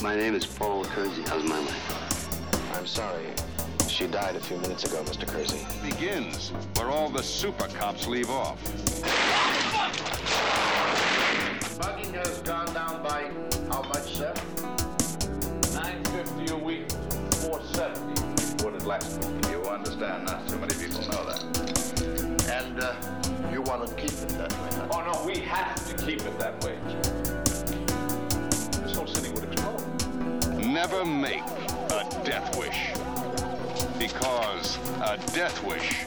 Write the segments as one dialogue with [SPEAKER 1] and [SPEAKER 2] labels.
[SPEAKER 1] My name is Paul Kersey. How's my wife?
[SPEAKER 2] I'm sorry. She died a few minutes ago, Mr. Kersey.
[SPEAKER 3] begins where all the super cops leave off.
[SPEAKER 4] Bugging has gone down by how much, sir?
[SPEAKER 3] 950 a week, 470. What it last week. You understand, not too many people know that.
[SPEAKER 4] And uh, you want to keep it that way, huh?
[SPEAKER 3] Oh no, we have to keep it that way. This whole city would explode. Never make a death wish. Because a death wish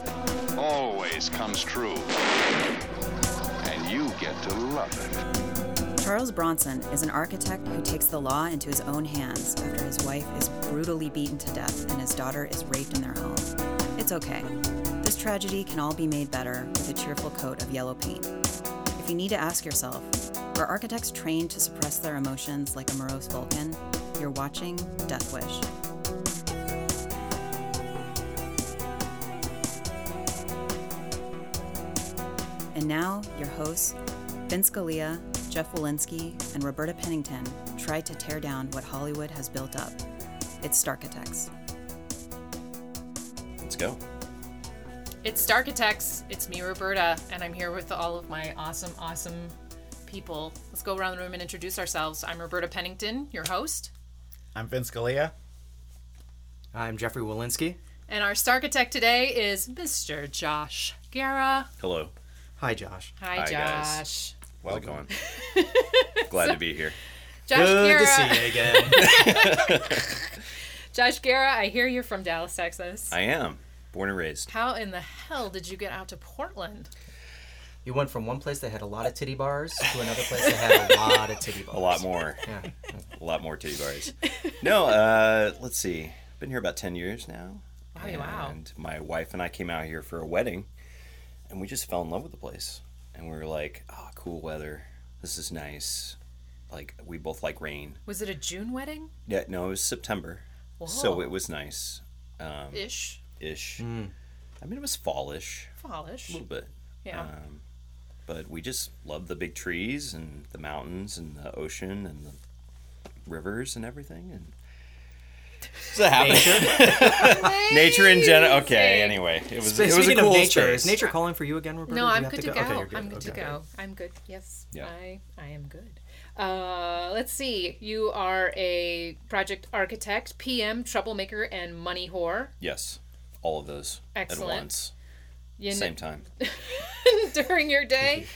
[SPEAKER 3] always comes true. And you get to love it.
[SPEAKER 5] Charles Bronson is an architect who takes the law into his own hands after his wife is brutally beaten to death and his daughter is raped in their home. It's okay. This tragedy can all be made better with a cheerful coat of yellow paint. If you need to ask yourself, are architects trained to suppress their emotions like a morose Vulcan? You're watching Death Wish. And now, your hosts, Vince Scalia, Jeff Walensky, and Roberta Pennington try to tear down what Hollywood has built up. It's Starkitects.
[SPEAKER 6] Let's go.
[SPEAKER 7] It's Starkitects. It's me, Roberta, and I'm here with all of my awesome, awesome people. Let's go around the room and introduce ourselves. I'm Roberta Pennington, your host,
[SPEAKER 8] I'm Vince Scalia.
[SPEAKER 9] I'm Jeffrey Walensky.
[SPEAKER 7] and our Starkitect today is Mr. Josh Guerra.
[SPEAKER 6] Hello.
[SPEAKER 9] Hi, Josh.
[SPEAKER 7] Hi,
[SPEAKER 6] Hi,
[SPEAKER 7] Josh.
[SPEAKER 6] guys. Welcome. Glad to be here.
[SPEAKER 7] Josh
[SPEAKER 9] Good
[SPEAKER 7] Guerra.
[SPEAKER 9] to see you again.
[SPEAKER 7] Josh Guerra, I hear you're from Dallas, Texas.
[SPEAKER 6] I am born and raised.
[SPEAKER 7] How in the hell did you get out to Portland?
[SPEAKER 9] you went from one place that had a lot of titty bars to another place that had a lot of titty bars.
[SPEAKER 6] A lot more.
[SPEAKER 9] Yeah.
[SPEAKER 6] A lot more titty bars. No, uh, let's see. Been here about 10 years now.
[SPEAKER 7] Oh, wow.
[SPEAKER 6] And my wife and I came out here for a wedding and we just fell in love with the place. And we were like, oh, cool weather. This is nice. Like, we both like rain.
[SPEAKER 7] Was it a June wedding?
[SPEAKER 6] Yeah, no, it was September. So
[SPEAKER 7] Whoa.
[SPEAKER 6] it was nice
[SPEAKER 7] Ish.
[SPEAKER 6] ish. I mean, it was fallish a
[SPEAKER 7] Fallish.
[SPEAKER 6] little bit.
[SPEAKER 7] Yeah.
[SPEAKER 9] uh,
[SPEAKER 6] Um, but we just love the big trees and the mountains and the ocean and the rivers and everything. And it's a happy nature. in general. Okay.
[SPEAKER 7] Amazing.
[SPEAKER 6] Anyway, it was
[SPEAKER 9] Speaking
[SPEAKER 6] it was a cool
[SPEAKER 9] of nature,
[SPEAKER 6] space.
[SPEAKER 9] is nature calling for you again, Roberta?
[SPEAKER 7] No,
[SPEAKER 9] Do you
[SPEAKER 7] I'm
[SPEAKER 9] have
[SPEAKER 7] good to go.
[SPEAKER 9] Okay, you're
[SPEAKER 7] I'm good to
[SPEAKER 9] Okay.
[SPEAKER 7] go. I'm good. Yes.
[SPEAKER 6] Yeah.
[SPEAKER 7] I I am good. Uh, let's see. You are a project architect, PM, troublemaker, and money whore.
[SPEAKER 6] Yes, all of those
[SPEAKER 7] Excellent.
[SPEAKER 6] at once,
[SPEAKER 7] You
[SPEAKER 6] same time.
[SPEAKER 7] during your day.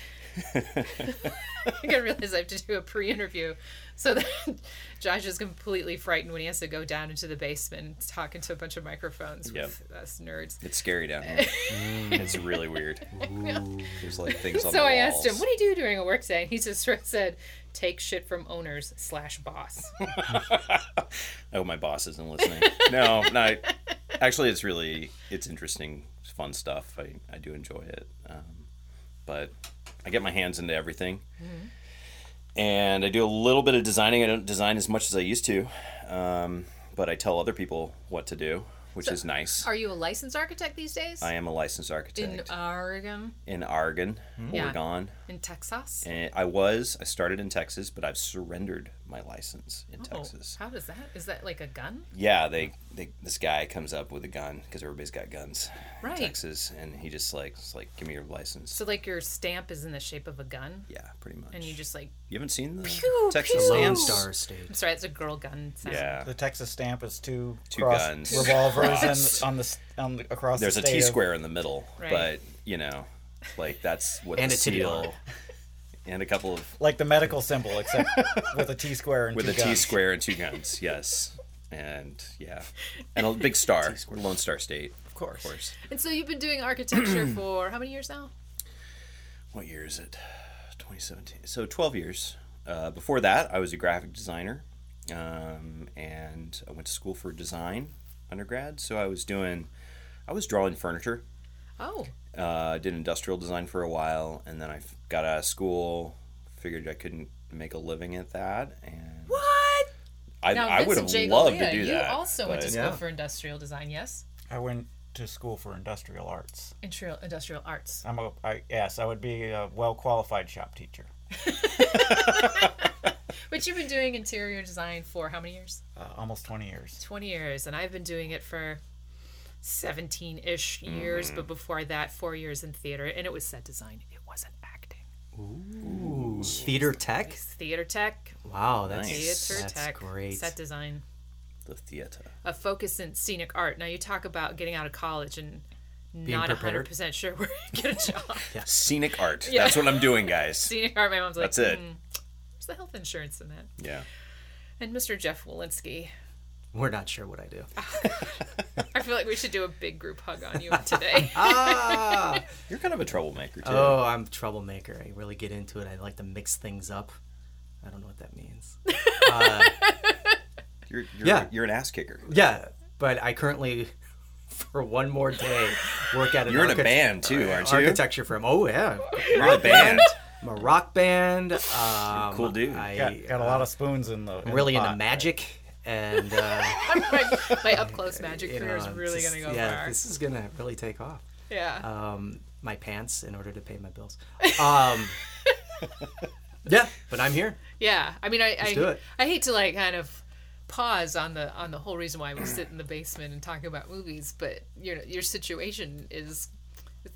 [SPEAKER 7] I gotta realize I have to do a pre-interview, so that Josh is completely frightened when he has to go down into the basement and talk into a bunch of microphones
[SPEAKER 6] Yep.
[SPEAKER 7] with us nerds.
[SPEAKER 6] It's scary down here. it's really weird. There's like things on
[SPEAKER 7] So
[SPEAKER 6] the
[SPEAKER 7] I asked him,
[SPEAKER 6] walls.
[SPEAKER 7] "What do you do during a work day?" And he just said, "Take shit from owners slash boss."
[SPEAKER 6] Oh, my boss isn't listening. no, no. Actually, it's really it's interesting, it's fun stuff. I, I do enjoy it, um, but I get my hands into everything,
[SPEAKER 7] Mm-hmm.
[SPEAKER 6] and I do a little bit of designing. I don't design as much as I used to, um, but I tell other people what to do, which is nice.
[SPEAKER 7] Are you a licensed architect these days?
[SPEAKER 6] I am a licensed architect
[SPEAKER 7] in Oregon,
[SPEAKER 6] in Oregon,
[SPEAKER 7] Yeah.
[SPEAKER 6] Oregon.
[SPEAKER 7] in Texas.
[SPEAKER 6] And I was I started in Texas, but I've surrendered my license in
[SPEAKER 7] Oh,
[SPEAKER 6] Texas.
[SPEAKER 7] how does that? Is that like a gun?
[SPEAKER 6] yeah, they, they this guy comes up with a gun because everybody's got guns
[SPEAKER 7] Right.
[SPEAKER 6] in Texas, and he just like it's like give me your license.
[SPEAKER 7] So like your stamp is in the shape of a gun,
[SPEAKER 6] yeah, pretty much.
[SPEAKER 7] and you just like
[SPEAKER 6] You haven't seen the
[SPEAKER 7] Pew,
[SPEAKER 6] Texas
[SPEAKER 7] pew.
[SPEAKER 9] Lone
[SPEAKER 6] stamps?
[SPEAKER 9] Star
[SPEAKER 7] I'm
[SPEAKER 9] State.
[SPEAKER 7] sorry, it's a girl gun. Sound.
[SPEAKER 6] Yeah,
[SPEAKER 8] The Texas stamp is two,
[SPEAKER 6] Two
[SPEAKER 8] crossed
[SPEAKER 6] guns.
[SPEAKER 8] revolvers
[SPEAKER 6] Crossed.
[SPEAKER 8] and on the s- on the across.
[SPEAKER 6] there's
[SPEAKER 8] the
[SPEAKER 6] a
[SPEAKER 8] state
[SPEAKER 6] T
[SPEAKER 8] of-
[SPEAKER 6] square in the middle,
[SPEAKER 7] Right.
[SPEAKER 6] but you know, like that's what
[SPEAKER 9] And
[SPEAKER 6] the
[SPEAKER 9] a titty
[SPEAKER 6] seal
[SPEAKER 9] bar.
[SPEAKER 6] and a couple of
[SPEAKER 8] like the medical symbol, except with a T square and
[SPEAKER 6] with
[SPEAKER 8] two
[SPEAKER 6] a T
[SPEAKER 8] guns.
[SPEAKER 6] square and two guns. Yes, and yeah, and a big star, Lone Star State, of course. Of course.
[SPEAKER 7] And so you've been doing architecture for how many years now?
[SPEAKER 6] what year is it 2017 so 12 years uh, before that i was a graphic designer um, and i went to school for design undergrad so i was doing i was drawing furniture
[SPEAKER 7] Oh,
[SPEAKER 6] uh, did industrial design for a while and then i f- got out of school figured i couldn't make a living at that and
[SPEAKER 7] what?
[SPEAKER 6] i,
[SPEAKER 7] Now
[SPEAKER 6] I would have
[SPEAKER 7] Vincent J.
[SPEAKER 6] loved
[SPEAKER 7] Galea,
[SPEAKER 6] to do
[SPEAKER 7] you
[SPEAKER 6] that
[SPEAKER 7] also went to
[SPEAKER 6] but-
[SPEAKER 7] school
[SPEAKER 9] Yeah.
[SPEAKER 7] for industrial design, yes?
[SPEAKER 8] I went to school for industrial arts.
[SPEAKER 7] Industrial, industrial
[SPEAKER 6] Uh,
[SPEAKER 7] arts.
[SPEAKER 8] I'm a I, yes, I would be a well qualified shop teacher.
[SPEAKER 7] But But you've been doing interior design for how many years?
[SPEAKER 8] Uh, almost 20 years.
[SPEAKER 7] 20 years. And I've been doing it for 17 ish years.
[SPEAKER 9] Mm-hmm.
[SPEAKER 7] But before that, four years in theater. And it was set design, it wasn't acting.
[SPEAKER 9] Theater tech?
[SPEAKER 7] It's theater tech,
[SPEAKER 9] Wow, that's
[SPEAKER 6] Nice.
[SPEAKER 7] theater
[SPEAKER 9] That's
[SPEAKER 7] tech,
[SPEAKER 9] great.
[SPEAKER 7] set design.
[SPEAKER 6] The theater.
[SPEAKER 7] a focus in scenic art. Now you talk about getting out of college and not a hundred
[SPEAKER 9] prepared.
[SPEAKER 7] percent sure where you get a job.
[SPEAKER 6] Scenic art. That's what I'm doing, guys.
[SPEAKER 7] Scenic art. My mom's like,
[SPEAKER 6] That's it.
[SPEAKER 7] "Hmm, where's the health insurance in that?
[SPEAKER 6] Yeah.
[SPEAKER 7] And Mr. Jeff Walensky,
[SPEAKER 9] We're not sure what I do.
[SPEAKER 7] I feel like we should do a big group hug on you today.
[SPEAKER 9] Ah!
[SPEAKER 6] You're kind of a troublemaker too.
[SPEAKER 9] oh, I'm a troublemaker. I really get into it. I like to mix things up. I don't know what that means.
[SPEAKER 6] You're, you're,
[SPEAKER 9] Yeah.
[SPEAKER 6] you're an ass kicker.
[SPEAKER 9] Yeah, but I currently, for one more day, work at an
[SPEAKER 6] You're in a
[SPEAKER 9] architect-
[SPEAKER 6] band too, aren't you?
[SPEAKER 9] architecture firm. Oh yeah,
[SPEAKER 6] You're in a band.
[SPEAKER 9] I'm a rock band. Um,
[SPEAKER 6] cool dude.
[SPEAKER 9] I,
[SPEAKER 8] Got, got a lot of spoons in the. in
[SPEAKER 9] am really
[SPEAKER 8] the
[SPEAKER 9] into
[SPEAKER 8] pot.
[SPEAKER 9] magic, and uh,
[SPEAKER 7] my, my up close magic
[SPEAKER 9] you
[SPEAKER 7] career
[SPEAKER 9] know,
[SPEAKER 7] is really
[SPEAKER 9] just-
[SPEAKER 7] gonna go
[SPEAKER 9] yeah,
[SPEAKER 7] far.
[SPEAKER 9] this is gonna really take off.
[SPEAKER 7] yeah.
[SPEAKER 9] Um, my pants in order to pay my bills. Um, yeah, but I'm here.
[SPEAKER 7] Yeah, I mean, I I,
[SPEAKER 9] do it.
[SPEAKER 7] I hate to like kind of pause on the on the whole reason why we sit in the basement and talk about movies, but your your situation is.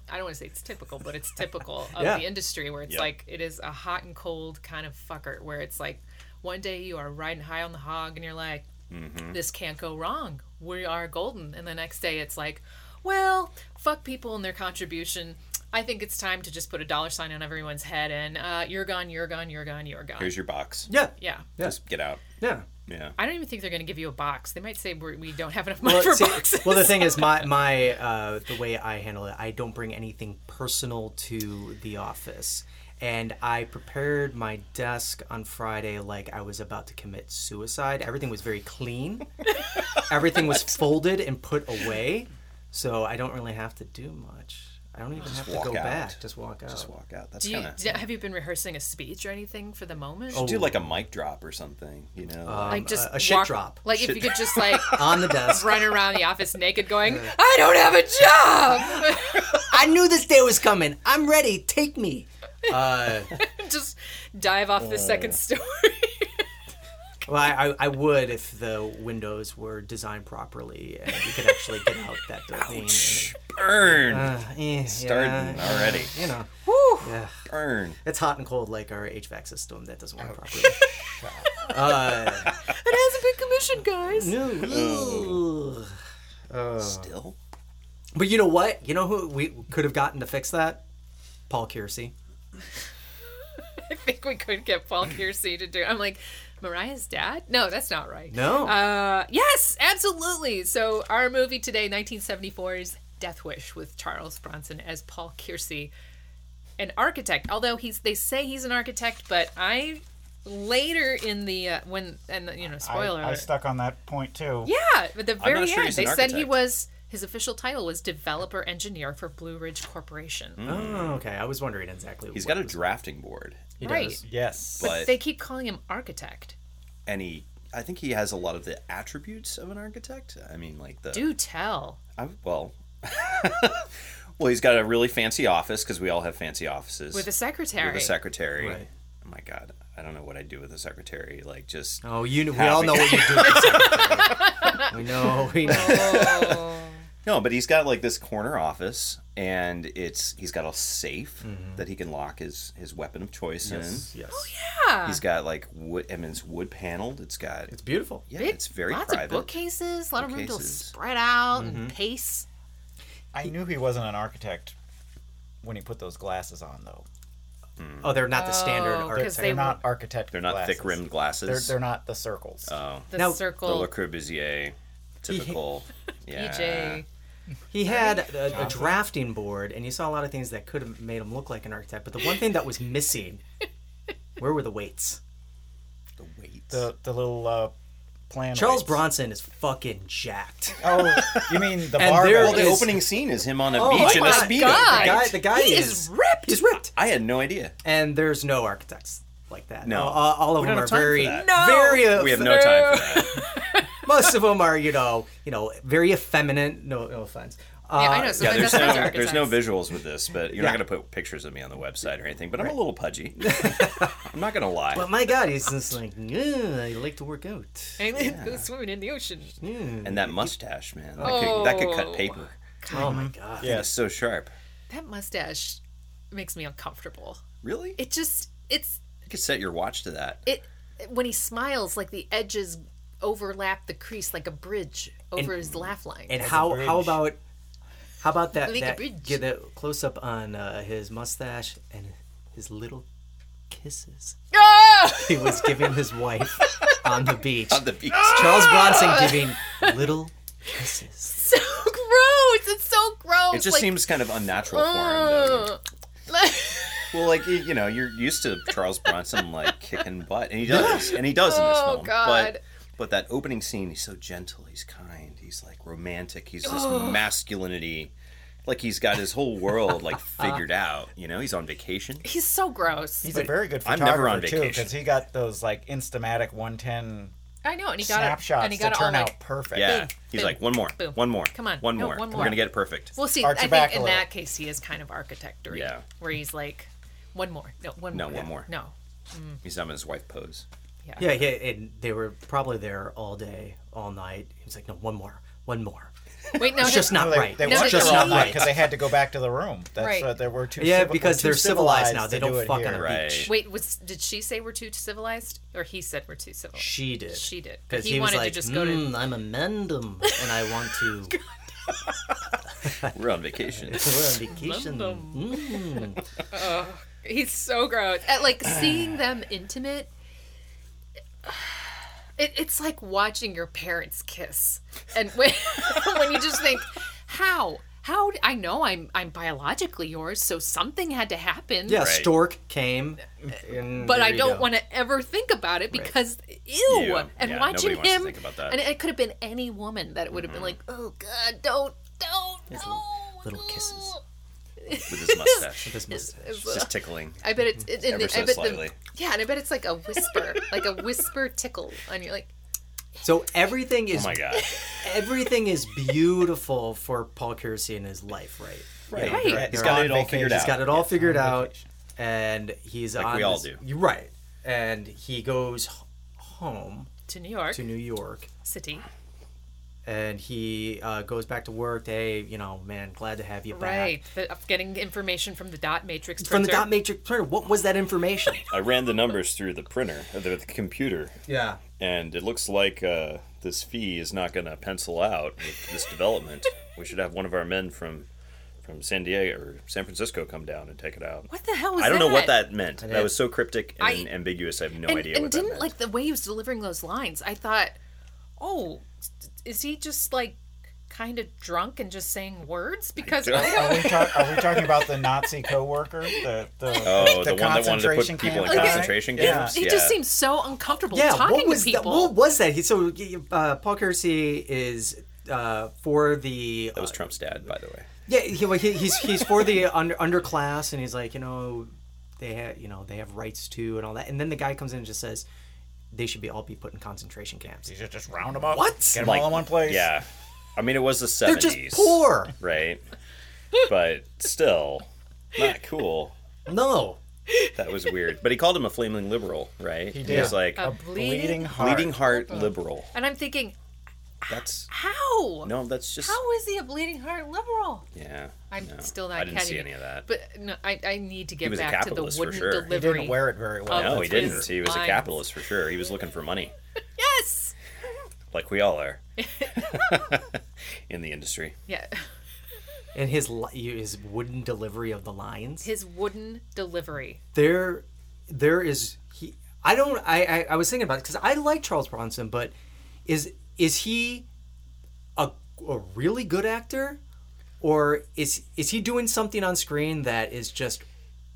[SPEAKER 7] I don't want to say it's typical, but it's typical of
[SPEAKER 9] Yeah.
[SPEAKER 7] the industry where it's
[SPEAKER 6] Yep.
[SPEAKER 7] like it is a hot and cold kind of fucker. Where it's like one day you are riding high on the hog and you're like,
[SPEAKER 9] Mm-hmm.
[SPEAKER 7] "This can't go wrong. We are golden," and the next day it's like, "Well, fuck people and their contribution. I think it's time to just put a dollar sign on everyone's head and uh, you're gone, you're gone, you're gone, you're gone."
[SPEAKER 6] Here's your box.
[SPEAKER 9] Yeah,
[SPEAKER 7] Yeah.
[SPEAKER 6] Just get out.
[SPEAKER 9] yeah.
[SPEAKER 6] Yeah.
[SPEAKER 7] I don't even think they're going to give you a box. They might say we're, we don't have enough money
[SPEAKER 9] Well,
[SPEAKER 7] for
[SPEAKER 9] see,
[SPEAKER 7] boxes.
[SPEAKER 9] well, the thing is, my my uh, the way I handle it, I don't bring anything personal to the office, and I prepared my desk on Friday like I was about to commit suicide. Everything was very clean, everything was folded and put away, so I don't really have to do much. I don't even have to
[SPEAKER 6] walk
[SPEAKER 9] go
[SPEAKER 6] out.
[SPEAKER 9] back. Just walk out.
[SPEAKER 6] Just walk out. That's
[SPEAKER 7] do you,
[SPEAKER 6] kind of.
[SPEAKER 7] do- have you been rehearsing a speech or anything for the moment?
[SPEAKER 6] Should do like a mic drop or something. You know.
[SPEAKER 9] Uh,
[SPEAKER 7] like just
[SPEAKER 9] Oh, um, a- a shit
[SPEAKER 7] walk-
[SPEAKER 9] drop.
[SPEAKER 7] Like if you could just like
[SPEAKER 9] on the desk.
[SPEAKER 7] run around the office naked, going, "I don't have a
[SPEAKER 9] I knew this day was coming. I'm ready. Take me.
[SPEAKER 7] job," just dive off
[SPEAKER 9] Oh.
[SPEAKER 7] the second story.
[SPEAKER 9] Well, I, I, I would if the windows were designed properly and you could actually get out that building. and-
[SPEAKER 6] burn.
[SPEAKER 9] eh, yeah,
[SPEAKER 6] Starting already.
[SPEAKER 9] you know, Yeah.
[SPEAKER 6] burn.
[SPEAKER 9] it's hot and cold like our HVAC system that doesn't work properly. uh,
[SPEAKER 7] it hasn't been commissioned, guys.
[SPEAKER 9] no. Ugh. Uh,
[SPEAKER 6] Still.
[SPEAKER 9] But you know what? You know who we could have gotten to fix that? Paul Kiersey.
[SPEAKER 7] I think we could get Paul Kiersey to do. I'm like, Mariah's dad? No, that's not right.
[SPEAKER 9] No.
[SPEAKER 7] Uh, yes, absolutely. So our movie today, 1974's Death Wish, with Charles Bronson as Paul Kiersey, an architect. Although he's, they say he's an architect, but I later in the uh, when and you know,
[SPEAKER 8] I,
[SPEAKER 7] spoiler.
[SPEAKER 8] I stuck on that point too.
[SPEAKER 7] yeah, but the very
[SPEAKER 6] not
[SPEAKER 7] end,
[SPEAKER 6] sure he's
[SPEAKER 7] they
[SPEAKER 6] an
[SPEAKER 7] said he
[SPEAKER 6] architect.
[SPEAKER 7] was. His official title was developer engineer for Blue Ridge Corporation.
[SPEAKER 6] Hmm.
[SPEAKER 9] oh, okay. I was wondering exactly.
[SPEAKER 6] He's
[SPEAKER 9] what
[SPEAKER 6] got a
[SPEAKER 9] it was.
[SPEAKER 6] drafting board,
[SPEAKER 9] He
[SPEAKER 7] right.
[SPEAKER 9] does.
[SPEAKER 8] Yes.
[SPEAKER 6] but
[SPEAKER 7] They keep calling him architect.
[SPEAKER 6] and he, I think he has a lot of the attributes of an architect. I mean, like the
[SPEAKER 7] Do tell.
[SPEAKER 6] I, well, well, he's got a really fancy office because we all have fancy offices
[SPEAKER 7] With a secretary.
[SPEAKER 6] With a secretary.
[SPEAKER 9] Right.
[SPEAKER 6] Oh my god, I don't know what I do with a secretary. Like just
[SPEAKER 9] Oh, you. kn- We
[SPEAKER 6] Happy.
[SPEAKER 9] all know what you do. we know. We know.
[SPEAKER 6] no, but he's got like this corner office, and it's he's got a safe that he can lock his his weapon of choice in.
[SPEAKER 9] Yes.
[SPEAKER 6] He's got like wood. I mean, it's wood paneled. It's got
[SPEAKER 9] It's beautiful.
[SPEAKER 6] yeah,
[SPEAKER 7] Big-
[SPEAKER 6] it's very
[SPEAKER 7] lots
[SPEAKER 6] private.
[SPEAKER 7] of bookcases, a lot of room to
[SPEAKER 6] Bookcases. Mm-hmm.
[SPEAKER 7] spread out and pace.
[SPEAKER 8] I knew he wasn't an architect when he put those glasses on, though.
[SPEAKER 9] Oh, they're not the standard
[SPEAKER 7] Oh,
[SPEAKER 9] architect.
[SPEAKER 7] 'cause
[SPEAKER 8] They're
[SPEAKER 7] They
[SPEAKER 8] not architect.
[SPEAKER 6] They're not
[SPEAKER 8] glasses.
[SPEAKER 6] thick rimmed
[SPEAKER 8] They're,
[SPEAKER 6] glasses.
[SPEAKER 8] they're not the circles.
[SPEAKER 7] The
[SPEAKER 9] Now-
[SPEAKER 6] The
[SPEAKER 7] circle, E
[SPEAKER 6] Le Corbusier, typical. Yeah.
[SPEAKER 7] EJ.
[SPEAKER 9] He had a, a drafting board, and you saw a lot of things that could have made him look like an architect. But the one thing that was missing, where were the weights?
[SPEAKER 6] The weights.
[SPEAKER 8] the the little uh, plan.
[SPEAKER 9] Charles
[SPEAKER 8] lights.
[SPEAKER 9] Bronson is fucking jacked.
[SPEAKER 8] Oh, you mean the
[SPEAKER 9] And
[SPEAKER 8] bar?
[SPEAKER 9] there
[SPEAKER 6] well, the
[SPEAKER 9] is-
[SPEAKER 6] opening scene is him on a
[SPEAKER 9] Oh
[SPEAKER 6] beach in
[SPEAKER 9] my
[SPEAKER 6] a speedo.
[SPEAKER 7] God.
[SPEAKER 9] The
[SPEAKER 6] right?
[SPEAKER 9] guy, the guy
[SPEAKER 7] He
[SPEAKER 9] is,
[SPEAKER 7] is ripped.
[SPEAKER 9] He's ripped,
[SPEAKER 6] I had no idea.
[SPEAKER 9] and there's no architects like that.
[SPEAKER 6] No.
[SPEAKER 9] all, all of
[SPEAKER 6] We
[SPEAKER 9] them
[SPEAKER 6] don't
[SPEAKER 9] are
[SPEAKER 6] have time for
[SPEAKER 9] very,
[SPEAKER 6] that.
[SPEAKER 7] No.
[SPEAKER 9] very. uh,
[SPEAKER 6] We have no time for that.
[SPEAKER 9] most of them are, you know, you know, very effeminate. No, no offense. Uh,
[SPEAKER 7] yeah, I know.
[SPEAKER 6] Yeah,
[SPEAKER 7] Sometimes
[SPEAKER 6] there's
[SPEAKER 7] that's
[SPEAKER 6] no, there's no
[SPEAKER 7] architects.
[SPEAKER 6] visuals with this, but you're
[SPEAKER 9] Yeah.
[SPEAKER 6] not going to put pictures of me on the website or anything. But I'm a little pudgy. I'm not going to lie.
[SPEAKER 9] But my God, he's just like, "Yeah, I like to work out.
[SPEAKER 7] I live- go swimming in the ocean.
[SPEAKER 6] and that mustache, man, that, could, that could cut
[SPEAKER 7] Oh.
[SPEAKER 6] paper.
[SPEAKER 9] Oh my God.
[SPEAKER 6] It's so sharp.
[SPEAKER 7] That mustache makes me uncomfortable.
[SPEAKER 6] Really?
[SPEAKER 7] It just it's
[SPEAKER 6] you could set your watch to that.
[SPEAKER 7] it when he smiles like the edges overlap the crease like a bridge over his laugh line.
[SPEAKER 9] And how how
[SPEAKER 8] bridge.
[SPEAKER 9] about how about that,
[SPEAKER 7] Make a
[SPEAKER 9] that
[SPEAKER 7] bridge.
[SPEAKER 9] get a close up on uh, his mustache and his little kisses
[SPEAKER 7] Ah!
[SPEAKER 9] he was giving his wife on the beach.
[SPEAKER 6] The beast.
[SPEAKER 9] Charles Bronson giving little kisses.
[SPEAKER 7] so gross. It's so gross.
[SPEAKER 6] It just
[SPEAKER 7] like, Oh.
[SPEAKER 6] seems kind of unnatural for him. Though. Well, like you you know, you're used to Charles Bronson like kicking butt, and he does, and he does in this
[SPEAKER 7] Oh,
[SPEAKER 6] film.
[SPEAKER 7] God.
[SPEAKER 6] But but that opening scene, he's so gentle, he's kind, he's like romantic, he's this
[SPEAKER 7] Oh.
[SPEAKER 6] masculinity, like he's got his whole world like figured out. You know, he's on vacation.
[SPEAKER 7] He's so gross.
[SPEAKER 8] He's a very good
[SPEAKER 6] I'm
[SPEAKER 8] photographer
[SPEAKER 6] never on
[SPEAKER 8] too,
[SPEAKER 6] vacation.
[SPEAKER 8] because he got those like Instamatic 110
[SPEAKER 7] I know, and he got
[SPEAKER 8] snapshots
[SPEAKER 7] it, and he got it
[SPEAKER 8] to
[SPEAKER 7] all
[SPEAKER 8] turn out
[SPEAKER 7] like.
[SPEAKER 8] perfect.
[SPEAKER 6] Yeah,
[SPEAKER 7] Boom,
[SPEAKER 6] he's
[SPEAKER 7] boom,
[SPEAKER 6] like one more,
[SPEAKER 7] boom.
[SPEAKER 6] one more,
[SPEAKER 7] Come on.
[SPEAKER 6] one
[SPEAKER 7] No,
[SPEAKER 6] more.
[SPEAKER 7] one
[SPEAKER 6] We're
[SPEAKER 7] more.
[SPEAKER 6] gonna get it perfect.
[SPEAKER 7] Well, see, I
[SPEAKER 8] Arch
[SPEAKER 7] think
[SPEAKER 8] back a
[SPEAKER 7] in
[SPEAKER 8] little.
[SPEAKER 7] that case he is kind of architectory.
[SPEAKER 6] Yeah.
[SPEAKER 7] Where he's like, one more, no, one
[SPEAKER 6] No,
[SPEAKER 7] more,
[SPEAKER 6] one more.
[SPEAKER 7] no.
[SPEAKER 6] he's having his wife pose.
[SPEAKER 9] Yeah, yeah, and they were probably there all day, all night. He was like, no, one more, one more.
[SPEAKER 7] Wait, no,
[SPEAKER 9] It's just not
[SPEAKER 8] No, they,
[SPEAKER 9] right.
[SPEAKER 8] they
[SPEAKER 7] No,
[SPEAKER 8] weren't
[SPEAKER 7] they
[SPEAKER 8] just
[SPEAKER 7] don't.
[SPEAKER 8] not right because they had to go back to the room. That's
[SPEAKER 7] Right.
[SPEAKER 8] right. They were too.
[SPEAKER 9] Yeah,
[SPEAKER 8] civi-
[SPEAKER 9] because
[SPEAKER 8] too
[SPEAKER 9] they're civilized now.
[SPEAKER 8] to
[SPEAKER 9] They
[SPEAKER 8] do
[SPEAKER 9] don't
[SPEAKER 8] it
[SPEAKER 9] fuck on
[SPEAKER 8] here.
[SPEAKER 9] a
[SPEAKER 6] Right.
[SPEAKER 9] beach.
[SPEAKER 7] Wait, was did she say we're too civilized, or he said we're too civilized?
[SPEAKER 9] She did.
[SPEAKER 7] She did.
[SPEAKER 9] Because
[SPEAKER 7] He
[SPEAKER 9] he, was
[SPEAKER 7] wanted to
[SPEAKER 9] like,
[SPEAKER 7] just go to-
[SPEAKER 9] "Mm, I'm a mendum, and I want to.
[SPEAKER 6] We're on vacation.
[SPEAKER 9] We're on vacation.
[SPEAKER 7] He's so gross. At like seeing them intimate, it, it's like watching your parents kiss. And when when you just think, how how d- I know I'm I'm biologically yours, so something had to happen.
[SPEAKER 9] Yeah,
[SPEAKER 6] Right.
[SPEAKER 9] Stork came. and
[SPEAKER 7] But
[SPEAKER 9] there
[SPEAKER 7] I
[SPEAKER 9] you
[SPEAKER 7] don't
[SPEAKER 9] go.
[SPEAKER 7] want to ever think about it because ew.
[SPEAKER 6] Yeah,
[SPEAKER 7] and
[SPEAKER 6] yeah, nobody
[SPEAKER 7] watching
[SPEAKER 6] wants to
[SPEAKER 7] him,
[SPEAKER 6] think about that.
[SPEAKER 7] and it could have been any woman that it would have been like, oh god, don't, don't, no,
[SPEAKER 9] Mm-hmm. little
[SPEAKER 7] no."
[SPEAKER 9] kisses.
[SPEAKER 6] with his mustache.
[SPEAKER 9] This mustache.
[SPEAKER 6] It's just tickling
[SPEAKER 7] I bet it's it, and
[SPEAKER 6] ever
[SPEAKER 7] the-
[SPEAKER 6] so
[SPEAKER 7] I bet
[SPEAKER 6] slightly.
[SPEAKER 7] The, yeah, and I bet it's like a whisper, like a whisper tickle, and you're like,
[SPEAKER 9] So everything is
[SPEAKER 6] Oh my god!
[SPEAKER 9] everything is beautiful for Paul Kersey in his life, right?
[SPEAKER 6] Right,
[SPEAKER 7] Right.
[SPEAKER 6] he's
[SPEAKER 8] They're
[SPEAKER 6] got
[SPEAKER 8] on
[SPEAKER 6] it all
[SPEAKER 8] vacation.
[SPEAKER 6] figured
[SPEAKER 8] He's
[SPEAKER 9] He's
[SPEAKER 6] out.
[SPEAKER 9] got it all figured out, and he's
[SPEAKER 6] Like
[SPEAKER 9] on
[SPEAKER 6] we all
[SPEAKER 9] this-
[SPEAKER 6] do.
[SPEAKER 9] You're right, and he goes h- home
[SPEAKER 7] to New York
[SPEAKER 9] to New York,
[SPEAKER 7] City,
[SPEAKER 9] and he uh, goes back to work. Hey, you know, man, glad to have you back.
[SPEAKER 7] right? The, of getting information from the dot matrix
[SPEAKER 9] From the
[SPEAKER 7] printer.
[SPEAKER 9] dot matrix printer, what was that information?
[SPEAKER 6] I ran the numbers through the printer, or the, the computer,
[SPEAKER 9] yeah.
[SPEAKER 6] and it looks like uh, this fee is not going to pencil out with this development. we should have one of our men from from San Diego or San Francisco come down and take it out.
[SPEAKER 7] What the hell was
[SPEAKER 6] I don't
[SPEAKER 7] that?
[SPEAKER 6] know what that meant. That
[SPEAKER 9] did.
[SPEAKER 6] was so cryptic and
[SPEAKER 7] I-
[SPEAKER 6] ambiguous. I have no
[SPEAKER 7] And,
[SPEAKER 6] idea
[SPEAKER 7] and
[SPEAKER 6] what
[SPEAKER 7] didn't
[SPEAKER 6] that meant.
[SPEAKER 7] like the way he was delivering those lines. I thought, oh, is he just like kind of drunk and just saying words? Because I
[SPEAKER 8] Are
[SPEAKER 7] don't.
[SPEAKER 8] we, talk, are we talking about the Nazi coworker? The, the,
[SPEAKER 6] Oh,
[SPEAKER 8] the,
[SPEAKER 6] the one that wanted to put
[SPEAKER 8] concentration
[SPEAKER 6] people in
[SPEAKER 8] camp guy?
[SPEAKER 6] concentration
[SPEAKER 8] Yeah.
[SPEAKER 6] camps.
[SPEAKER 7] He
[SPEAKER 6] Yeah.
[SPEAKER 7] just seems so uncomfortable
[SPEAKER 9] Yeah,
[SPEAKER 7] talking
[SPEAKER 9] what was
[SPEAKER 7] to
[SPEAKER 9] that?
[SPEAKER 7] people.
[SPEAKER 9] What was that? He, so uh, Paul Kersey is uh, for the
[SPEAKER 6] That was Trump's dad, by the way.
[SPEAKER 9] Yeah, he, well, he, he's he's for the under, underclass, and he's like, you know, they have you know they have rights too, and all that. And then the guy comes in and just says, they should be all be put in concentration camps.
[SPEAKER 8] You should just round them up.
[SPEAKER 9] What?
[SPEAKER 8] Get them
[SPEAKER 6] Like,
[SPEAKER 8] all in one place.
[SPEAKER 6] Yeah, I mean it was the 70s
[SPEAKER 9] They're just poor.
[SPEAKER 6] right? But still, not cool.
[SPEAKER 9] No,
[SPEAKER 6] That was weird. But he called him a flaming liberal, right? He
[SPEAKER 8] did.
[SPEAKER 6] was like
[SPEAKER 7] A
[SPEAKER 6] a
[SPEAKER 7] bleeding.
[SPEAKER 8] Bleeding heart.
[SPEAKER 6] bleeding heart liberal.
[SPEAKER 7] And I'm thinking,
[SPEAKER 6] That's
[SPEAKER 7] how?
[SPEAKER 6] no, that's just
[SPEAKER 7] How is he a bleeding heart liberal?
[SPEAKER 6] yeah.
[SPEAKER 7] I'm
[SPEAKER 6] no,
[SPEAKER 7] still not
[SPEAKER 6] I didn't
[SPEAKER 7] catching
[SPEAKER 6] see
[SPEAKER 7] it.
[SPEAKER 6] any of that.
[SPEAKER 7] But no, I, I need to get
[SPEAKER 6] was a
[SPEAKER 7] back to the
[SPEAKER 6] capitalist for
[SPEAKER 7] wooden
[SPEAKER 6] sure. He didn't
[SPEAKER 8] He
[SPEAKER 7] delivery.
[SPEAKER 8] didn't wear it very well.
[SPEAKER 7] Oh,
[SPEAKER 6] no, he
[SPEAKER 7] his
[SPEAKER 6] didn't. He was a
[SPEAKER 7] lines.
[SPEAKER 6] capitalist for sure. He was looking for money,
[SPEAKER 7] Yes.
[SPEAKER 6] like we all are in the industry.
[SPEAKER 7] Yeah.
[SPEAKER 9] and his li- his wooden delivery of the lines.
[SPEAKER 7] His wooden delivery.
[SPEAKER 9] There, there is he. I don't. I I, I was thinking about it because I like Charles Bronson, but is is he a a really good actor, or is is he doing something on screen that is just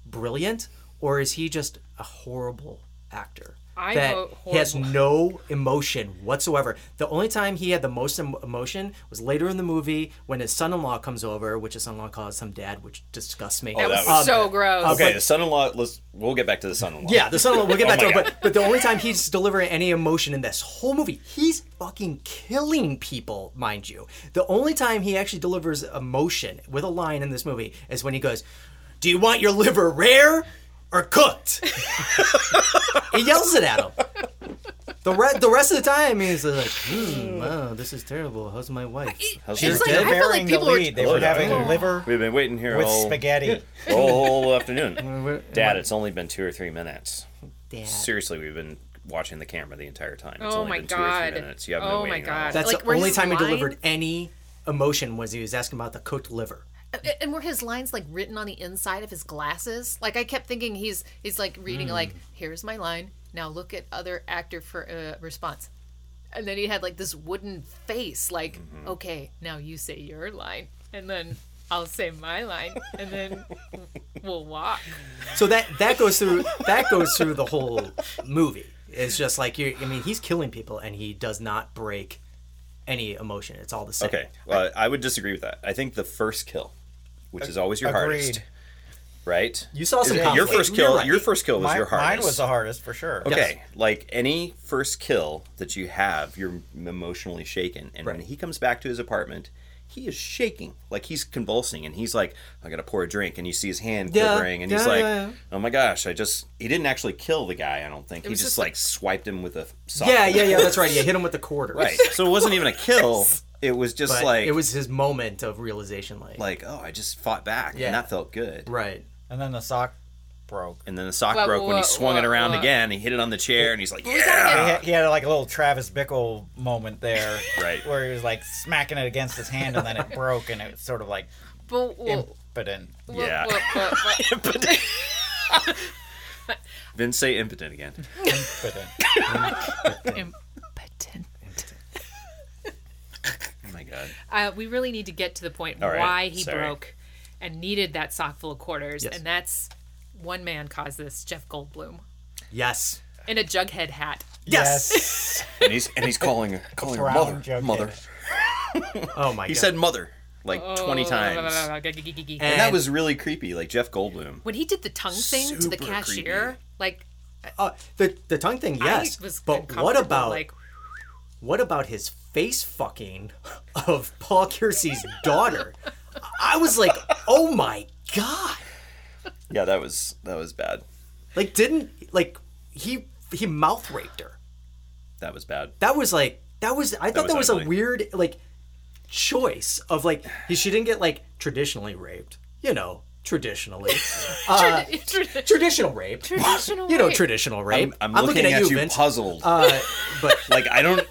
[SPEAKER 9] brilliant, or is he just a horrible actor?
[SPEAKER 7] I
[SPEAKER 9] that
[SPEAKER 7] vote
[SPEAKER 9] he has
[SPEAKER 7] horrible.
[SPEAKER 9] no emotion whatsoever. The only time he had the most em- emotion was later in the movie when his son-in-law comes over, which his son-in-law calls him dad, which disgusts me.
[SPEAKER 7] That was
[SPEAKER 6] was-
[SPEAKER 7] so gross.
[SPEAKER 6] Okay, the son-in-law. Let's we'll get back to the son-in-law.
[SPEAKER 9] Yeah, the son-in-law. We'll get back
[SPEAKER 6] my
[SPEAKER 9] to it, but but the only time he's delivering any emotion in this whole movie, he's fucking killing people, mind you. The only time he actually delivers emotion with a line in this movie is when he goes, "Do you want your liver rare or cooked?" he yells it at him. The, re- the rest of the time, he's like, hmm, wow, this is terrible. How's my wife?
[SPEAKER 6] How's your-
[SPEAKER 7] It's like, I felt like
[SPEAKER 8] Burying the
[SPEAKER 7] people were.
[SPEAKER 8] lead. They were
[SPEAKER 6] Hello,
[SPEAKER 8] having
[SPEAKER 7] Oh
[SPEAKER 6] darling.
[SPEAKER 8] liver
[SPEAKER 6] We've been waiting here
[SPEAKER 8] with
[SPEAKER 6] all,
[SPEAKER 8] spaghetti.
[SPEAKER 6] all whole afternoon. Dad, it's only been two or three minutes.
[SPEAKER 9] Dad.
[SPEAKER 6] Seriously, we've been watching the camera the entire time. It's
[SPEAKER 7] Oh
[SPEAKER 6] only
[SPEAKER 7] my
[SPEAKER 6] been
[SPEAKER 7] god!
[SPEAKER 6] two or three minutes. You haven't
[SPEAKER 7] oh
[SPEAKER 6] been
[SPEAKER 7] my
[SPEAKER 6] waiting at all.
[SPEAKER 7] god!
[SPEAKER 9] That's
[SPEAKER 7] Like,
[SPEAKER 9] the
[SPEAKER 7] were
[SPEAKER 9] only
[SPEAKER 7] his
[SPEAKER 9] time he
[SPEAKER 7] lines-
[SPEAKER 9] delivered any emotion was he was asking about the cooked liver.
[SPEAKER 7] And were his lines like written on the inside of his glasses? Like I kept thinking he's he's like reading like here's my line. Now look at other actor for uh, response. And then he had like this wooden face like okay, now you say your line and then I'll say my line and then we'll walk.
[SPEAKER 9] so that that goes through that goes through the whole movie. It's just like you. I mean, he's killing people, and he does not break any emotion. It's all the same.
[SPEAKER 6] Okay, uh, I would disagree with that. I think the first kill, which is always your hardest,
[SPEAKER 8] Agreed.
[SPEAKER 6] right?
[SPEAKER 9] You saw some
[SPEAKER 6] your
[SPEAKER 9] conflict.
[SPEAKER 6] first kill.
[SPEAKER 9] You're right.
[SPEAKER 6] Your first kill was
[SPEAKER 8] My-
[SPEAKER 6] your hardest.
[SPEAKER 8] Mine was the hardest for sure.
[SPEAKER 6] Okay, like any first kill that you have, you're emotionally shaken, and when
[SPEAKER 9] Right.
[SPEAKER 6] he comes back to his apartment, he is shaking, like he's convulsing, and he's like, "I gotta pour a drink," and you see his hand
[SPEAKER 9] Yeah,
[SPEAKER 6] quivering, and he's
[SPEAKER 9] yeah,
[SPEAKER 6] like,
[SPEAKER 9] yeah, yeah.
[SPEAKER 6] "Oh my gosh, I just..." He didn't actually kill the guy, I don't think. He
[SPEAKER 7] was
[SPEAKER 6] just,
[SPEAKER 7] just
[SPEAKER 6] like swiped him with a soft
[SPEAKER 9] Yeah, yeah, yeah. That's right. You hit him with the quarter.
[SPEAKER 6] right. So it wasn't even a kill. It was just
[SPEAKER 9] But
[SPEAKER 6] like
[SPEAKER 9] it was his moment of realization. Like,
[SPEAKER 6] like, "Oh, I just fought back,
[SPEAKER 9] Yeah.
[SPEAKER 6] and that felt good."
[SPEAKER 9] right.
[SPEAKER 8] And then the sock broke.
[SPEAKER 6] And then the sock
[SPEAKER 7] Wha-
[SPEAKER 6] broke when
[SPEAKER 7] wha-
[SPEAKER 6] he swung it
[SPEAKER 7] wha-
[SPEAKER 6] around
[SPEAKER 7] wha-
[SPEAKER 6] again. He hit it on the chair, and he's like,
[SPEAKER 7] was that
[SPEAKER 6] "Yeah."
[SPEAKER 8] He had, he had like a little Travis Bickle moment there,
[SPEAKER 6] Right.
[SPEAKER 8] Where he was like smacking it against his hand, and then it broke, and it was sort of like
[SPEAKER 7] But we'll,
[SPEAKER 8] impotent.
[SPEAKER 7] we'll-
[SPEAKER 6] Yeah.
[SPEAKER 7] we'll- we'll- we'll-
[SPEAKER 6] Then say impotent again.
[SPEAKER 8] impotent.
[SPEAKER 7] impotent.
[SPEAKER 6] Oh my god.
[SPEAKER 7] Uh, we really need to get to the point
[SPEAKER 6] All right,
[SPEAKER 7] why he
[SPEAKER 6] sorry.
[SPEAKER 7] broke and needed that sock full of quarters,
[SPEAKER 9] Yes.
[SPEAKER 7] and that's one man caused this, Jeff Goldblum,
[SPEAKER 9] Yes.
[SPEAKER 7] in a Jughead hat.
[SPEAKER 8] Yes.
[SPEAKER 6] And he's and he's calling her calling her
[SPEAKER 8] Brown
[SPEAKER 6] mother.
[SPEAKER 8] jug
[SPEAKER 6] Mother.
[SPEAKER 8] head.
[SPEAKER 9] Oh my
[SPEAKER 6] He
[SPEAKER 9] god.
[SPEAKER 6] said mother like
[SPEAKER 7] Oh,
[SPEAKER 6] twenty times. And
[SPEAKER 7] And
[SPEAKER 6] that was really creepy, like Jeff Goldblum.
[SPEAKER 7] when he did the tongue thing to the
[SPEAKER 6] Super
[SPEAKER 7] cashier, like
[SPEAKER 9] uh, the the tongue thing. Yes.
[SPEAKER 7] I was
[SPEAKER 9] but
[SPEAKER 7] uncomfortable,
[SPEAKER 9] what about
[SPEAKER 7] like
[SPEAKER 9] what about his face fucking of Paul Kersey's daughter? I was like, oh my god.
[SPEAKER 6] Yeah, that was that was bad.
[SPEAKER 9] Like didn't like he he mouth raped her.
[SPEAKER 6] That was bad.
[SPEAKER 9] That was like that was I thought
[SPEAKER 6] was
[SPEAKER 9] that was,
[SPEAKER 6] ugly.
[SPEAKER 9] a weird like choice of like he she didn't get like traditionally raped, you know, traditionally. uh, traditional rape.
[SPEAKER 7] traditional
[SPEAKER 9] You know,
[SPEAKER 7] rape.
[SPEAKER 9] traditional rape.
[SPEAKER 6] I'm, looking, at, you,
[SPEAKER 9] Vince.
[SPEAKER 6] puzzled.
[SPEAKER 9] Uh, but
[SPEAKER 6] like I don't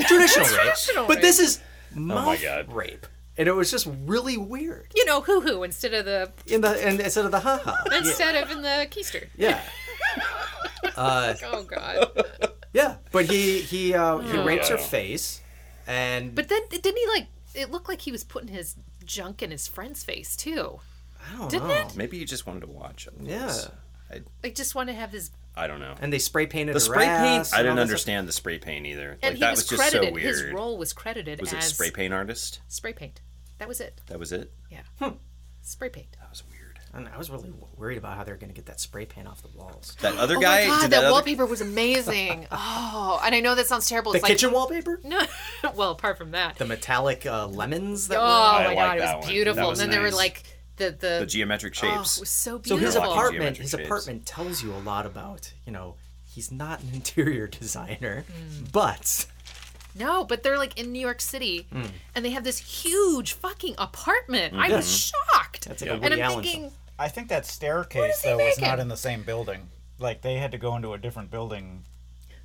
[SPEAKER 9] traditional rape.
[SPEAKER 7] Traditional
[SPEAKER 9] But
[SPEAKER 7] rape.
[SPEAKER 9] this is mouth
[SPEAKER 6] Oh God.
[SPEAKER 9] rape. And it was just really weird.
[SPEAKER 7] you know hoo hoo instead of the
[SPEAKER 9] In the and instead of the ha ha.
[SPEAKER 7] instead of in the keister.
[SPEAKER 9] Yeah.
[SPEAKER 7] Oh god.
[SPEAKER 9] Yeah. But he he uh, he rapes her
[SPEAKER 6] Yeah.
[SPEAKER 9] face and
[SPEAKER 7] Oh. But then didn't he like it looked like he was putting his junk in his friend's face too.
[SPEAKER 9] I don't
[SPEAKER 7] Didn't
[SPEAKER 9] know.
[SPEAKER 7] it?
[SPEAKER 6] maybe you just wanted to watch. it.
[SPEAKER 9] Yeah.
[SPEAKER 7] Like just want to have his
[SPEAKER 6] I don't know.
[SPEAKER 9] And they spray painted
[SPEAKER 6] the
[SPEAKER 9] her
[SPEAKER 6] spray paint
[SPEAKER 9] ass
[SPEAKER 6] I
[SPEAKER 9] and all
[SPEAKER 6] didn't
[SPEAKER 9] that stuff.
[SPEAKER 6] understand the spray paint either.
[SPEAKER 7] and
[SPEAKER 6] like
[SPEAKER 7] he
[SPEAKER 6] that
[SPEAKER 7] was,
[SPEAKER 6] was, just
[SPEAKER 7] credited
[SPEAKER 6] so weird.
[SPEAKER 7] his role was credited
[SPEAKER 6] was it
[SPEAKER 7] as
[SPEAKER 6] spray paint artist?
[SPEAKER 7] spray paint. That was it.
[SPEAKER 6] That was it?
[SPEAKER 7] Yeah.
[SPEAKER 6] Hmm.
[SPEAKER 7] Spray paint.
[SPEAKER 6] That was weird.
[SPEAKER 9] And I was really w- worried about how they're going to get that spray paint off the walls.
[SPEAKER 6] That other
[SPEAKER 7] Oh
[SPEAKER 6] guy
[SPEAKER 7] my god,
[SPEAKER 6] did
[SPEAKER 7] that,
[SPEAKER 6] that other
[SPEAKER 7] wallpaper was amazing. Oh, and I know that sounds terrible.
[SPEAKER 9] The
[SPEAKER 7] It's like
[SPEAKER 9] kitchen wallpaper,
[SPEAKER 7] no, well, apart from that.
[SPEAKER 9] the metallic uh, lemons that
[SPEAKER 7] oh
[SPEAKER 9] were.
[SPEAKER 7] my
[SPEAKER 6] like
[SPEAKER 7] god,
[SPEAKER 6] that
[SPEAKER 7] it was
[SPEAKER 6] one.
[SPEAKER 7] beautiful.
[SPEAKER 6] That
[SPEAKER 7] and
[SPEAKER 6] was
[SPEAKER 7] then there were
[SPEAKER 6] nice.
[SPEAKER 7] like the the,
[SPEAKER 6] the geometric
[SPEAKER 7] oh,
[SPEAKER 6] shapes.
[SPEAKER 7] it was so
[SPEAKER 9] So
[SPEAKER 7] beautiful.
[SPEAKER 9] his
[SPEAKER 6] Beautiful.
[SPEAKER 9] apartment,
[SPEAKER 6] Geometric
[SPEAKER 9] his
[SPEAKER 6] shapes.
[SPEAKER 9] apartment tells you a lot about you know he's not an interior designer,
[SPEAKER 7] Mm.
[SPEAKER 9] but
[SPEAKER 7] No, but they're like in New York City,
[SPEAKER 6] Hmm.
[SPEAKER 7] and they have this huge fucking apartment. I was
[SPEAKER 6] Mm-hmm.
[SPEAKER 7] shocked.
[SPEAKER 9] That's like a
[SPEAKER 7] and
[SPEAKER 9] Woody
[SPEAKER 7] I'm
[SPEAKER 9] Allen
[SPEAKER 7] thinking,
[SPEAKER 8] I think that staircase
[SPEAKER 7] he
[SPEAKER 8] though was not
[SPEAKER 7] making?
[SPEAKER 8] in the same building. Like they had to go into a different building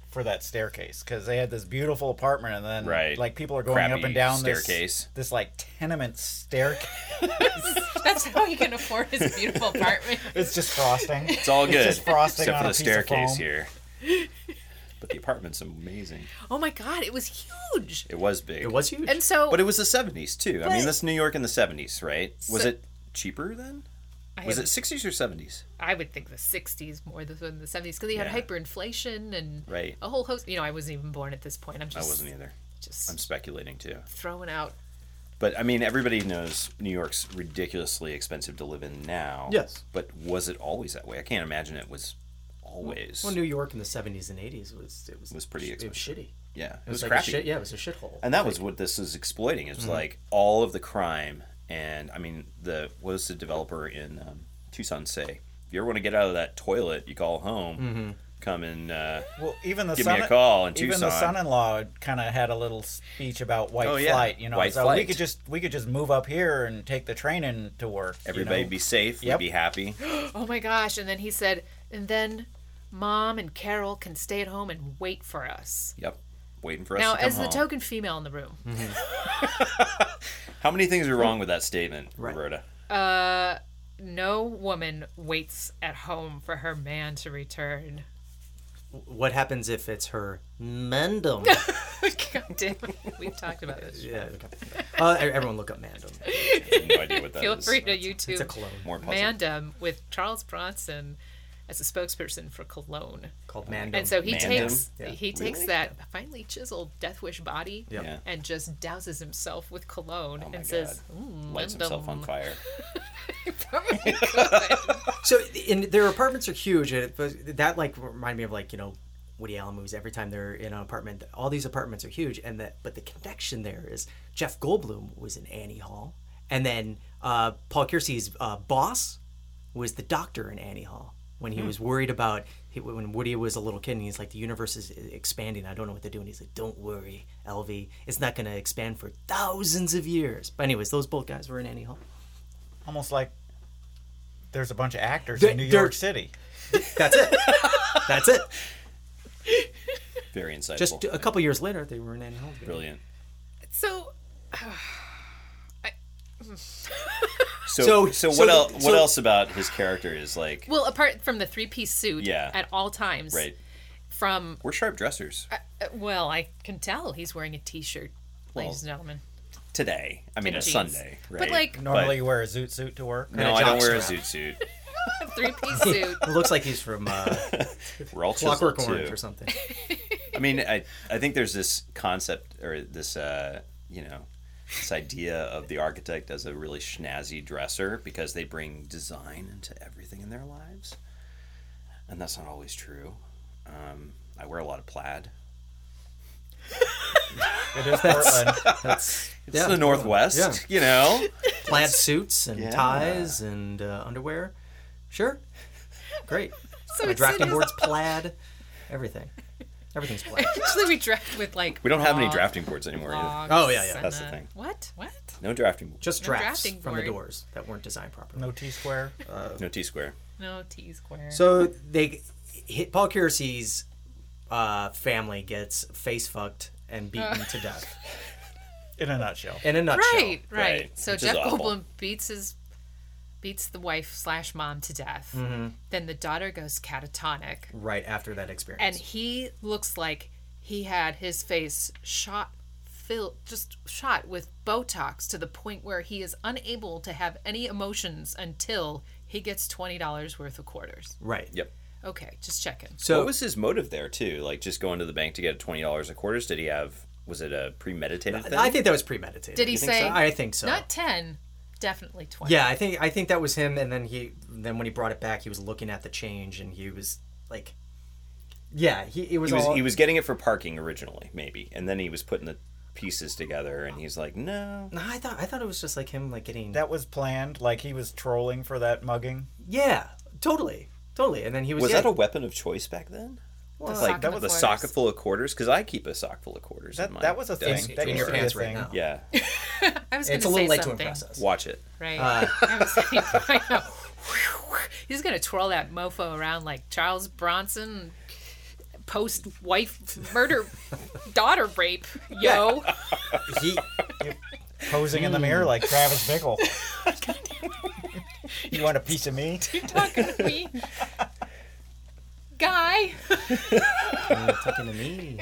[SPEAKER 8] for that staircase because they had this beautiful apartment, and then
[SPEAKER 6] Right.
[SPEAKER 8] like people are going up
[SPEAKER 6] Crappy
[SPEAKER 8] and down this-
[SPEAKER 6] staircase.
[SPEAKER 8] This, like tenement staircase.
[SPEAKER 7] that's how he can afford his beautiful apartment.
[SPEAKER 8] it's just frosting.
[SPEAKER 6] It's all good.
[SPEAKER 8] just frosting
[SPEAKER 6] except
[SPEAKER 8] on
[SPEAKER 6] for
[SPEAKER 8] a
[SPEAKER 6] the
[SPEAKER 8] piece of
[SPEAKER 6] staircase
[SPEAKER 8] foam.
[SPEAKER 6] here. But the apartment's amazing.
[SPEAKER 7] Oh my god, it was huge.
[SPEAKER 6] It was big.
[SPEAKER 9] it was huge.
[SPEAKER 7] And so
[SPEAKER 6] But it was the 70s too. I mean,
[SPEAKER 7] But-
[SPEAKER 6] that's New York in the 70s, right? Was
[SPEAKER 7] So-
[SPEAKER 6] it cheaper then?
[SPEAKER 7] I
[SPEAKER 6] Was
[SPEAKER 7] have-
[SPEAKER 6] it 60s or 70s?
[SPEAKER 7] I would think the 60s more than the 70s because they had
[SPEAKER 6] Yeah.
[SPEAKER 7] hyperinflation and
[SPEAKER 6] Right.
[SPEAKER 7] a whole host. You know, I wasn't even born at this point. I'm
[SPEAKER 6] I
[SPEAKER 7] just
[SPEAKER 6] wasn't either.
[SPEAKER 7] just
[SPEAKER 6] I'm speculating too.
[SPEAKER 7] throwing out.
[SPEAKER 6] But I mean, everybody knows New York's ridiculously expensive to live in now.
[SPEAKER 9] Yes.
[SPEAKER 6] But was it always that way? I can't imagine it was always.
[SPEAKER 9] Well, New York in the '70s and '80s was it was
[SPEAKER 6] Was pretty
[SPEAKER 9] It was
[SPEAKER 6] expensive.
[SPEAKER 9] shitty.
[SPEAKER 6] yeah, it,
[SPEAKER 9] It
[SPEAKER 6] was,
[SPEAKER 9] was, like
[SPEAKER 6] crappy.
[SPEAKER 9] A shit, yeah, it was a shithole.
[SPEAKER 6] And that was what this is exploiting.
[SPEAKER 9] Mm-hmm.
[SPEAKER 6] It's like all of the crime, and I mean, the what does the developer in um, Tucson say? If you ever want to get out of that toilet, you call home.
[SPEAKER 9] Mm-hmm.
[SPEAKER 6] Come and uh,
[SPEAKER 8] Well, even the
[SPEAKER 6] Give me
[SPEAKER 8] son,
[SPEAKER 6] a call in
[SPEAKER 8] even the
[SPEAKER 6] Tucson.
[SPEAKER 8] son-in-law kind of had a little speech about white
[SPEAKER 6] Oh, yeah.
[SPEAKER 8] flight. You know,
[SPEAKER 6] White
[SPEAKER 8] so we
[SPEAKER 6] flight.
[SPEAKER 8] could just we could just move up here and take the train in to work. you
[SPEAKER 6] everybody
[SPEAKER 8] know.
[SPEAKER 6] be safe,
[SPEAKER 8] Yep.
[SPEAKER 6] we'd be happy.
[SPEAKER 7] Oh my gosh! And then he said, and then mom and Carol can stay at home and wait for us.
[SPEAKER 6] Yep, waiting for us.
[SPEAKER 7] Now,
[SPEAKER 6] to come
[SPEAKER 7] as the
[SPEAKER 6] home. Hmm.
[SPEAKER 7] token female in the room,
[SPEAKER 6] how many things are
[SPEAKER 7] Hmm.
[SPEAKER 6] wrong with that statement,
[SPEAKER 9] Right.
[SPEAKER 6] Roberta?
[SPEAKER 7] no woman waits at home for her man to return.
[SPEAKER 9] What happens if it's her mandem?
[SPEAKER 7] God damn, we've talked about this.
[SPEAKER 9] yeah. Uh, everyone look up mandem.
[SPEAKER 6] I have no idea what that is.
[SPEAKER 7] Feel free to YouTube
[SPEAKER 9] It's a cologne
[SPEAKER 6] More puzzle.
[SPEAKER 7] Mandem with Charles Bronson as a spokesperson for Cologne.
[SPEAKER 9] called mandem.
[SPEAKER 7] And so he
[SPEAKER 6] Mandem.
[SPEAKER 7] takes
[SPEAKER 9] Yeah.
[SPEAKER 7] he takes that finely chiseled Death Wish body
[SPEAKER 6] Yeah.
[SPEAKER 7] and just douses himself with cologne
[SPEAKER 6] Oh my
[SPEAKER 7] and says,
[SPEAKER 6] God.
[SPEAKER 7] "Mm,
[SPEAKER 6] Lights himself on
[SPEAKER 7] mandem."
[SPEAKER 6] fire.
[SPEAKER 7] "Hmm."
[SPEAKER 9] So, and their apartments are huge. and it was- That like reminded me of like you know Woody Allen movies. Every time they're in an apartment, all these apartments are huge, and that but the connection there is Jeff Goldblum was in Annie Hall, and then uh, Paul Kersey's uh, boss was the doctor in Annie Hall when he was worried about he, when Woody was a little kid and he's like the universe is expanding I don't know what to do and he's like don't worry Elvie it's not going to expand for thousands of years but anyways those both guys were in Annie Hall
[SPEAKER 8] almost like there's a bunch of actors
[SPEAKER 9] They-
[SPEAKER 8] in New
[SPEAKER 9] they're-
[SPEAKER 8] York City.
[SPEAKER 9] that's it that's it
[SPEAKER 6] Very insightful.
[SPEAKER 9] just a couple years later they were in Annie Hall together.
[SPEAKER 6] brilliant.
[SPEAKER 7] So
[SPEAKER 6] So, so,
[SPEAKER 9] So-
[SPEAKER 6] what
[SPEAKER 9] so-
[SPEAKER 6] else? What
[SPEAKER 9] so-
[SPEAKER 6] else about his character is like?
[SPEAKER 7] well apart from the three piece suit
[SPEAKER 6] Yeah.
[SPEAKER 7] at all times
[SPEAKER 6] right,
[SPEAKER 7] from
[SPEAKER 6] we're sharp dressers
[SPEAKER 7] uh, well, I can tell he's wearing a t shirt, ladies and gentlemen.
[SPEAKER 6] today. I mean,
[SPEAKER 7] and
[SPEAKER 6] it's
[SPEAKER 7] jeans.
[SPEAKER 6] Sunday, right?
[SPEAKER 7] But like
[SPEAKER 8] Normally,
[SPEAKER 6] But-
[SPEAKER 8] you wear a zoot suit to work.
[SPEAKER 6] no, I don't wear a
[SPEAKER 9] jockstrap.
[SPEAKER 6] zoot suit.
[SPEAKER 7] a three piece suit.
[SPEAKER 9] It looks like he's from uh,
[SPEAKER 6] We're all
[SPEAKER 9] Clockwork
[SPEAKER 6] chiseled,
[SPEAKER 9] Orange
[SPEAKER 6] too.
[SPEAKER 9] or something.
[SPEAKER 6] I mean, I I think there's this concept or this uh, you know this idea of the architect as a really schnazzy dresser because they bring design into everything in their lives, and that's not always true. Um, I wear a lot of plaid.
[SPEAKER 8] It is Portland.
[SPEAKER 9] That's
[SPEAKER 6] It's the Northwest, you know.
[SPEAKER 9] plaid suits and
[SPEAKER 6] Yeah.
[SPEAKER 9] ties and uh, underwear. Sure, great.
[SPEAKER 7] So
[SPEAKER 9] My
[SPEAKER 7] it's-
[SPEAKER 9] drafting
[SPEAKER 7] it is-
[SPEAKER 9] board's plaid. Everything, everything's plaid.
[SPEAKER 7] Actually, we draft with like
[SPEAKER 6] We don't have any
[SPEAKER 7] logs-
[SPEAKER 6] drafting boards anymore either.
[SPEAKER 7] logs
[SPEAKER 9] Oh, yeah, yeah.
[SPEAKER 7] and
[SPEAKER 6] That's the thing.
[SPEAKER 7] What? What?
[SPEAKER 6] No drafting boards.
[SPEAKER 9] Just
[SPEAKER 7] No
[SPEAKER 9] drafts
[SPEAKER 7] drafting
[SPEAKER 9] from the
[SPEAKER 7] board.
[SPEAKER 9] doors that weren't designed properly.
[SPEAKER 8] no T square.
[SPEAKER 6] No T square.
[SPEAKER 7] No T square.
[SPEAKER 9] So they hit Paul Kersey's uh, family gets face fucked and beaten to death.
[SPEAKER 8] In a nutshell,
[SPEAKER 9] In a nutshell.
[SPEAKER 7] right, right.
[SPEAKER 6] Right,
[SPEAKER 7] So
[SPEAKER 6] which is
[SPEAKER 7] Jeff
[SPEAKER 6] awful.
[SPEAKER 7] Goldblum beats his beats the wife slash mom to death.
[SPEAKER 6] Mm-hmm.
[SPEAKER 7] Then the daughter goes catatonic,
[SPEAKER 9] Right after that experience.
[SPEAKER 7] and he looks like he had his face shot, filled, just shot with Botox to the point where he is unable to have any emotions until he gets twenty dollars worth of quarters.
[SPEAKER 9] right.
[SPEAKER 6] Yep.
[SPEAKER 7] Okay, just checking.
[SPEAKER 9] So
[SPEAKER 6] what was his motive there too? Like just going to the bank to get twenty dollars a quarter? Did he have? Was it a premeditated thing?
[SPEAKER 9] I think that was premeditated.
[SPEAKER 7] Did he
[SPEAKER 9] You think
[SPEAKER 7] say-
[SPEAKER 9] so? I think so.
[SPEAKER 7] Not ten, definitely twenty.
[SPEAKER 9] Yeah, I think I think that was him. And then he then when he brought it back, he was looking at the change, and he was like, yeah, he it was,
[SPEAKER 6] he was
[SPEAKER 9] all
[SPEAKER 6] he was getting it for parking originally, maybe, and then he was putting the pieces together, and he's like, no,
[SPEAKER 9] No, I thought I thought it was just like him like getting
[SPEAKER 8] that was planned. Like he was trolling for that mugging.
[SPEAKER 9] yeah, totally, totally. And then he was,
[SPEAKER 6] was
[SPEAKER 9] yeah,
[SPEAKER 6] that a weapon of choice back then?
[SPEAKER 7] The
[SPEAKER 6] like
[SPEAKER 7] sock in
[SPEAKER 6] that was
[SPEAKER 7] the
[SPEAKER 6] a
[SPEAKER 7] quarters.
[SPEAKER 6] sock full of quarters because I keep a sock full of quarters. in
[SPEAKER 8] That
[SPEAKER 6] my
[SPEAKER 8] that was a thing.
[SPEAKER 6] desk.
[SPEAKER 8] that
[SPEAKER 9] in
[SPEAKER 8] used
[SPEAKER 9] your
[SPEAKER 8] to be a
[SPEAKER 9] pants right
[SPEAKER 8] thing.
[SPEAKER 9] now.
[SPEAKER 6] Yeah,
[SPEAKER 7] I was
[SPEAKER 9] It's a
[SPEAKER 7] gonna
[SPEAKER 9] little
[SPEAKER 7] say
[SPEAKER 9] late
[SPEAKER 7] something.
[SPEAKER 9] to impress us.
[SPEAKER 6] watch it.
[SPEAKER 7] Right.
[SPEAKER 6] Uh,
[SPEAKER 7] I was saying, I know. He's gonna twirl that mofo around like Charles Bronson, post wife murder, daughter rape. Yo,
[SPEAKER 9] He
[SPEAKER 8] Posing in the mirror like Travis Bickle. you want a piece of me?
[SPEAKER 7] talking to me, guy.
[SPEAKER 9] uh, talking to me.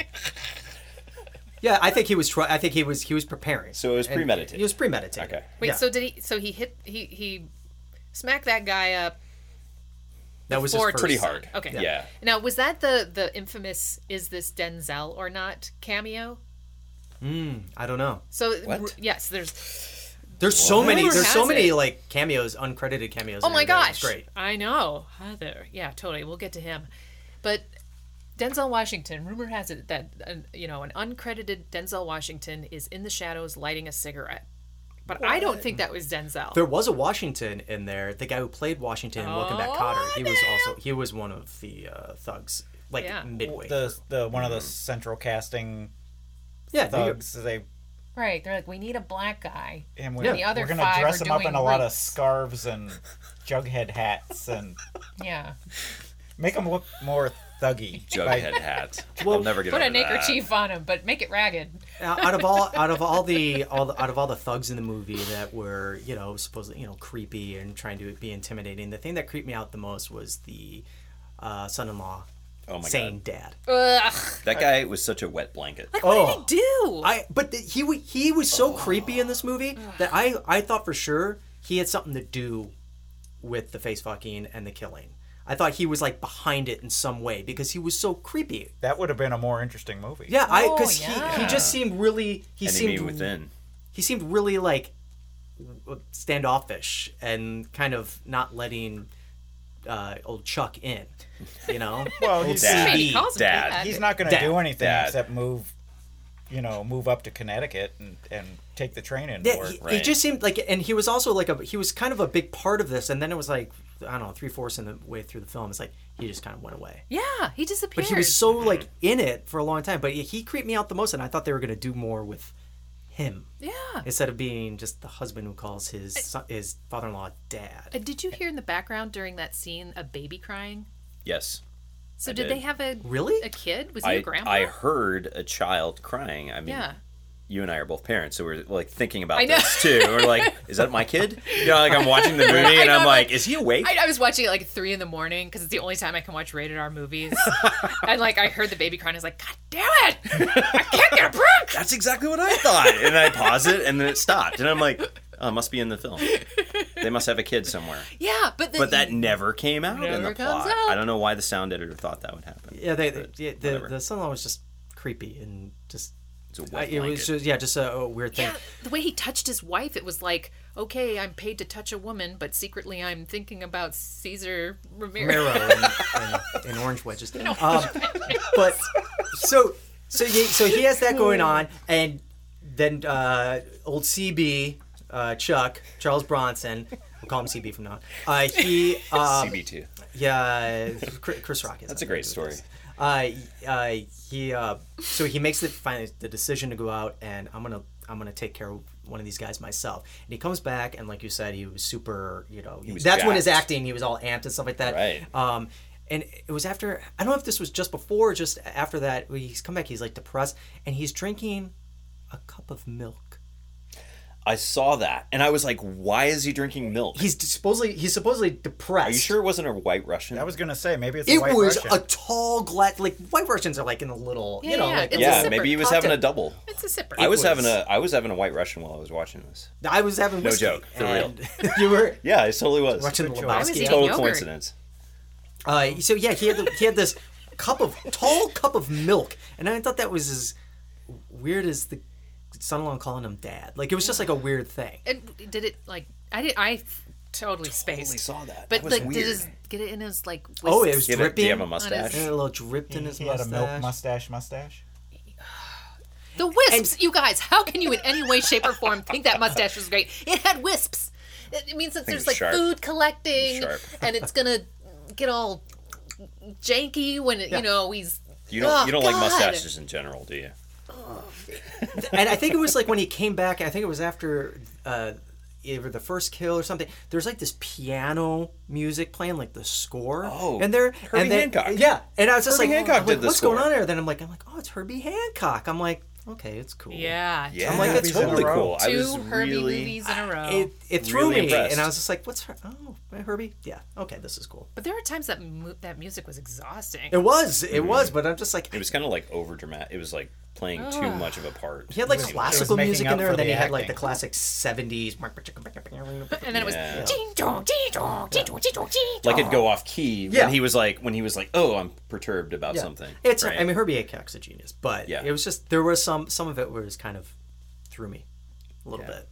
[SPEAKER 9] Yeah, I think he was. Try- I think he was. He was preparing.
[SPEAKER 6] So it was
[SPEAKER 9] And
[SPEAKER 6] premeditated.
[SPEAKER 9] He was premeditated.
[SPEAKER 6] Okay.
[SPEAKER 7] Wait,
[SPEAKER 9] Yeah.
[SPEAKER 7] so did he? So he hit he he smack that guy up.
[SPEAKER 9] That was his
[SPEAKER 7] Or
[SPEAKER 9] first
[SPEAKER 6] Pretty
[SPEAKER 9] son.
[SPEAKER 6] hard.
[SPEAKER 7] Okay.
[SPEAKER 6] Yeah.
[SPEAKER 7] Now, was that the the infamous "Is this Denzel or not?" cameo?
[SPEAKER 9] I don't know.
[SPEAKER 7] So
[SPEAKER 6] What?
[SPEAKER 7] yes, there's.
[SPEAKER 9] There's so many.
[SPEAKER 7] Whoever
[SPEAKER 9] There's so
[SPEAKER 7] has
[SPEAKER 9] many
[SPEAKER 7] it.
[SPEAKER 9] like cameos, uncredited cameos.
[SPEAKER 7] Oh
[SPEAKER 9] in
[SPEAKER 7] my
[SPEAKER 9] there that
[SPEAKER 7] gosh!
[SPEAKER 9] was Great.
[SPEAKER 7] I know. Heather. Yeah, totally. We'll get to him, but Denzel Washington. Rumor has it that uh, you know an uncredited Denzel Washington is in the shadows lighting a cigarette, but I don't think that was Denzel.
[SPEAKER 9] There was a Washington in there. The guy who played Washington in Welcome Back, Cotter. He was also he was one of the uh, thugs. Like
[SPEAKER 7] Yeah.
[SPEAKER 9] midway.
[SPEAKER 8] The the one of the central casting
[SPEAKER 9] yeah, there you go.
[SPEAKER 8] thugs. They
[SPEAKER 7] Right. They're like, we need a black guy.
[SPEAKER 8] and we,
[SPEAKER 7] Yeah. The other
[SPEAKER 8] we're gonna
[SPEAKER 7] five
[SPEAKER 8] dress
[SPEAKER 7] are
[SPEAKER 8] them up in
[SPEAKER 7] doing
[SPEAKER 8] a lot of
[SPEAKER 7] roots.
[SPEAKER 8] scarves and jughead hats and
[SPEAKER 7] Yeah.
[SPEAKER 8] make them look more thuggy. by-
[SPEAKER 6] Jughead hat. I'll never get
[SPEAKER 7] Put
[SPEAKER 6] over
[SPEAKER 7] a neckerchief on him, but make it ragged.
[SPEAKER 9] out out of all out of all the all the, out of all the thugs in the movie that were you know supposedly you know creepy and trying to be intimidating the thing that creeped me out the most was the uh, son-in-law
[SPEAKER 6] Oh my God.
[SPEAKER 9] saying dad
[SPEAKER 7] Ugh.
[SPEAKER 6] That. That guy was such a wet blanket.
[SPEAKER 9] oh
[SPEAKER 7] What do you do?
[SPEAKER 9] I but the, he wa- he was so creepy in this movie that I I thought for sure he had something to do with the face fucking and the killing. I thought he was like behind it in some way because he was so creepy.
[SPEAKER 8] that would have been a more interesting movie.
[SPEAKER 9] Yeah, I because he,
[SPEAKER 7] yeah.
[SPEAKER 9] he just seemed really he
[SPEAKER 6] Enemy
[SPEAKER 9] seemed
[SPEAKER 6] within.
[SPEAKER 9] he seemed really like standoffish and kind of not letting uh, old Chuck in, you know.
[SPEAKER 8] Well, he's,
[SPEAKER 6] Dad.
[SPEAKER 7] He calls him
[SPEAKER 6] Dad.
[SPEAKER 7] dad.
[SPEAKER 8] he's not going to
[SPEAKER 9] Dad.
[SPEAKER 8] do anything
[SPEAKER 6] Dad.
[SPEAKER 8] except move, you know, move up to Connecticut and, and take the train in.
[SPEAKER 9] Yeah,
[SPEAKER 8] for
[SPEAKER 9] he,
[SPEAKER 8] it.
[SPEAKER 9] he just seemed like, and he was also like a he was kind of a big part of this. And then it was like I don't know, three fourths in the way through the film, it's like he just kind of went away.
[SPEAKER 7] Yeah, he disappeared.
[SPEAKER 9] But he was so like in it for a long time. But he creeped me out the most, and I thought they were gonna do more with him
[SPEAKER 7] yeah.
[SPEAKER 9] instead of being just the husband who calls his son, his father in law
[SPEAKER 7] Uh,
[SPEAKER 9] dad.
[SPEAKER 7] Did you hear in the background during that scene a baby crying?
[SPEAKER 6] Yes.
[SPEAKER 7] So
[SPEAKER 6] I
[SPEAKER 7] did,
[SPEAKER 6] did.
[SPEAKER 7] they have a
[SPEAKER 9] Really?
[SPEAKER 7] a kid? Was he a
[SPEAKER 6] I,
[SPEAKER 7] grandpa?
[SPEAKER 6] I heard a child crying. I mean,
[SPEAKER 7] yeah.
[SPEAKER 6] you and I are both parents, so we're like thinking about
[SPEAKER 7] I know.
[SPEAKER 6] this too. We're like, is that my kid? You know, like I'm watching the movie and
[SPEAKER 7] know,
[SPEAKER 6] I'm
[SPEAKER 7] I'm
[SPEAKER 6] like, is he awake?
[SPEAKER 7] I, I was watching it like three in the morning because it's the only time I can watch rated R movies. and like I heard the baby crying, I was like, God damn it! I can't get a break.
[SPEAKER 6] That's exactly what I thought. And I pause it and then it stopped. And I'm like, oh, it must be in the film. They must have a kid somewhere.
[SPEAKER 7] Yeah, but then
[SPEAKER 6] But that never came out in the
[SPEAKER 7] Never comes
[SPEAKER 6] plot.
[SPEAKER 7] out.
[SPEAKER 6] I don't know why the sound editor thought that would happen.
[SPEAKER 9] Yeah, they, they- yeah, the
[SPEAKER 6] whatever.
[SPEAKER 9] the son in law was just creepy and just
[SPEAKER 6] It's a
[SPEAKER 9] I,
[SPEAKER 6] wet
[SPEAKER 9] it was
[SPEAKER 6] blanket.
[SPEAKER 9] just yeah, just a, a weird thing.
[SPEAKER 7] yeah, the way he touched his wife, it was like, okay, I'm paid to touch a woman, but secretly I'm thinking about Caesar Ramirez.
[SPEAKER 9] marrow and, and, and orange wedges. Um, but so so he, so he has that going on, and then uh, old CB uh, Chuck Charles Bronson. We'll call him CB from now. on. Uh, he um,
[SPEAKER 6] CB2.
[SPEAKER 9] yeah, Chris Chris Rock is.
[SPEAKER 6] That's a great story.
[SPEAKER 9] Uh, uh, he uh, so he makes the finally the decision to go out and I'm gonna I'm gonna take care of one of these guys myself. And he comes back and like you said, he was super. You know,
[SPEAKER 6] was
[SPEAKER 9] that's when his
[SPEAKER 6] jacked.
[SPEAKER 9] acting he was all amped and stuff like that.
[SPEAKER 6] Right.
[SPEAKER 9] Um, and it was after I don't know if this was just before or just after that. He's come back. He's like depressed and he's drinking a cup of milk.
[SPEAKER 6] I saw that and I was like, why is he drinking milk?
[SPEAKER 9] He's supposedly he's supposedly depressed.
[SPEAKER 6] Are you sure it wasn't a white Russian?
[SPEAKER 8] I was going to say maybe it's a
[SPEAKER 9] It
[SPEAKER 8] White
[SPEAKER 9] was
[SPEAKER 8] Russian.
[SPEAKER 9] a tall glass. Like white Russians are like in a little,
[SPEAKER 7] Yeah,
[SPEAKER 9] you know,
[SPEAKER 7] yeah,
[SPEAKER 9] like a
[SPEAKER 7] it's a
[SPEAKER 9] little-
[SPEAKER 6] yeah, maybe he was having a double.
[SPEAKER 7] It's a sipper.
[SPEAKER 6] I was,
[SPEAKER 9] was.
[SPEAKER 6] having a I was having a white Russian while I was watching this.
[SPEAKER 9] I was having
[SPEAKER 6] No
[SPEAKER 9] whiskey,
[SPEAKER 6] joke, for
[SPEAKER 9] and you were
[SPEAKER 6] Yeah, it totally was.
[SPEAKER 9] watching the
[SPEAKER 8] choice.
[SPEAKER 7] I was
[SPEAKER 9] Lebowski.
[SPEAKER 7] eating
[SPEAKER 6] Total
[SPEAKER 7] yogurt.
[SPEAKER 6] coincidence.
[SPEAKER 9] Uh, so yeah, he had the, he had this cup of tall cup of milk, and I thought that was as weird as the son-in-law calling him dad. Like it was just like a weird thing.
[SPEAKER 7] And did it like I did I totally spaced.
[SPEAKER 6] Totally saw that.
[SPEAKER 7] But
[SPEAKER 6] That was
[SPEAKER 7] like,
[SPEAKER 6] weird.
[SPEAKER 7] did his, get it in his like? Whisks?
[SPEAKER 9] Oh, it was
[SPEAKER 6] Do you have a- do
[SPEAKER 9] dripping.
[SPEAKER 6] you have a
[SPEAKER 7] his-
[SPEAKER 6] mustache?
[SPEAKER 9] And a little dripped in
[SPEAKER 8] He-
[SPEAKER 9] his
[SPEAKER 8] he had a
[SPEAKER 9] mustache.
[SPEAKER 8] milk mustache mustache.
[SPEAKER 7] the wisps. you guys, how can you in any way, shape, or form think that mustache was great? It had wisps. It it means that there's
[SPEAKER 6] it's
[SPEAKER 7] like
[SPEAKER 6] sharp.
[SPEAKER 7] food collecting,
[SPEAKER 6] Sharp.
[SPEAKER 7] and it's gonna get all janky when it, you know he's.
[SPEAKER 6] You don't
[SPEAKER 7] Oh,
[SPEAKER 6] you don't like
[SPEAKER 7] God.
[SPEAKER 6] mustaches in general, do you?
[SPEAKER 9] and I think it was like when he came back. I think it was after uh, either the first kill or something. There's like this piano music playing, like the score.
[SPEAKER 6] Oh,
[SPEAKER 9] and there,
[SPEAKER 6] Herbie
[SPEAKER 9] and then,
[SPEAKER 6] Hancock.
[SPEAKER 9] Yeah, and I was just
[SPEAKER 6] Herbie
[SPEAKER 9] like,
[SPEAKER 6] Hancock
[SPEAKER 9] I'm
[SPEAKER 6] did
[SPEAKER 9] like,
[SPEAKER 6] the
[SPEAKER 9] what's going
[SPEAKER 6] score."
[SPEAKER 9] on there? Then I'm like, I'm like, oh, it's Herbie Hancock. I'm like, okay, it's cool.
[SPEAKER 7] Yeah.
[SPEAKER 6] Yeah,
[SPEAKER 9] I'm like, that's
[SPEAKER 6] Herbie's in a
[SPEAKER 9] totally
[SPEAKER 6] row.
[SPEAKER 9] cool.
[SPEAKER 6] I was
[SPEAKER 7] Two Herbie
[SPEAKER 6] really
[SPEAKER 7] movies in a row.
[SPEAKER 9] It, it threw
[SPEAKER 6] Really
[SPEAKER 9] me,
[SPEAKER 6] impressed.
[SPEAKER 9] and I was just like, "What's her? Oh, Herbie? Yeah, okay, this is cool."
[SPEAKER 7] but there were times that mu- that music was exhausting.
[SPEAKER 9] It was, it was, but I'm just like,
[SPEAKER 6] It was kind of like over dramatic. It was like playing too much of a part.
[SPEAKER 9] He had like
[SPEAKER 8] It was- it was
[SPEAKER 9] classical
[SPEAKER 8] making
[SPEAKER 9] music
[SPEAKER 8] up
[SPEAKER 9] in there,
[SPEAKER 8] for
[SPEAKER 9] and then
[SPEAKER 8] the
[SPEAKER 9] he had like the
[SPEAKER 8] acting.
[SPEAKER 9] classic '70s.
[SPEAKER 7] And then it was
[SPEAKER 6] Yeah.
[SPEAKER 7] ding dong, ding dong, ding dong, ding dong, ding dong.
[SPEAKER 6] Like it'd go off key
[SPEAKER 9] Yeah.
[SPEAKER 6] when he was like when he was like, "Oh, I'm perturbed about something."
[SPEAKER 9] It's
[SPEAKER 6] right?
[SPEAKER 9] I mean Herbie Hancock's a genius, but
[SPEAKER 6] Yeah.
[SPEAKER 9] it was just there was some some of it was kind of threw me a little bit,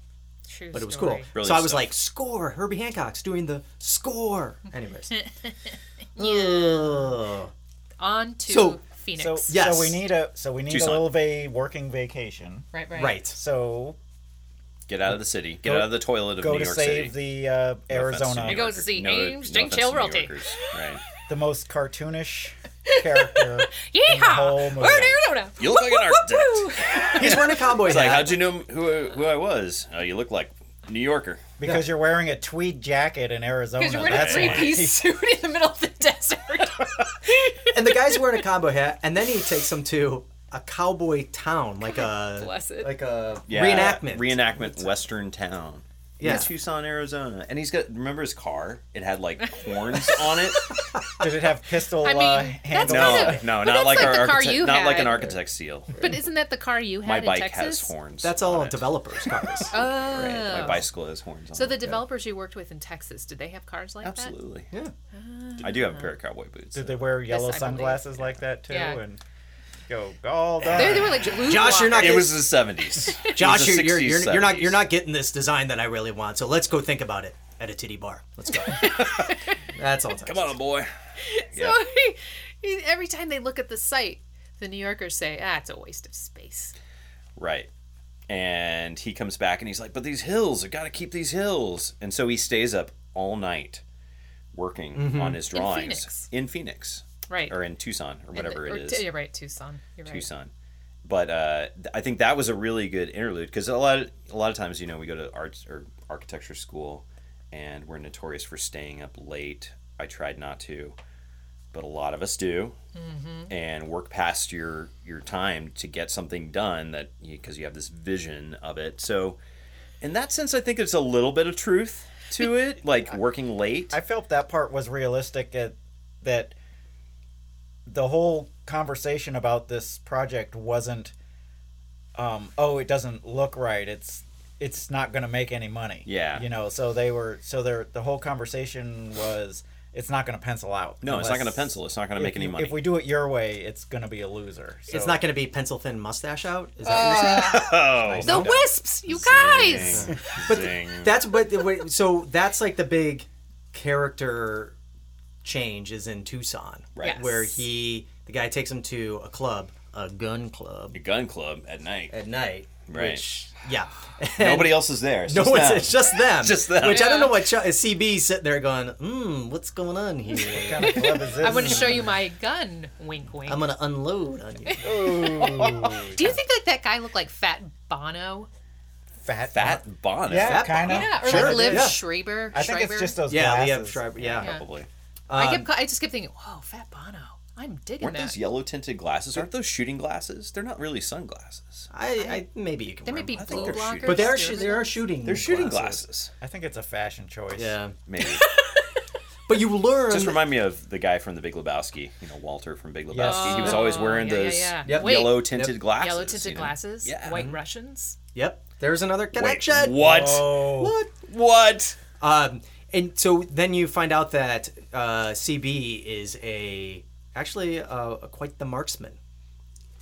[SPEAKER 7] True
[SPEAKER 9] but it was
[SPEAKER 7] story.
[SPEAKER 9] cool.
[SPEAKER 6] Brilliant
[SPEAKER 9] so I was
[SPEAKER 6] stuff.
[SPEAKER 9] like, score Herbie Hancock's doing the score. Anyways, Ugh.
[SPEAKER 7] On to
[SPEAKER 9] So-
[SPEAKER 7] Phoenix.
[SPEAKER 8] So,
[SPEAKER 9] Yes.
[SPEAKER 8] so we need a so we need
[SPEAKER 6] Tucson.
[SPEAKER 8] a little va- working vacation.
[SPEAKER 7] right, right,
[SPEAKER 9] right.
[SPEAKER 8] So
[SPEAKER 6] get out of the city. Get out of the toilet of
[SPEAKER 8] go
[SPEAKER 6] New
[SPEAKER 8] to
[SPEAKER 6] York City.
[SPEAKER 8] save the uh,
[SPEAKER 6] No offense
[SPEAKER 8] Arizona,
[SPEAKER 6] New
[SPEAKER 7] It goes
[SPEAKER 6] Yorkers.
[SPEAKER 7] to see
[SPEAKER 6] No-
[SPEAKER 7] Ames
[SPEAKER 6] no
[SPEAKER 7] Jane
[SPEAKER 6] offense to New
[SPEAKER 7] Chilrote.
[SPEAKER 6] Yorkers, Right.
[SPEAKER 8] the most cartoonish character. whole
[SPEAKER 7] Yeehaw!
[SPEAKER 8] movie.
[SPEAKER 7] We're in Arizona.
[SPEAKER 6] You look like an architect.
[SPEAKER 9] He's wearing a cowboy
[SPEAKER 6] It's like,
[SPEAKER 9] hat.
[SPEAKER 6] how'd you know who who I was? Oh, you look like New Yorker.
[SPEAKER 8] Because you're wearing a tweed jacket in Arizona.
[SPEAKER 7] Because you're in a
[SPEAKER 8] That's
[SPEAKER 7] three
[SPEAKER 8] why.
[SPEAKER 7] piece suit in the middle of the desert.
[SPEAKER 9] and the guy's wearing a cowboy hat, and then he takes him to a cowboy town, like a
[SPEAKER 7] Bless it.
[SPEAKER 9] like a reenactment.
[SPEAKER 6] Reenactment Western town.
[SPEAKER 9] Yeah.
[SPEAKER 6] Yeah. Tucson, Arizona. And he's got remember his car? It had like horns on it.
[SPEAKER 8] Did it have pistol
[SPEAKER 7] I mean,
[SPEAKER 8] uh,
[SPEAKER 7] that's kind
[SPEAKER 8] handles?
[SPEAKER 6] No,
[SPEAKER 7] of-
[SPEAKER 6] no,
[SPEAKER 7] but
[SPEAKER 6] not
[SPEAKER 7] that's
[SPEAKER 6] like,
[SPEAKER 7] like
[SPEAKER 6] our
[SPEAKER 7] the car
[SPEAKER 6] architect,
[SPEAKER 7] you
[SPEAKER 6] not like an
[SPEAKER 7] had.
[SPEAKER 6] architect seal.
[SPEAKER 7] But isn't that the car you had
[SPEAKER 6] My
[SPEAKER 7] in
[SPEAKER 6] bike
[SPEAKER 7] Texas?
[SPEAKER 6] has horns.
[SPEAKER 9] That's
[SPEAKER 6] on
[SPEAKER 9] all
[SPEAKER 6] it.
[SPEAKER 9] developers' cars.
[SPEAKER 7] Oh.
[SPEAKER 6] My bicycle has horns on
[SPEAKER 7] so the
[SPEAKER 6] it, yeah.
[SPEAKER 7] developers you worked with in Texas, did they have cars like that?
[SPEAKER 6] Absolutely.
[SPEAKER 9] yeah.
[SPEAKER 6] I do have a pair of cowboy boots.
[SPEAKER 8] Did they wear yellow
[SPEAKER 7] Yes, I believe.
[SPEAKER 8] sunglasses like that too?
[SPEAKER 7] Yeah.
[SPEAKER 8] And go all
[SPEAKER 7] They,
[SPEAKER 8] done.
[SPEAKER 7] they were like blue
[SPEAKER 9] Josh, you're not
[SPEAKER 6] it was the seventies.
[SPEAKER 9] Josh, you're, you're, you're, you're not you're not getting this design that I really want. So let's go think about it at a titty bar. Let's go. That's all. it
[SPEAKER 6] Come
[SPEAKER 9] takes.
[SPEAKER 6] on, boy.
[SPEAKER 7] So he- he- every time they look at the site, the New Yorkers say, "Ah, it's a waste of space."
[SPEAKER 6] Right. And he comes back and he's like, "But these hills, I got to keep these hills." And so he stays up all night working
[SPEAKER 9] Mm-hmm.
[SPEAKER 6] on his drawings
[SPEAKER 7] Phoenix.
[SPEAKER 6] in Phoenix,
[SPEAKER 7] Right.
[SPEAKER 6] or in Tucson or whatever
[SPEAKER 7] or,
[SPEAKER 6] it is.
[SPEAKER 7] You're right, Tucson. You're right.
[SPEAKER 6] Tucson. But uh, th- I think that was a really good interlude because a lot of, a lot of times you know we go to arts or architecture school and we're notorious for staying up late. I tried not to, but a lot of us do, and work past your your time to get something done that because you have this vision of it. So, in that sense, I think there's a little bit of truth to it, like working late.
[SPEAKER 8] I felt that part was realistic. At, that the whole conversation about this project wasn't, um, oh, it doesn't look right. It's it's not going to make any money.
[SPEAKER 6] Yeah.
[SPEAKER 8] you know. So they were so their the whole conversation was it's not going to pencil out.
[SPEAKER 6] no, it's not going to
[SPEAKER 8] unless-
[SPEAKER 6] pencil. It's not going to make
[SPEAKER 8] if
[SPEAKER 6] any
[SPEAKER 8] you-
[SPEAKER 6] money.
[SPEAKER 8] If we do it your way, it's going to be a loser. So
[SPEAKER 9] It's not going to be pencil thin mustache out. Is that
[SPEAKER 7] Uh,
[SPEAKER 9] what you're saying?
[SPEAKER 7] The Wisps, you guys.
[SPEAKER 6] but
[SPEAKER 9] That's but the way, so that's like the big character change is in Tucson,
[SPEAKER 6] Right. Yes.
[SPEAKER 9] Where he the guy takes him to a club, a gun club
[SPEAKER 6] the gun club at night.
[SPEAKER 9] at night,
[SPEAKER 6] Right.
[SPEAKER 9] which yeah.
[SPEAKER 6] Nobody else is there. It's
[SPEAKER 9] No,
[SPEAKER 6] just
[SPEAKER 9] it's,
[SPEAKER 6] them.
[SPEAKER 9] it's just them.
[SPEAKER 6] Just them.
[SPEAKER 9] Which I don't know what Ch- CB sitting there going, "Hmm, what's going on here?"
[SPEAKER 8] kind of club is this?
[SPEAKER 7] I want to show you my gun. Wink, wink.
[SPEAKER 9] I'm gonna unload on you.
[SPEAKER 7] Do you think that that guy looked like Fat Bono?
[SPEAKER 8] fat.
[SPEAKER 6] Fat Bonnet.
[SPEAKER 8] Yeah,
[SPEAKER 9] Fat
[SPEAKER 8] kind of.
[SPEAKER 7] Yeah, or
[SPEAKER 9] Sure,
[SPEAKER 7] like Liv
[SPEAKER 9] yeah.
[SPEAKER 7] Schreiber.
[SPEAKER 8] I think
[SPEAKER 7] Schreiber?
[SPEAKER 8] it's just those
[SPEAKER 9] Yeah,
[SPEAKER 6] uh,
[SPEAKER 8] glasses.
[SPEAKER 9] Liam Schreiber. Yeah.
[SPEAKER 7] Yeah.
[SPEAKER 6] Probably.
[SPEAKER 7] I kept. ca- I just kept thinking, "Whoa, Fat Bono! I'm digging
[SPEAKER 6] Um, Weren't
[SPEAKER 7] that."
[SPEAKER 6] those yellow tinted glasses? Aren't those shooting glasses? They're not really sunglasses.
[SPEAKER 9] I, I maybe you can.
[SPEAKER 7] they
[SPEAKER 9] wear
[SPEAKER 7] may
[SPEAKER 9] 'em.
[SPEAKER 7] be
[SPEAKER 6] I think
[SPEAKER 7] blue
[SPEAKER 6] they're shooting-
[SPEAKER 7] blockers.
[SPEAKER 9] but they are
[SPEAKER 7] Do you
[SPEAKER 9] shoo- they
[SPEAKER 7] remember
[SPEAKER 9] are shooting.
[SPEAKER 6] They're shooting glasses.
[SPEAKER 8] I think it's a fashion choice.
[SPEAKER 9] Yeah,
[SPEAKER 6] Maybe.
[SPEAKER 9] but you learn.
[SPEAKER 6] Just remind me of the guy from The Big Lebowski. You know, Walter from Big Lebowski. he was
[SPEAKER 7] Oh,
[SPEAKER 6] always wearing
[SPEAKER 7] yeah, yeah,
[SPEAKER 6] those
[SPEAKER 7] yeah. Yep. Wait.
[SPEAKER 6] yellow tinted
[SPEAKER 9] Yep.
[SPEAKER 6] glasses.
[SPEAKER 7] Yellow tinted
[SPEAKER 6] you know?
[SPEAKER 7] glasses.
[SPEAKER 6] Yeah.
[SPEAKER 7] White Russians.
[SPEAKER 9] Yep. There's another
[SPEAKER 6] Wait,
[SPEAKER 9] connection.
[SPEAKER 6] what?
[SPEAKER 8] Oh,
[SPEAKER 9] What?
[SPEAKER 6] What?
[SPEAKER 9] Um, and so then you find out that uh, CB is a actually uh, quite the marksman.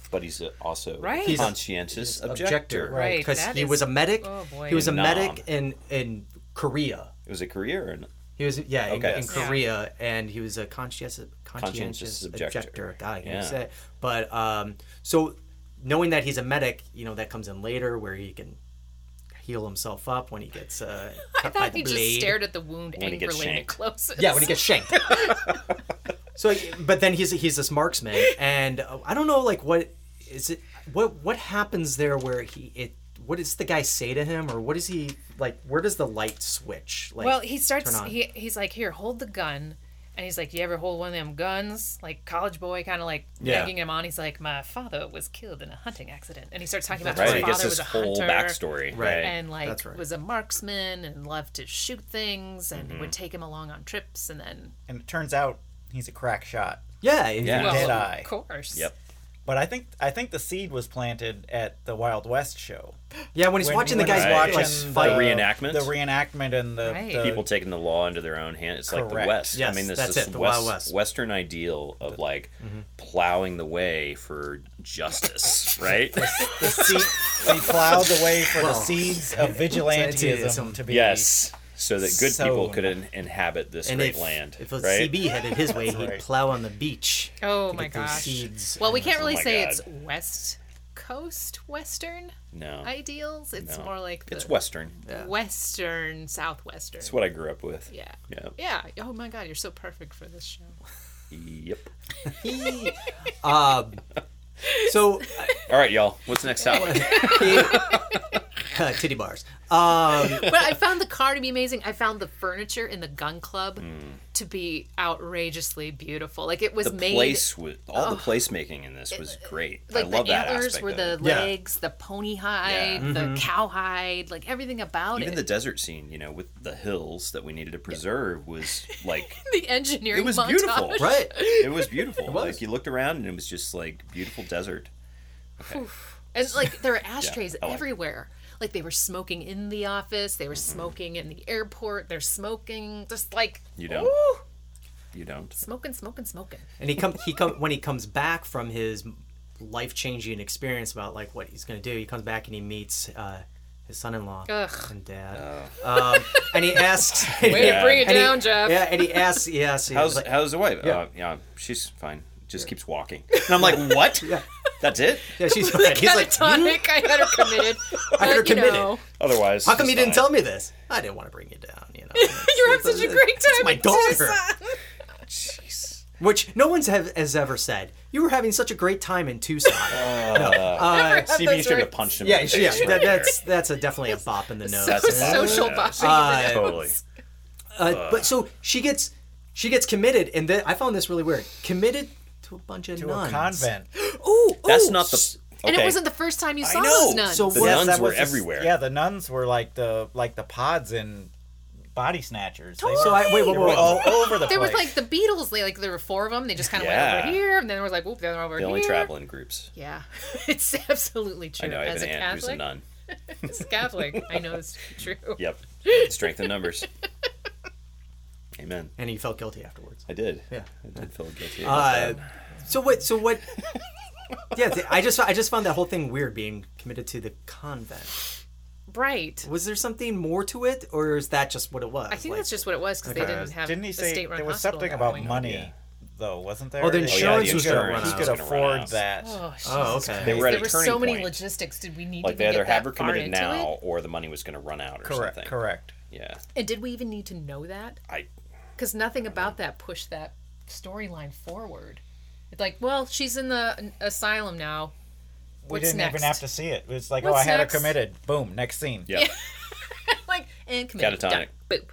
[SPEAKER 6] But he's a- also
[SPEAKER 7] Right.
[SPEAKER 6] a
[SPEAKER 9] Uh,
[SPEAKER 7] He's a-
[SPEAKER 6] conscientious objector.
[SPEAKER 7] Right,
[SPEAKER 9] Because
[SPEAKER 7] that
[SPEAKER 9] he
[SPEAKER 7] is-
[SPEAKER 9] was a medic.
[SPEAKER 7] oh, boy.
[SPEAKER 9] He was a
[SPEAKER 6] Nam.
[SPEAKER 9] medic in in Korea.
[SPEAKER 6] It was a career. And
[SPEAKER 9] He was yeah in,
[SPEAKER 6] Okay.
[SPEAKER 9] in
[SPEAKER 6] Yeah.
[SPEAKER 9] Korea, and he was a conscientious conscientious
[SPEAKER 6] Conscientious
[SPEAKER 9] objector.
[SPEAKER 6] objector.
[SPEAKER 9] God, I can't
[SPEAKER 6] Yeah.
[SPEAKER 9] say it. But um, so knowing that he's a medic, you know that comes in later where he can heal himself up when he gets uh,
[SPEAKER 7] I
[SPEAKER 9] cut by
[SPEAKER 7] thought
[SPEAKER 9] the
[SPEAKER 7] he just
[SPEAKER 9] blade.
[SPEAKER 7] stared at the wound
[SPEAKER 6] he gets
[SPEAKER 7] angrily and it
[SPEAKER 6] shanked.
[SPEAKER 7] closes.
[SPEAKER 9] Yeah, when he gets shanked. so, but then he's he's this marksman, and uh, I don't know like what is it what what happens there where he it what does the guy say to him or what is he like where does the light switch like
[SPEAKER 7] Well, he starts.
[SPEAKER 9] turn on?
[SPEAKER 7] He he's like, "Here, hold the gun," and he's like, "You ever hold one of them guns?" Like college boy, kind of like
[SPEAKER 9] Yeah.
[SPEAKER 7] egging him on. He's like, "My father was killed in a hunting accident," and he starts talking about
[SPEAKER 6] right.
[SPEAKER 7] how
[SPEAKER 6] He
[SPEAKER 7] his
[SPEAKER 6] gets
[SPEAKER 7] father
[SPEAKER 6] his
[SPEAKER 7] was a
[SPEAKER 6] whole
[SPEAKER 7] hunter.
[SPEAKER 6] backstory.
[SPEAKER 9] Right.
[SPEAKER 7] and like
[SPEAKER 9] That's right.
[SPEAKER 7] was a marksman and loved to shoot things
[SPEAKER 6] Mm-hmm.
[SPEAKER 7] and would take him along on trips and then
[SPEAKER 8] and it turns out he's a crack shot.
[SPEAKER 9] yeah, yeah.
[SPEAKER 6] Yeah.
[SPEAKER 7] well
[SPEAKER 8] Dead
[SPEAKER 7] Oh, of
[SPEAKER 8] eye.
[SPEAKER 7] course
[SPEAKER 6] Yep.
[SPEAKER 8] But I think I think the seed was planted at the Wild West show.
[SPEAKER 9] Yeah, when he's
[SPEAKER 8] When-
[SPEAKER 9] watching
[SPEAKER 8] when
[SPEAKER 9] the guys
[SPEAKER 6] he's
[SPEAKER 9] watch like,
[SPEAKER 6] watching
[SPEAKER 8] the-
[SPEAKER 9] fight.
[SPEAKER 6] The reenactments?
[SPEAKER 8] The reenactment and the,
[SPEAKER 7] Right.
[SPEAKER 8] the-
[SPEAKER 6] people taking the law into their own hand. It's like
[SPEAKER 8] Correct.
[SPEAKER 6] the West.
[SPEAKER 9] Uh, Yes,
[SPEAKER 6] I mean, this
[SPEAKER 9] that's
[SPEAKER 6] this
[SPEAKER 9] it, the
[SPEAKER 6] West,
[SPEAKER 9] Wild West. Mm-hmm.
[SPEAKER 6] Western ideal of like plowing the way for justice, right?
[SPEAKER 8] the seed. We plowed the way for the seeds of vigilantism
[SPEAKER 9] vigilantism.
[SPEAKER 8] to be
[SPEAKER 6] yes, so that good
[SPEAKER 8] So-
[SPEAKER 6] people could in- inhabit this
[SPEAKER 9] and
[SPEAKER 6] great
[SPEAKER 9] if,
[SPEAKER 6] land,
[SPEAKER 9] if a
[SPEAKER 6] right?
[SPEAKER 9] CB headed his way, he'd
[SPEAKER 8] right.
[SPEAKER 9] plow on the beach.
[SPEAKER 7] Oh
[SPEAKER 9] to
[SPEAKER 7] my
[SPEAKER 9] get those
[SPEAKER 7] gosh.
[SPEAKER 9] seeds.
[SPEAKER 7] Well, we can't really
[SPEAKER 6] my
[SPEAKER 7] say
[SPEAKER 6] God.
[SPEAKER 7] it's West Coast Western
[SPEAKER 6] no,
[SPEAKER 7] ideals. It's
[SPEAKER 6] No.
[SPEAKER 7] more like the
[SPEAKER 6] it's Western.
[SPEAKER 7] Western Southwestern.
[SPEAKER 6] It's what I grew up with.
[SPEAKER 7] yeah.
[SPEAKER 6] Yeah.
[SPEAKER 7] Yeah. Oh my God, you're so perfect for this show.
[SPEAKER 6] Yep.
[SPEAKER 9] um, so
[SPEAKER 6] All right, y'all. What's next topic?
[SPEAKER 9] uh, titty bars. Um,
[SPEAKER 7] but I found the car to be amazing. I found the furniture in the gun club to be outrageously beautiful. Like it was
[SPEAKER 6] Hmm. the
[SPEAKER 7] made.
[SPEAKER 6] place with all the placemaking in this was great.
[SPEAKER 7] like
[SPEAKER 6] I love
[SPEAKER 7] the
[SPEAKER 6] that
[SPEAKER 7] antlers
[SPEAKER 6] aspect.
[SPEAKER 7] were
[SPEAKER 6] of
[SPEAKER 7] the
[SPEAKER 6] it.
[SPEAKER 9] Yeah.
[SPEAKER 7] legs, the pony hide, the cow hide, like everything about
[SPEAKER 6] Even the
[SPEAKER 7] it.
[SPEAKER 6] desert scene, you know, with the hills that we needed to preserve was like
[SPEAKER 7] The, engineering
[SPEAKER 6] it was
[SPEAKER 7] montage.
[SPEAKER 6] beautiful.
[SPEAKER 9] right.
[SPEAKER 6] It was beautiful.
[SPEAKER 9] was.
[SPEAKER 6] Like you looked around and it was just like beautiful desert.
[SPEAKER 7] And like there were ashtrays
[SPEAKER 6] I like it.
[SPEAKER 7] everywhere. Like they were smoking in the office, they were
[SPEAKER 6] Mm-hmm.
[SPEAKER 7] smoking in the airport, they're smoking, just like
[SPEAKER 6] You don't.
[SPEAKER 7] ooh,
[SPEAKER 6] You don't.
[SPEAKER 7] smoking, smoking, smoking.
[SPEAKER 9] And he come he come when he comes back from his life changing experience about like what he's gonna do. He comes back and he meets uh, his son in law
[SPEAKER 7] Ugh.
[SPEAKER 9] and dad, um, and he asks.
[SPEAKER 7] Way to bring it
[SPEAKER 9] and he-
[SPEAKER 7] down, Jeff.
[SPEAKER 9] Yeah, and he asks. Yes, he
[SPEAKER 6] How's
[SPEAKER 9] was like,
[SPEAKER 6] how's the wife? Yeah, uh, yeah she's fine. Just keeps walking. And I'm like, what? That's it.
[SPEAKER 9] yeah, she's right. He's like, "Hmm?
[SPEAKER 7] Catatonic, I had her committed.
[SPEAKER 9] I had her
[SPEAKER 7] but, you
[SPEAKER 9] committed.
[SPEAKER 7] know,
[SPEAKER 6] Otherwise,
[SPEAKER 9] How come
[SPEAKER 6] she's
[SPEAKER 9] you didn't
[SPEAKER 6] fine.
[SPEAKER 9] tell me this? I didn't want to bring you down. You know,
[SPEAKER 7] you have such a great time.
[SPEAKER 9] my
[SPEAKER 7] with your
[SPEAKER 9] daughter.
[SPEAKER 7] son.
[SPEAKER 9] which no one's have, has ever said. You were having such a great time in Tucson. no. uh,
[SPEAKER 6] CB should have punched him.
[SPEAKER 9] yeah,
[SPEAKER 6] in the
[SPEAKER 9] yeah,
[SPEAKER 6] face right
[SPEAKER 9] that,
[SPEAKER 6] there.
[SPEAKER 9] that's that's a definitely a bop in the nose.
[SPEAKER 6] That's a bop.
[SPEAKER 7] Social
[SPEAKER 6] Yeah.
[SPEAKER 7] boxing.
[SPEAKER 9] Uh,
[SPEAKER 6] totally.
[SPEAKER 9] Uh, but so she gets she gets committed, and then I found this really weird. Committed to a bunch of
[SPEAKER 8] to
[SPEAKER 9] nuns.
[SPEAKER 8] a convent.
[SPEAKER 9] Ooh,
[SPEAKER 6] That's
[SPEAKER 9] ooh.
[SPEAKER 6] not the.
[SPEAKER 7] And it
[SPEAKER 6] okay.
[SPEAKER 7] wasn't the first time you saw
[SPEAKER 6] know.
[SPEAKER 7] those nuns.
[SPEAKER 9] So
[SPEAKER 6] The
[SPEAKER 9] Yes,
[SPEAKER 6] nuns
[SPEAKER 8] that
[SPEAKER 6] were
[SPEAKER 8] was the-
[SPEAKER 6] everywhere.
[SPEAKER 8] Yeah, the nuns were like the like the pods in Body Snatchers. They
[SPEAKER 9] So
[SPEAKER 8] were,
[SPEAKER 9] I wait,
[SPEAKER 8] they
[SPEAKER 9] wait,
[SPEAKER 8] were
[SPEAKER 9] wait.
[SPEAKER 8] all over the
[SPEAKER 7] there was
[SPEAKER 8] place.
[SPEAKER 7] like the Beatles. They like there were four of them. They just kind of went
[SPEAKER 6] Yeah.
[SPEAKER 7] over here, and then there was like, oop, they're over
[SPEAKER 6] They
[SPEAKER 7] here.
[SPEAKER 6] only travel in groups.
[SPEAKER 7] Yeah, it's absolutely true.
[SPEAKER 6] I know. I have
[SPEAKER 7] As
[SPEAKER 6] an
[SPEAKER 7] a
[SPEAKER 6] aunt
[SPEAKER 7] Catholic,
[SPEAKER 6] who's a nun.
[SPEAKER 7] as a Catholic, I know it's true.
[SPEAKER 6] Yep. Strength in numbers. Amen.
[SPEAKER 9] And he felt guilty afterwards.
[SPEAKER 6] I did.
[SPEAKER 9] Yeah.
[SPEAKER 6] I did feel guilty.
[SPEAKER 9] Uh,
[SPEAKER 6] about that.
[SPEAKER 9] so what? So what? yeah, th- I just I just found that whole thing weird being committed to the convent.
[SPEAKER 7] Right.
[SPEAKER 9] Was there something more to it, or is that just what it was?
[SPEAKER 7] I think that's just what it was because they didn't have
[SPEAKER 8] Didn't he
[SPEAKER 7] a
[SPEAKER 8] say
[SPEAKER 7] state-run
[SPEAKER 8] there was
[SPEAKER 7] hospital at
[SPEAKER 8] something
[SPEAKER 7] that
[SPEAKER 8] about
[SPEAKER 7] point.
[SPEAKER 8] money though, wasn't there?
[SPEAKER 9] Oh, the
[SPEAKER 8] That he
[SPEAKER 9] insurance
[SPEAKER 8] could-
[SPEAKER 9] was
[SPEAKER 8] he
[SPEAKER 9] gonna
[SPEAKER 8] could-
[SPEAKER 9] run
[SPEAKER 8] He
[SPEAKER 9] out.
[SPEAKER 8] could
[SPEAKER 6] It's gonna run
[SPEAKER 8] afford
[SPEAKER 6] out.
[SPEAKER 8] that.
[SPEAKER 7] Oh, Jesus
[SPEAKER 9] Oh, okay.
[SPEAKER 6] They
[SPEAKER 7] Christ.
[SPEAKER 6] were at a
[SPEAKER 7] there were so
[SPEAKER 6] turning
[SPEAKER 7] many
[SPEAKER 6] point.
[SPEAKER 7] logistics. Did we need
[SPEAKER 6] like
[SPEAKER 7] to
[SPEAKER 6] they
[SPEAKER 7] even
[SPEAKER 6] either
[SPEAKER 7] get
[SPEAKER 6] have her
[SPEAKER 7] that far
[SPEAKER 6] committed
[SPEAKER 7] into
[SPEAKER 6] now
[SPEAKER 7] it?
[SPEAKER 6] or the money was going to run out or
[SPEAKER 8] Correct.
[SPEAKER 6] something.
[SPEAKER 8] Correct.
[SPEAKER 6] Yeah.
[SPEAKER 7] And did we even need to know that?
[SPEAKER 6] I
[SPEAKER 7] Because nothing about that pushed that storyline forward. It's like, well, she's in the asylum now.
[SPEAKER 8] We
[SPEAKER 7] What's
[SPEAKER 8] didn't
[SPEAKER 7] next?
[SPEAKER 8] even have to see it. It was like, oh,
[SPEAKER 7] What's
[SPEAKER 8] I had her
[SPEAKER 7] next?
[SPEAKER 8] committed. Boom. Next scene.
[SPEAKER 6] yeah.
[SPEAKER 7] like and committed.
[SPEAKER 6] Catatonic.
[SPEAKER 7] Done. Boop.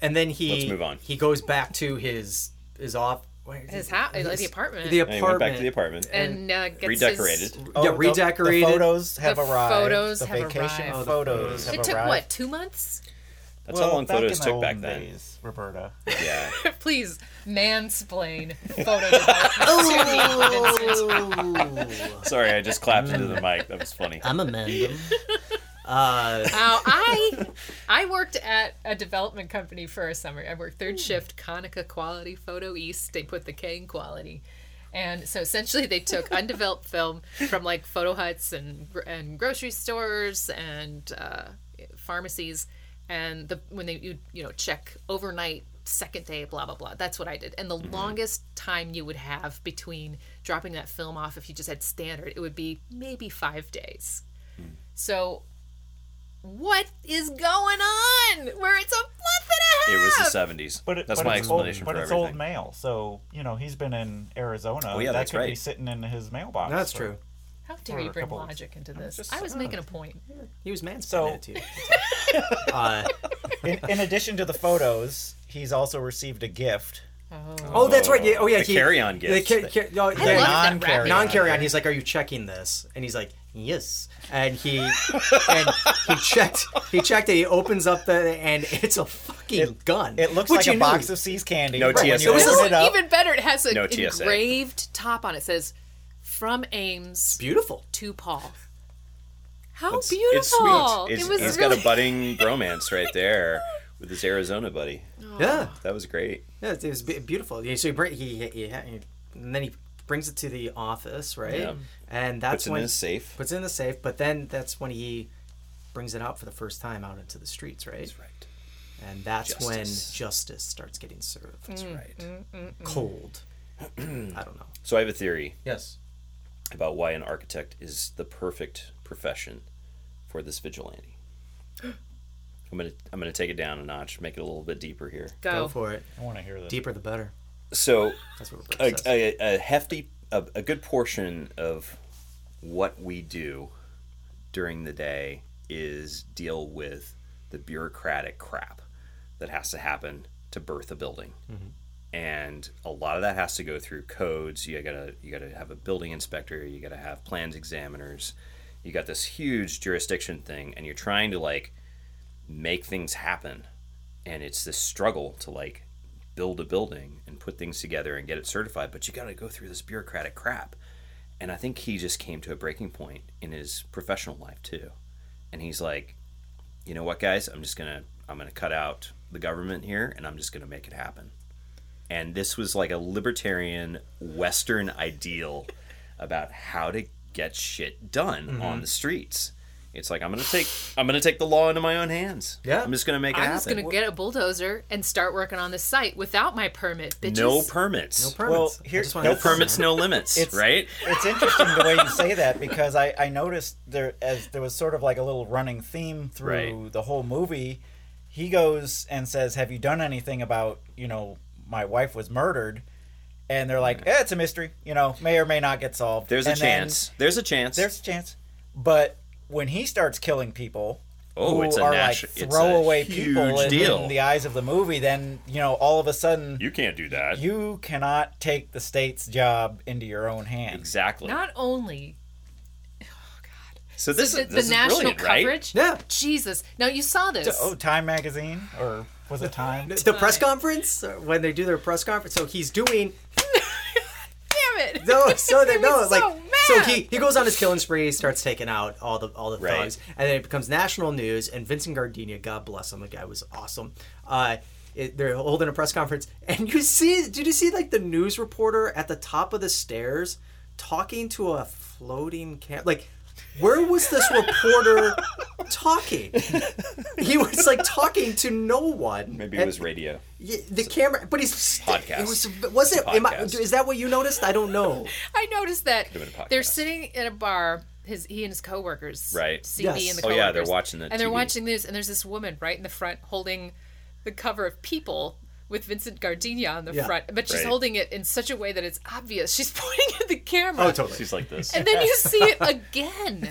[SPEAKER 9] And then he
[SPEAKER 6] Let's move on.
[SPEAKER 9] He goes back to his his off where is
[SPEAKER 7] His
[SPEAKER 9] it?
[SPEAKER 7] house, the apartment,
[SPEAKER 9] the
[SPEAKER 6] And
[SPEAKER 9] apartment.
[SPEAKER 6] he went back to the apartment.
[SPEAKER 7] and uh, gets his-
[SPEAKER 6] redecorated.
[SPEAKER 8] Oh,
[SPEAKER 9] yeah,
[SPEAKER 8] the-
[SPEAKER 9] redecorated.
[SPEAKER 8] The photos have
[SPEAKER 7] The
[SPEAKER 8] arrived.
[SPEAKER 7] photos
[SPEAKER 8] the
[SPEAKER 7] have
[SPEAKER 8] vacation
[SPEAKER 7] arrived. Oh, the
[SPEAKER 8] photos have
[SPEAKER 7] it took
[SPEAKER 8] arrived.
[SPEAKER 7] what two months?
[SPEAKER 6] That's how long
[SPEAKER 8] back
[SPEAKER 6] photos
[SPEAKER 8] in the
[SPEAKER 6] took back
[SPEAKER 8] olden
[SPEAKER 6] then.
[SPEAKER 8] days, Roberta.
[SPEAKER 6] Yeah.
[SPEAKER 7] Please mansplain photo
[SPEAKER 6] Oh.
[SPEAKER 7] development. to the audience.
[SPEAKER 6] Sorry, I just clapped into the mic. That was funny.
[SPEAKER 9] I'm a man.
[SPEAKER 7] Now I I worked at a development company for a summer. I worked third shift, Konica Quality Photo East. They put the K in quality. And so essentially, they took undeveloped film from like photo huts and and grocery stores and uh, pharmacies, and the when they you you know check overnight, second day, blah blah blah. That's what I did. And the longest time you would have between dropping that film off, if you just had standard, it would be maybe five days. So, what is going on? Where it's a month and a
[SPEAKER 6] It
[SPEAKER 7] half.
[SPEAKER 6] was the 70s.
[SPEAKER 8] But it,
[SPEAKER 6] that's
[SPEAKER 8] but
[SPEAKER 6] my
[SPEAKER 8] it's
[SPEAKER 6] explanation
[SPEAKER 8] old,
[SPEAKER 6] for
[SPEAKER 8] But it's
[SPEAKER 6] everything.
[SPEAKER 8] old mail, so you know he's been in Arizona.
[SPEAKER 6] Oh, yeah,
[SPEAKER 8] that
[SPEAKER 6] that's
[SPEAKER 8] could be
[SPEAKER 6] right.
[SPEAKER 8] sitting in his mailbox.
[SPEAKER 9] That's
[SPEAKER 8] for-
[SPEAKER 9] true.
[SPEAKER 7] How dare you
[SPEAKER 8] a
[SPEAKER 7] bring
[SPEAKER 8] couple of-
[SPEAKER 7] logic into this? I was making a point.
[SPEAKER 9] He was mansplaining
[SPEAKER 8] So-
[SPEAKER 9] it to you. Uh,
[SPEAKER 8] In, in addition to the photos, he's also received a gift.
[SPEAKER 9] oh, that's right. Yeah, oh, yeah.
[SPEAKER 6] The
[SPEAKER 9] he-
[SPEAKER 6] carry-on
[SPEAKER 9] the
[SPEAKER 6] gifts
[SPEAKER 9] ca-
[SPEAKER 6] that-
[SPEAKER 9] ca- no,
[SPEAKER 7] I love
[SPEAKER 9] yeah, non-
[SPEAKER 7] that
[SPEAKER 8] non-carry
[SPEAKER 7] wrap.
[SPEAKER 8] on.
[SPEAKER 9] non-carry on. He's like, "Are you checking this?" And he's like, "Yes." And he and he checked. He checked it. He opens up the and it's a fucking gun.
[SPEAKER 8] It looks
[SPEAKER 9] Which
[SPEAKER 8] like
[SPEAKER 9] you
[SPEAKER 8] a
[SPEAKER 9] knew.
[SPEAKER 8] box of C's candy.
[SPEAKER 6] No
[SPEAKER 8] but when
[SPEAKER 6] TSA.
[SPEAKER 8] you
[SPEAKER 6] It was
[SPEAKER 8] open
[SPEAKER 7] No,
[SPEAKER 8] it up,
[SPEAKER 7] even better. It has an
[SPEAKER 6] No TSA.
[SPEAKER 7] engraved top on it. It Says from Ames
[SPEAKER 9] Beautiful.
[SPEAKER 7] to Paul. How
[SPEAKER 6] It's-
[SPEAKER 7] beautiful!
[SPEAKER 6] It's sweet. It's,
[SPEAKER 7] it was
[SPEAKER 6] he's
[SPEAKER 7] really
[SPEAKER 6] got a budding romance right there with his Arizona buddy.
[SPEAKER 8] Oh.
[SPEAKER 9] Yeah.
[SPEAKER 6] That was great.
[SPEAKER 9] Yeah, it was be- beautiful. Yeah, So he, bring, he, he, he, and then he brings it to the office, right?
[SPEAKER 6] Yeah.
[SPEAKER 9] And
[SPEAKER 6] Puts
[SPEAKER 9] that's
[SPEAKER 6] him
[SPEAKER 9] when
[SPEAKER 6] in a safe.
[SPEAKER 9] puts it in the safe. But then that's when he brings it out for the first time out into the streets, right?
[SPEAKER 6] That's right.
[SPEAKER 9] And that's when
[SPEAKER 6] Justice.
[SPEAKER 9] justice starts getting served.
[SPEAKER 6] That's right.
[SPEAKER 8] Mm.
[SPEAKER 9] Cold. I don't know.
[SPEAKER 6] So I have a theory
[SPEAKER 9] Yes.
[SPEAKER 6] about why an architect is the perfect profession for this vigilante. I'm gonna I'm gonna take it down a notch, make it a little bit deeper here.
[SPEAKER 7] go.
[SPEAKER 8] Oh.
[SPEAKER 9] Go for it.
[SPEAKER 8] I want to hear this.
[SPEAKER 9] Deeper the better.
[SPEAKER 6] So
[SPEAKER 9] That's what
[SPEAKER 6] a,
[SPEAKER 9] we're says.
[SPEAKER 6] a, a hefty, a, a good portion of what we do during the day is deal with the bureaucratic crap that has to happen to birth a building.
[SPEAKER 9] Mm-hmm.
[SPEAKER 6] And a lot of that has to go through codes. You gotta you gotta have a building inspector. You gotta have plans examiners. You got this huge jurisdiction thing, and you're trying to like make things happen and it's this struggle to like build a building and put things together and get it certified but you got to go through this bureaucratic crap and i think he just came to a breaking point in his professional life too and he's like you know what guys i'm just gonna i'm gonna cut out the government here and i'm just gonna make it happen and this was like a libertarian western ideal about how to get shit done
[SPEAKER 7] Mm-hmm.
[SPEAKER 6] on the streets it's like i'm gonna take i'm gonna take the law into my own hands
[SPEAKER 9] Yeah.
[SPEAKER 6] i'm just gonna make it
[SPEAKER 7] I'm
[SPEAKER 6] happen
[SPEAKER 7] just gonna get a bulldozer and start working on the site without my permit, bitches.
[SPEAKER 6] no permits.
[SPEAKER 9] No
[SPEAKER 6] No,
[SPEAKER 9] permits.
[SPEAKER 8] Well,
[SPEAKER 9] I
[SPEAKER 8] here-
[SPEAKER 9] just wanna
[SPEAKER 8] no
[SPEAKER 9] say that.
[SPEAKER 6] permits, no limits,
[SPEAKER 8] It's-
[SPEAKER 6] right?
[SPEAKER 8] it's interesting the way you say that because I, I noticed there as there was sort of like a little running theme through
[SPEAKER 6] Right.
[SPEAKER 8] the whole movie. He goes and says, "Have you done anything about you know my wife was murdered?" And they're like, eh, "It's a mystery, you know, may or may not get solved."
[SPEAKER 6] There's a
[SPEAKER 8] And then
[SPEAKER 6] chance. There's a chance.
[SPEAKER 8] There's a chance, but when he starts killing people,
[SPEAKER 6] Oh,
[SPEAKER 8] who
[SPEAKER 6] it's a
[SPEAKER 8] are
[SPEAKER 6] nat-
[SPEAKER 8] like
[SPEAKER 6] it's a
[SPEAKER 8] throwaway
[SPEAKER 6] huge
[SPEAKER 8] people in-
[SPEAKER 6] deal.
[SPEAKER 8] in the eyes of the movie, then you know all of a sudden
[SPEAKER 6] you can't do that.
[SPEAKER 8] you cannot take the state's job into your own hands.
[SPEAKER 6] exactly.
[SPEAKER 7] Not only
[SPEAKER 6] so this
[SPEAKER 7] the,
[SPEAKER 6] is this
[SPEAKER 7] the
[SPEAKER 6] is
[SPEAKER 7] national
[SPEAKER 6] brilliant, right?
[SPEAKER 7] coverage.
[SPEAKER 9] Yeah.
[SPEAKER 7] Jesus. Now you saw this.
[SPEAKER 8] Oh, Time magazine or was it Time?
[SPEAKER 9] the press conference uh, when they do their press conference. So he's doing
[SPEAKER 7] Damn it.
[SPEAKER 9] no, so they
[SPEAKER 7] He
[SPEAKER 9] no
[SPEAKER 7] was
[SPEAKER 9] like
[SPEAKER 7] so
[SPEAKER 9] so
[SPEAKER 7] mad.
[SPEAKER 9] he he goes on his killing spree, starts taking out all the all the
[SPEAKER 6] Right.
[SPEAKER 9] thugs, and then it becomes national news. And Vincent Gardenia, God bless him, the guy was awesome. Uh, it, they're holding a press conference, and you see, did you see like the news reporter at the top of the stairs talking to a floating cam? Like, where was this reporter talking? He was like talking to no one.
[SPEAKER 6] Maybe
[SPEAKER 9] And-
[SPEAKER 6] it was radio.
[SPEAKER 9] yeah, the camera, but he's
[SPEAKER 6] podcast.
[SPEAKER 9] It was was it?
[SPEAKER 6] It's a
[SPEAKER 9] Am I,
[SPEAKER 6] podcast.
[SPEAKER 9] is that what you noticed? I don't know.
[SPEAKER 7] I noticed that
[SPEAKER 6] been a podcast.
[SPEAKER 7] they're sitting in a bar. His he and his coworkers,
[SPEAKER 6] Right.
[SPEAKER 7] CD
[SPEAKER 9] Yes.
[SPEAKER 7] and the
[SPEAKER 6] Oh,
[SPEAKER 7] coworkers.
[SPEAKER 6] yeah, they're watching the
[SPEAKER 7] and they're
[SPEAKER 6] TV.
[SPEAKER 7] watching news. And there's this woman right in the front holding the cover of People with Vincent Gardenia on the
[SPEAKER 9] Yeah.
[SPEAKER 7] front, but she's
[SPEAKER 6] Right.
[SPEAKER 7] holding it in such a way that it's obvious. She's pointing at the
[SPEAKER 9] Oh,
[SPEAKER 7] camera.
[SPEAKER 6] She's like this.
[SPEAKER 7] And then you see it again.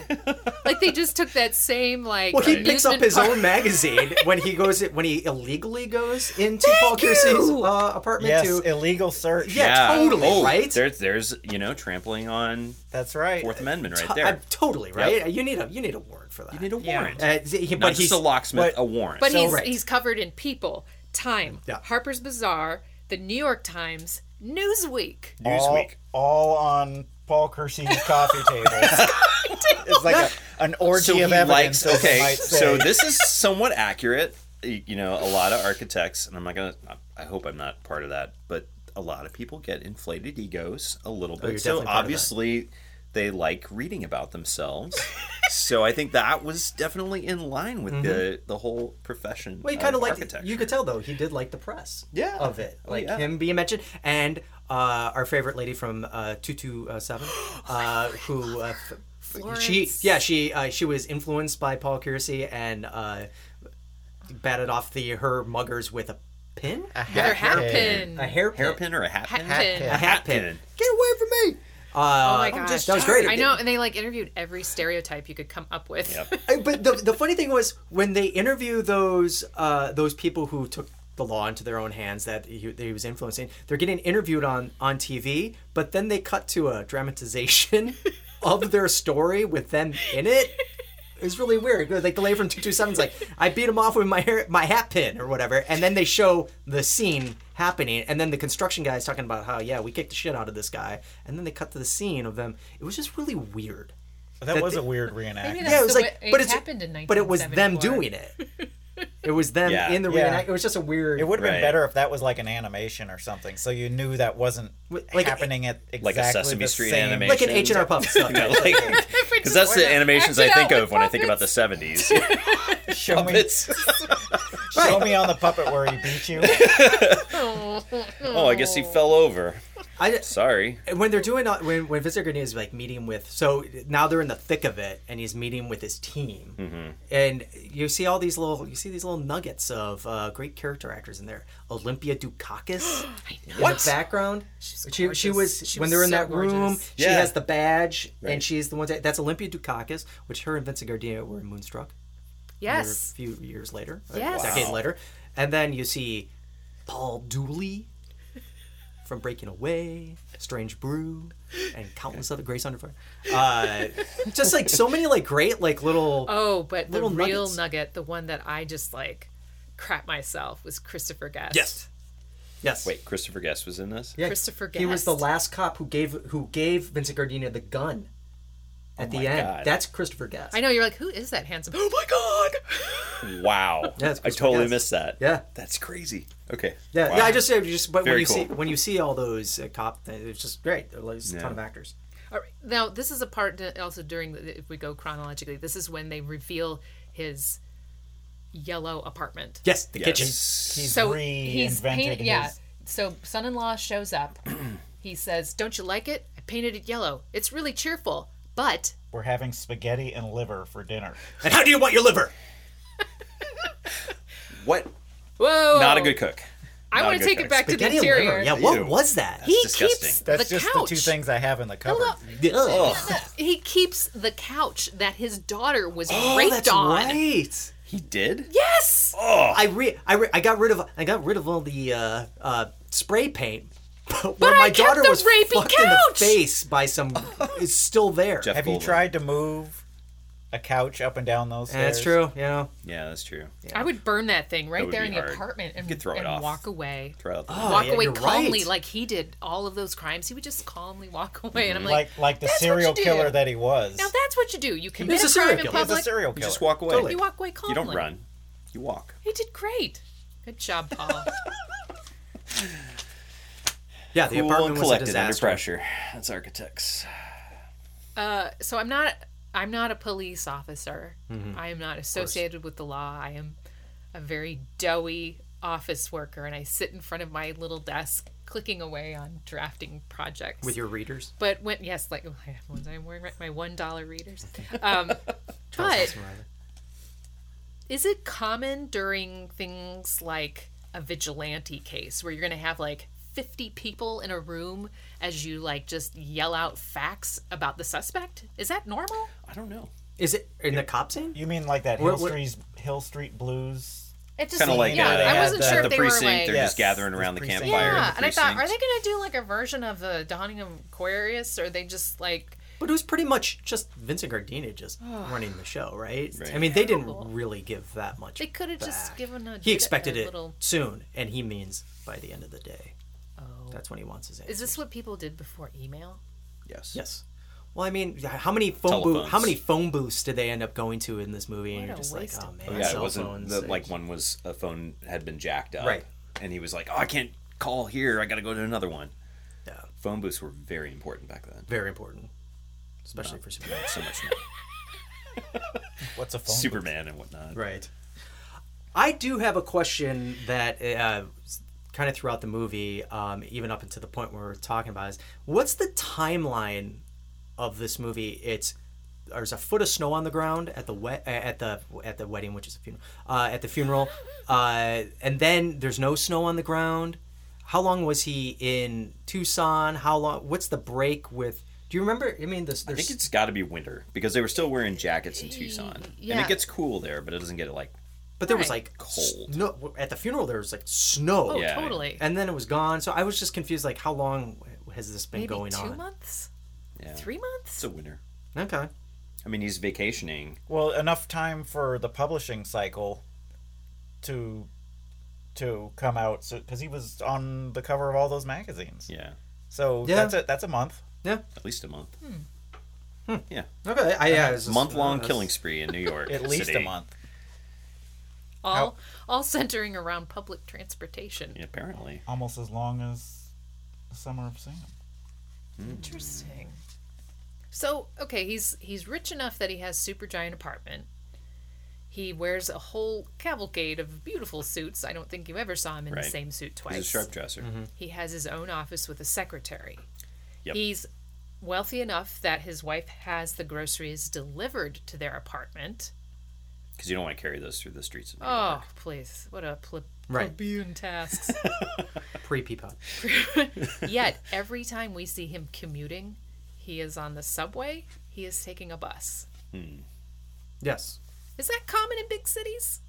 [SPEAKER 7] like they just took that same like.
[SPEAKER 9] Well, he picks up
[SPEAKER 7] amusement
[SPEAKER 9] his
[SPEAKER 7] park-
[SPEAKER 9] own magazine when he goes when he illegally goes into Paul
[SPEAKER 7] you!
[SPEAKER 9] Kersey's uh, apartment
[SPEAKER 8] Yes,
[SPEAKER 9] to.
[SPEAKER 8] illegal search.
[SPEAKER 9] yeah, totally
[SPEAKER 6] Oh,
[SPEAKER 9] right.
[SPEAKER 6] There's there's you know trampling on
[SPEAKER 8] that's right.
[SPEAKER 6] Fourth Amendment
[SPEAKER 9] Uh,
[SPEAKER 6] right there.
[SPEAKER 9] I'm totally right. You need a you need a word for that.
[SPEAKER 6] you need a
[SPEAKER 8] Yeah.
[SPEAKER 6] warrant.
[SPEAKER 9] Uh, he-
[SPEAKER 6] Not
[SPEAKER 9] but
[SPEAKER 6] just
[SPEAKER 9] he's
[SPEAKER 6] a locksmith,
[SPEAKER 8] but-
[SPEAKER 6] a warrant.
[SPEAKER 7] But he's
[SPEAKER 9] right.
[SPEAKER 7] he's covered in People, Time,
[SPEAKER 9] Yeah.
[SPEAKER 7] Harper's Bazaar, The New York Times, Newsweek.
[SPEAKER 8] all,
[SPEAKER 6] Newsweek.
[SPEAKER 8] all on Paul Kersey's coffee table. it's like a, an orgy
[SPEAKER 6] so he
[SPEAKER 8] of evidence.
[SPEAKER 6] likes
[SPEAKER 8] as they
[SPEAKER 6] okay
[SPEAKER 8] might say.
[SPEAKER 6] so this is somewhat accurate Y- you know a lot of architects and i'm not gonna i hope i'm not part of that but a lot of people get inflated egos a little bit
[SPEAKER 9] Oh, you're
[SPEAKER 6] so
[SPEAKER 9] definitely part of that.
[SPEAKER 6] obviously they like reading about themselves so i think that was definitely in line with the the whole profession
[SPEAKER 9] Mm-hmm. Well, he
[SPEAKER 6] of
[SPEAKER 9] kind of liked.
[SPEAKER 6] architecture.
[SPEAKER 9] You could tell though he did like the press.
[SPEAKER 6] Yeah.
[SPEAKER 9] Of it,
[SPEAKER 6] Oh,
[SPEAKER 9] like
[SPEAKER 6] yeah.
[SPEAKER 9] him being mentioned, and uh, our favorite lady from uh, two two seven, uh, who uh, f- she
[SPEAKER 7] Florence.
[SPEAKER 9] yeah she uh, she was influenced by Paul Kersey and uh, batted off the her muggers with a pin, a,
[SPEAKER 7] Their hairpin.
[SPEAKER 9] hairpin,
[SPEAKER 6] hairpin or a hat, pin?
[SPEAKER 7] Hairpin.
[SPEAKER 9] a hat
[SPEAKER 6] Hat
[SPEAKER 9] pin.
[SPEAKER 6] pin.
[SPEAKER 9] Get away from me! Uh,
[SPEAKER 7] Oh my gosh,
[SPEAKER 9] that was great.
[SPEAKER 7] I know, and they like interviewed every stereotype you could come up with.
[SPEAKER 6] Yep.
[SPEAKER 9] I- but the, the funny thing was when they interview those uh, those people who took the law into their own hands that he, that he was influencing, they're getting interviewed on on TV, but then they cut to a dramatization of their story with them in it. It's really weird. Like the lady from 227's like, I beat him off with my hair, my hat pin or whatever, and then they show the scene happening, and then the construction guy's talking about how yeah we kicked the shit out of this guy, and then they cut to the scene of them. It was just really weird.
[SPEAKER 8] That, was a weird reenactment.
[SPEAKER 7] Maybe
[SPEAKER 9] yeah, it
[SPEAKER 7] That's
[SPEAKER 9] was
[SPEAKER 7] the
[SPEAKER 9] like,
[SPEAKER 7] way
[SPEAKER 9] but
[SPEAKER 7] it
[SPEAKER 9] it's
[SPEAKER 7] happened in
[SPEAKER 9] but it was them
[SPEAKER 7] 1974.
[SPEAKER 9] doing it. It was them
[SPEAKER 6] Yeah.
[SPEAKER 9] in the
[SPEAKER 8] Yeah.
[SPEAKER 9] reenact. It was just a weird.
[SPEAKER 8] It would have been
[SPEAKER 6] Right.
[SPEAKER 8] better if that was like an animation or something, so you knew that wasn't
[SPEAKER 9] Wi- like a-
[SPEAKER 8] happening at exactly
[SPEAKER 6] Like a Sesame
[SPEAKER 8] the
[SPEAKER 6] Street
[SPEAKER 8] same.
[SPEAKER 6] animation.
[SPEAKER 9] like an H and R Puff stuff.
[SPEAKER 6] Because that's the animations I
[SPEAKER 7] act it
[SPEAKER 6] think
[SPEAKER 7] out
[SPEAKER 6] of
[SPEAKER 7] with
[SPEAKER 6] when I think about the
[SPEAKER 7] puppets.
[SPEAKER 6] 70s.
[SPEAKER 8] Show me,
[SPEAKER 6] It's-
[SPEAKER 8] show me on the puppet where he beat you.
[SPEAKER 6] oh, I guess he fell over.
[SPEAKER 9] I,
[SPEAKER 6] Sorry.
[SPEAKER 9] when they're doing all- when when Vincent Grenadier is like meeting with so now they're in the thick of it and he's meeting with his team
[SPEAKER 6] Mm-hmm.
[SPEAKER 9] and you see all these little you see these little nuggets of uh, great character actors in there Olympia Dukakis in the background she, she
[SPEAKER 7] gorgeous.
[SPEAKER 9] was
[SPEAKER 7] She
[SPEAKER 9] when
[SPEAKER 7] was
[SPEAKER 9] they were in
[SPEAKER 7] so
[SPEAKER 9] that room
[SPEAKER 7] gorgeous.
[SPEAKER 9] she
[SPEAKER 6] Yeah.
[SPEAKER 9] has the badge and
[SPEAKER 6] Right.
[SPEAKER 9] she's the one that, that's Olympia Dukakis which her and Vincent Gardenia were in Moonstruck
[SPEAKER 7] Yes.
[SPEAKER 9] a few years later,
[SPEAKER 7] Yes.
[SPEAKER 9] a decade later. And then you see Paul Dooley from Breaking Away, Strange Brew, and countless other Grace Under Fire. Uh, just like so many like great like little
[SPEAKER 7] Oh, but the
[SPEAKER 9] Little
[SPEAKER 7] real
[SPEAKER 9] nuggets.
[SPEAKER 7] nugget, the one that I just like crap myself, was Christopher Guest.
[SPEAKER 9] yes, yes.
[SPEAKER 6] Wait, Christopher Guest was in this?
[SPEAKER 9] Yeah,
[SPEAKER 7] Christopher
[SPEAKER 9] He was the
[SPEAKER 7] Guest.
[SPEAKER 9] last cop who gave who gave Vincent Gardenia the gun at the end.
[SPEAKER 6] Oh God.
[SPEAKER 9] That's Christopher Guest.
[SPEAKER 7] I know you're like, who is that handsome? Oh my god!
[SPEAKER 6] Wow.
[SPEAKER 9] Yeah, it's
[SPEAKER 6] I
[SPEAKER 9] Christopher
[SPEAKER 6] totally
[SPEAKER 9] Guest.
[SPEAKER 6] missed that.
[SPEAKER 9] Yeah.
[SPEAKER 6] That's crazy. Okay.
[SPEAKER 9] Yeah,
[SPEAKER 6] Wow.
[SPEAKER 9] yeah. I just, I just, but when
[SPEAKER 6] Very
[SPEAKER 9] you see
[SPEAKER 6] cool.
[SPEAKER 9] when you see all those uh, cop, things, it's just great. There's a ton of actors.
[SPEAKER 7] All right. Now this is a part that also during the, if we go chronologically, this is when they reveal his yellow apartment.
[SPEAKER 9] Yes, the
[SPEAKER 6] Yes.
[SPEAKER 9] kitchen.
[SPEAKER 8] He's
[SPEAKER 7] so he's
[SPEAKER 8] reinvented
[SPEAKER 7] painted.
[SPEAKER 8] his.
[SPEAKER 7] Yeah. So son-in-law shows up. he says, "Don't you like it? I painted it yellow. It's really cheerful." But
[SPEAKER 8] We're having spaghetti and liver for dinner.
[SPEAKER 9] And how do you want your liver?
[SPEAKER 6] What?
[SPEAKER 7] whoa,
[SPEAKER 6] Not a good cook.
[SPEAKER 7] I
[SPEAKER 6] not a
[SPEAKER 7] want to
[SPEAKER 6] good
[SPEAKER 7] take
[SPEAKER 6] cook.
[SPEAKER 7] it back to the
[SPEAKER 9] Spaghetti and liver.
[SPEAKER 7] interior.
[SPEAKER 9] Yeah, what
[SPEAKER 6] Ew.
[SPEAKER 9] was that?
[SPEAKER 7] He
[SPEAKER 6] disgusting.
[SPEAKER 7] keeps
[SPEAKER 8] That's
[SPEAKER 7] the
[SPEAKER 8] just
[SPEAKER 7] couch.
[SPEAKER 8] the two things I have in the cupboard.
[SPEAKER 7] Hello.
[SPEAKER 9] Ugh.
[SPEAKER 7] Oh. He keeps the couch that his daughter was
[SPEAKER 9] Oh,
[SPEAKER 7] raped
[SPEAKER 9] that's
[SPEAKER 7] on.
[SPEAKER 9] right.
[SPEAKER 6] He did?
[SPEAKER 7] Yes.
[SPEAKER 9] I re I, re- I got rid of I got rid of all the uh, uh, spray paint. But when
[SPEAKER 7] I
[SPEAKER 9] my
[SPEAKER 7] kept
[SPEAKER 9] daughter
[SPEAKER 7] the
[SPEAKER 9] was
[SPEAKER 7] rapey
[SPEAKER 9] fucked in the
[SPEAKER 7] couch!
[SPEAKER 9] face by some is still there.
[SPEAKER 6] Jeff
[SPEAKER 8] Have you
[SPEAKER 6] Goldblum.
[SPEAKER 8] tried to move a couch up and down those
[SPEAKER 9] Yeah,
[SPEAKER 8] stairs?
[SPEAKER 9] that's true. You know,
[SPEAKER 6] Yeah, that's true.
[SPEAKER 7] I would burn that thing right
[SPEAKER 6] would
[SPEAKER 7] there
[SPEAKER 6] be
[SPEAKER 7] in the
[SPEAKER 6] hard.
[SPEAKER 7] apartment and,
[SPEAKER 6] could throw it
[SPEAKER 7] and
[SPEAKER 6] off.
[SPEAKER 7] walk away.
[SPEAKER 6] Throw out the-
[SPEAKER 7] walk
[SPEAKER 9] yeah,
[SPEAKER 7] away
[SPEAKER 9] you're
[SPEAKER 7] calmly
[SPEAKER 9] right.
[SPEAKER 7] like he did all of those crimes. He would just calmly walk away and I'm like,
[SPEAKER 8] Like like the
[SPEAKER 7] That's what
[SPEAKER 8] serial
[SPEAKER 7] you do.
[SPEAKER 8] killer that he was.
[SPEAKER 7] Now that's what you do. You commit
[SPEAKER 9] a
[SPEAKER 7] a
[SPEAKER 9] serial
[SPEAKER 7] crime in
[SPEAKER 9] killer. He's
[SPEAKER 8] He's a
[SPEAKER 7] public.
[SPEAKER 8] serial
[SPEAKER 6] You
[SPEAKER 8] killer.
[SPEAKER 6] just walk away.
[SPEAKER 7] You walk away calmly.
[SPEAKER 6] You don't run. You walk.
[SPEAKER 7] He did great. Good job, Paul.
[SPEAKER 9] yeah, the
[SPEAKER 6] Cool
[SPEAKER 9] apartment
[SPEAKER 6] and
[SPEAKER 9] was a
[SPEAKER 6] collected under
[SPEAKER 9] disaster.
[SPEAKER 6] pressure. That's architects.
[SPEAKER 7] Uh, so I'm not I'm not a police officer.
[SPEAKER 6] Mm-hmm.
[SPEAKER 7] I am not associated with the law. I am a very doughy office worker and I sit in front of my little desk clicking away on drafting projects.
[SPEAKER 9] With your readers,
[SPEAKER 7] but when yes, like ones I'm wearing right my one dollar readers. Um but is it common during things like a vigilante case where you're going to have like 50 people in a room as you like just yell out facts about the suspect? Is that normal?
[SPEAKER 6] I don't know.
[SPEAKER 9] is it in the cop scene?
[SPEAKER 8] You mean like that
[SPEAKER 9] What-
[SPEAKER 8] Hill
[SPEAKER 9] what-
[SPEAKER 8] Street Hill Street Blues?
[SPEAKER 7] It just
[SPEAKER 6] Kind of like
[SPEAKER 7] yeah,
[SPEAKER 6] uh,
[SPEAKER 7] I wasn't
[SPEAKER 8] the-
[SPEAKER 7] sure
[SPEAKER 6] at
[SPEAKER 7] if
[SPEAKER 6] the
[SPEAKER 7] they
[SPEAKER 6] precinct.
[SPEAKER 7] were like
[SPEAKER 6] They're just
[SPEAKER 8] Yes.
[SPEAKER 6] gathering around the
[SPEAKER 8] Precinct.
[SPEAKER 6] campfire.
[SPEAKER 7] yeah,
[SPEAKER 6] in
[SPEAKER 7] and
[SPEAKER 6] the
[SPEAKER 7] I thought, are
[SPEAKER 6] precinct.
[SPEAKER 7] they going to do like a version of the Dawning of Aquarius? Or are they just like
[SPEAKER 9] But it was pretty much just Vincent Gardina just running the show, right? I mean, they didn't really give that much.
[SPEAKER 7] they could have just
[SPEAKER 9] back.
[SPEAKER 7] given a
[SPEAKER 9] He expected
[SPEAKER 7] a
[SPEAKER 9] it
[SPEAKER 7] little.
[SPEAKER 9] soon, and he means by the end of the day. Oh. That's when he wants his answer.
[SPEAKER 7] Is this what people did before email?
[SPEAKER 6] Yes.
[SPEAKER 9] Yes. Well, I mean, how many phone booths?
[SPEAKER 6] Telephones.
[SPEAKER 9] How many phone booths did they end up going to in this movie? and
[SPEAKER 7] What
[SPEAKER 9] you're
[SPEAKER 7] a
[SPEAKER 9] just like,
[SPEAKER 7] waste
[SPEAKER 9] oh
[SPEAKER 7] of
[SPEAKER 9] man,
[SPEAKER 7] time.
[SPEAKER 6] Yeah,
[SPEAKER 9] cell
[SPEAKER 6] it wasn't
[SPEAKER 9] phones.
[SPEAKER 6] the, like one was a phone had been jacked up,
[SPEAKER 9] Right.
[SPEAKER 6] And he was like, "Oh, I can't call here. I got to go to another one."
[SPEAKER 9] Yeah.
[SPEAKER 6] Phone booths were very important back then.
[SPEAKER 9] very important, especially for Superman.
[SPEAKER 6] So much
[SPEAKER 8] What's a phone?
[SPEAKER 6] Superman and whatnot.
[SPEAKER 9] Right. I do have a question that uh, kind of throughout the movie, um, even up until the point where we're talking about is what's the timeline of this movie? It's there's a foot of snow on the ground at the wet at the at the wedding, which is a funeral. Uh, at the funeral, uh, and then there's no snow on the ground. How long was he in Tucson? How long? What's the break with? Do you remember? I mean, this.
[SPEAKER 6] I
[SPEAKER 9] There's,
[SPEAKER 6] think it's got to be winter because they were still wearing jackets in Tucson, and
[SPEAKER 7] yeah.
[SPEAKER 6] it gets cool there, but it doesn't get like
[SPEAKER 9] but there was
[SPEAKER 7] Right.
[SPEAKER 9] like
[SPEAKER 6] Cold.
[SPEAKER 9] No, at the funeral there was like snow.
[SPEAKER 7] Oh,
[SPEAKER 6] Yeah.
[SPEAKER 7] totally.
[SPEAKER 9] and then it was gone. So I was just confused, like how long has this been
[SPEAKER 7] Maybe
[SPEAKER 9] going
[SPEAKER 7] two
[SPEAKER 9] on?
[SPEAKER 7] months,
[SPEAKER 6] yeah,
[SPEAKER 7] three months.
[SPEAKER 6] It's a winter.
[SPEAKER 9] Okay,
[SPEAKER 6] I mean, he's vacationing.
[SPEAKER 8] Well, enough time for the publishing cycle to to come out so because he was on the cover of all those magazines.
[SPEAKER 6] Yeah,
[SPEAKER 8] So
[SPEAKER 9] Yeah.
[SPEAKER 8] that's a that's a month.
[SPEAKER 9] Yeah.
[SPEAKER 6] at least a month. Yeah,
[SPEAKER 9] Okay. I, Hmm. yeah. uh, it's just-
[SPEAKER 6] month long
[SPEAKER 9] that's-
[SPEAKER 6] killing spree in New York.
[SPEAKER 8] At least
[SPEAKER 6] City.
[SPEAKER 8] a month.
[SPEAKER 7] all all centering around public transportation.
[SPEAKER 6] Yeah, apparently,
[SPEAKER 8] Almost as long as the Summer of Sam.
[SPEAKER 7] Interesting. So okay, he's he's rich enough that he has super giant apartment. He wears a whole cavalcade of beautiful suits. I don't think you ever saw him in
[SPEAKER 6] Right.
[SPEAKER 7] the same suit twice.
[SPEAKER 6] he's a sharpdresser.
[SPEAKER 9] Mm-hmm.
[SPEAKER 7] He has his own office with a secretary.
[SPEAKER 6] Yep.
[SPEAKER 7] He's wealthy enough that his wife has the groceries delivered to their apartment.
[SPEAKER 6] Because you don't want to carry those through the streets of New York.
[SPEAKER 7] Oh, please. What a ple-
[SPEAKER 9] Right.
[SPEAKER 7] plebeian tasks.
[SPEAKER 9] Pre-peapod.
[SPEAKER 7] Yet, every time we see him commuting, he is on the subway, he is taking a bus.
[SPEAKER 9] Yes.
[SPEAKER 7] Is that common in big cities?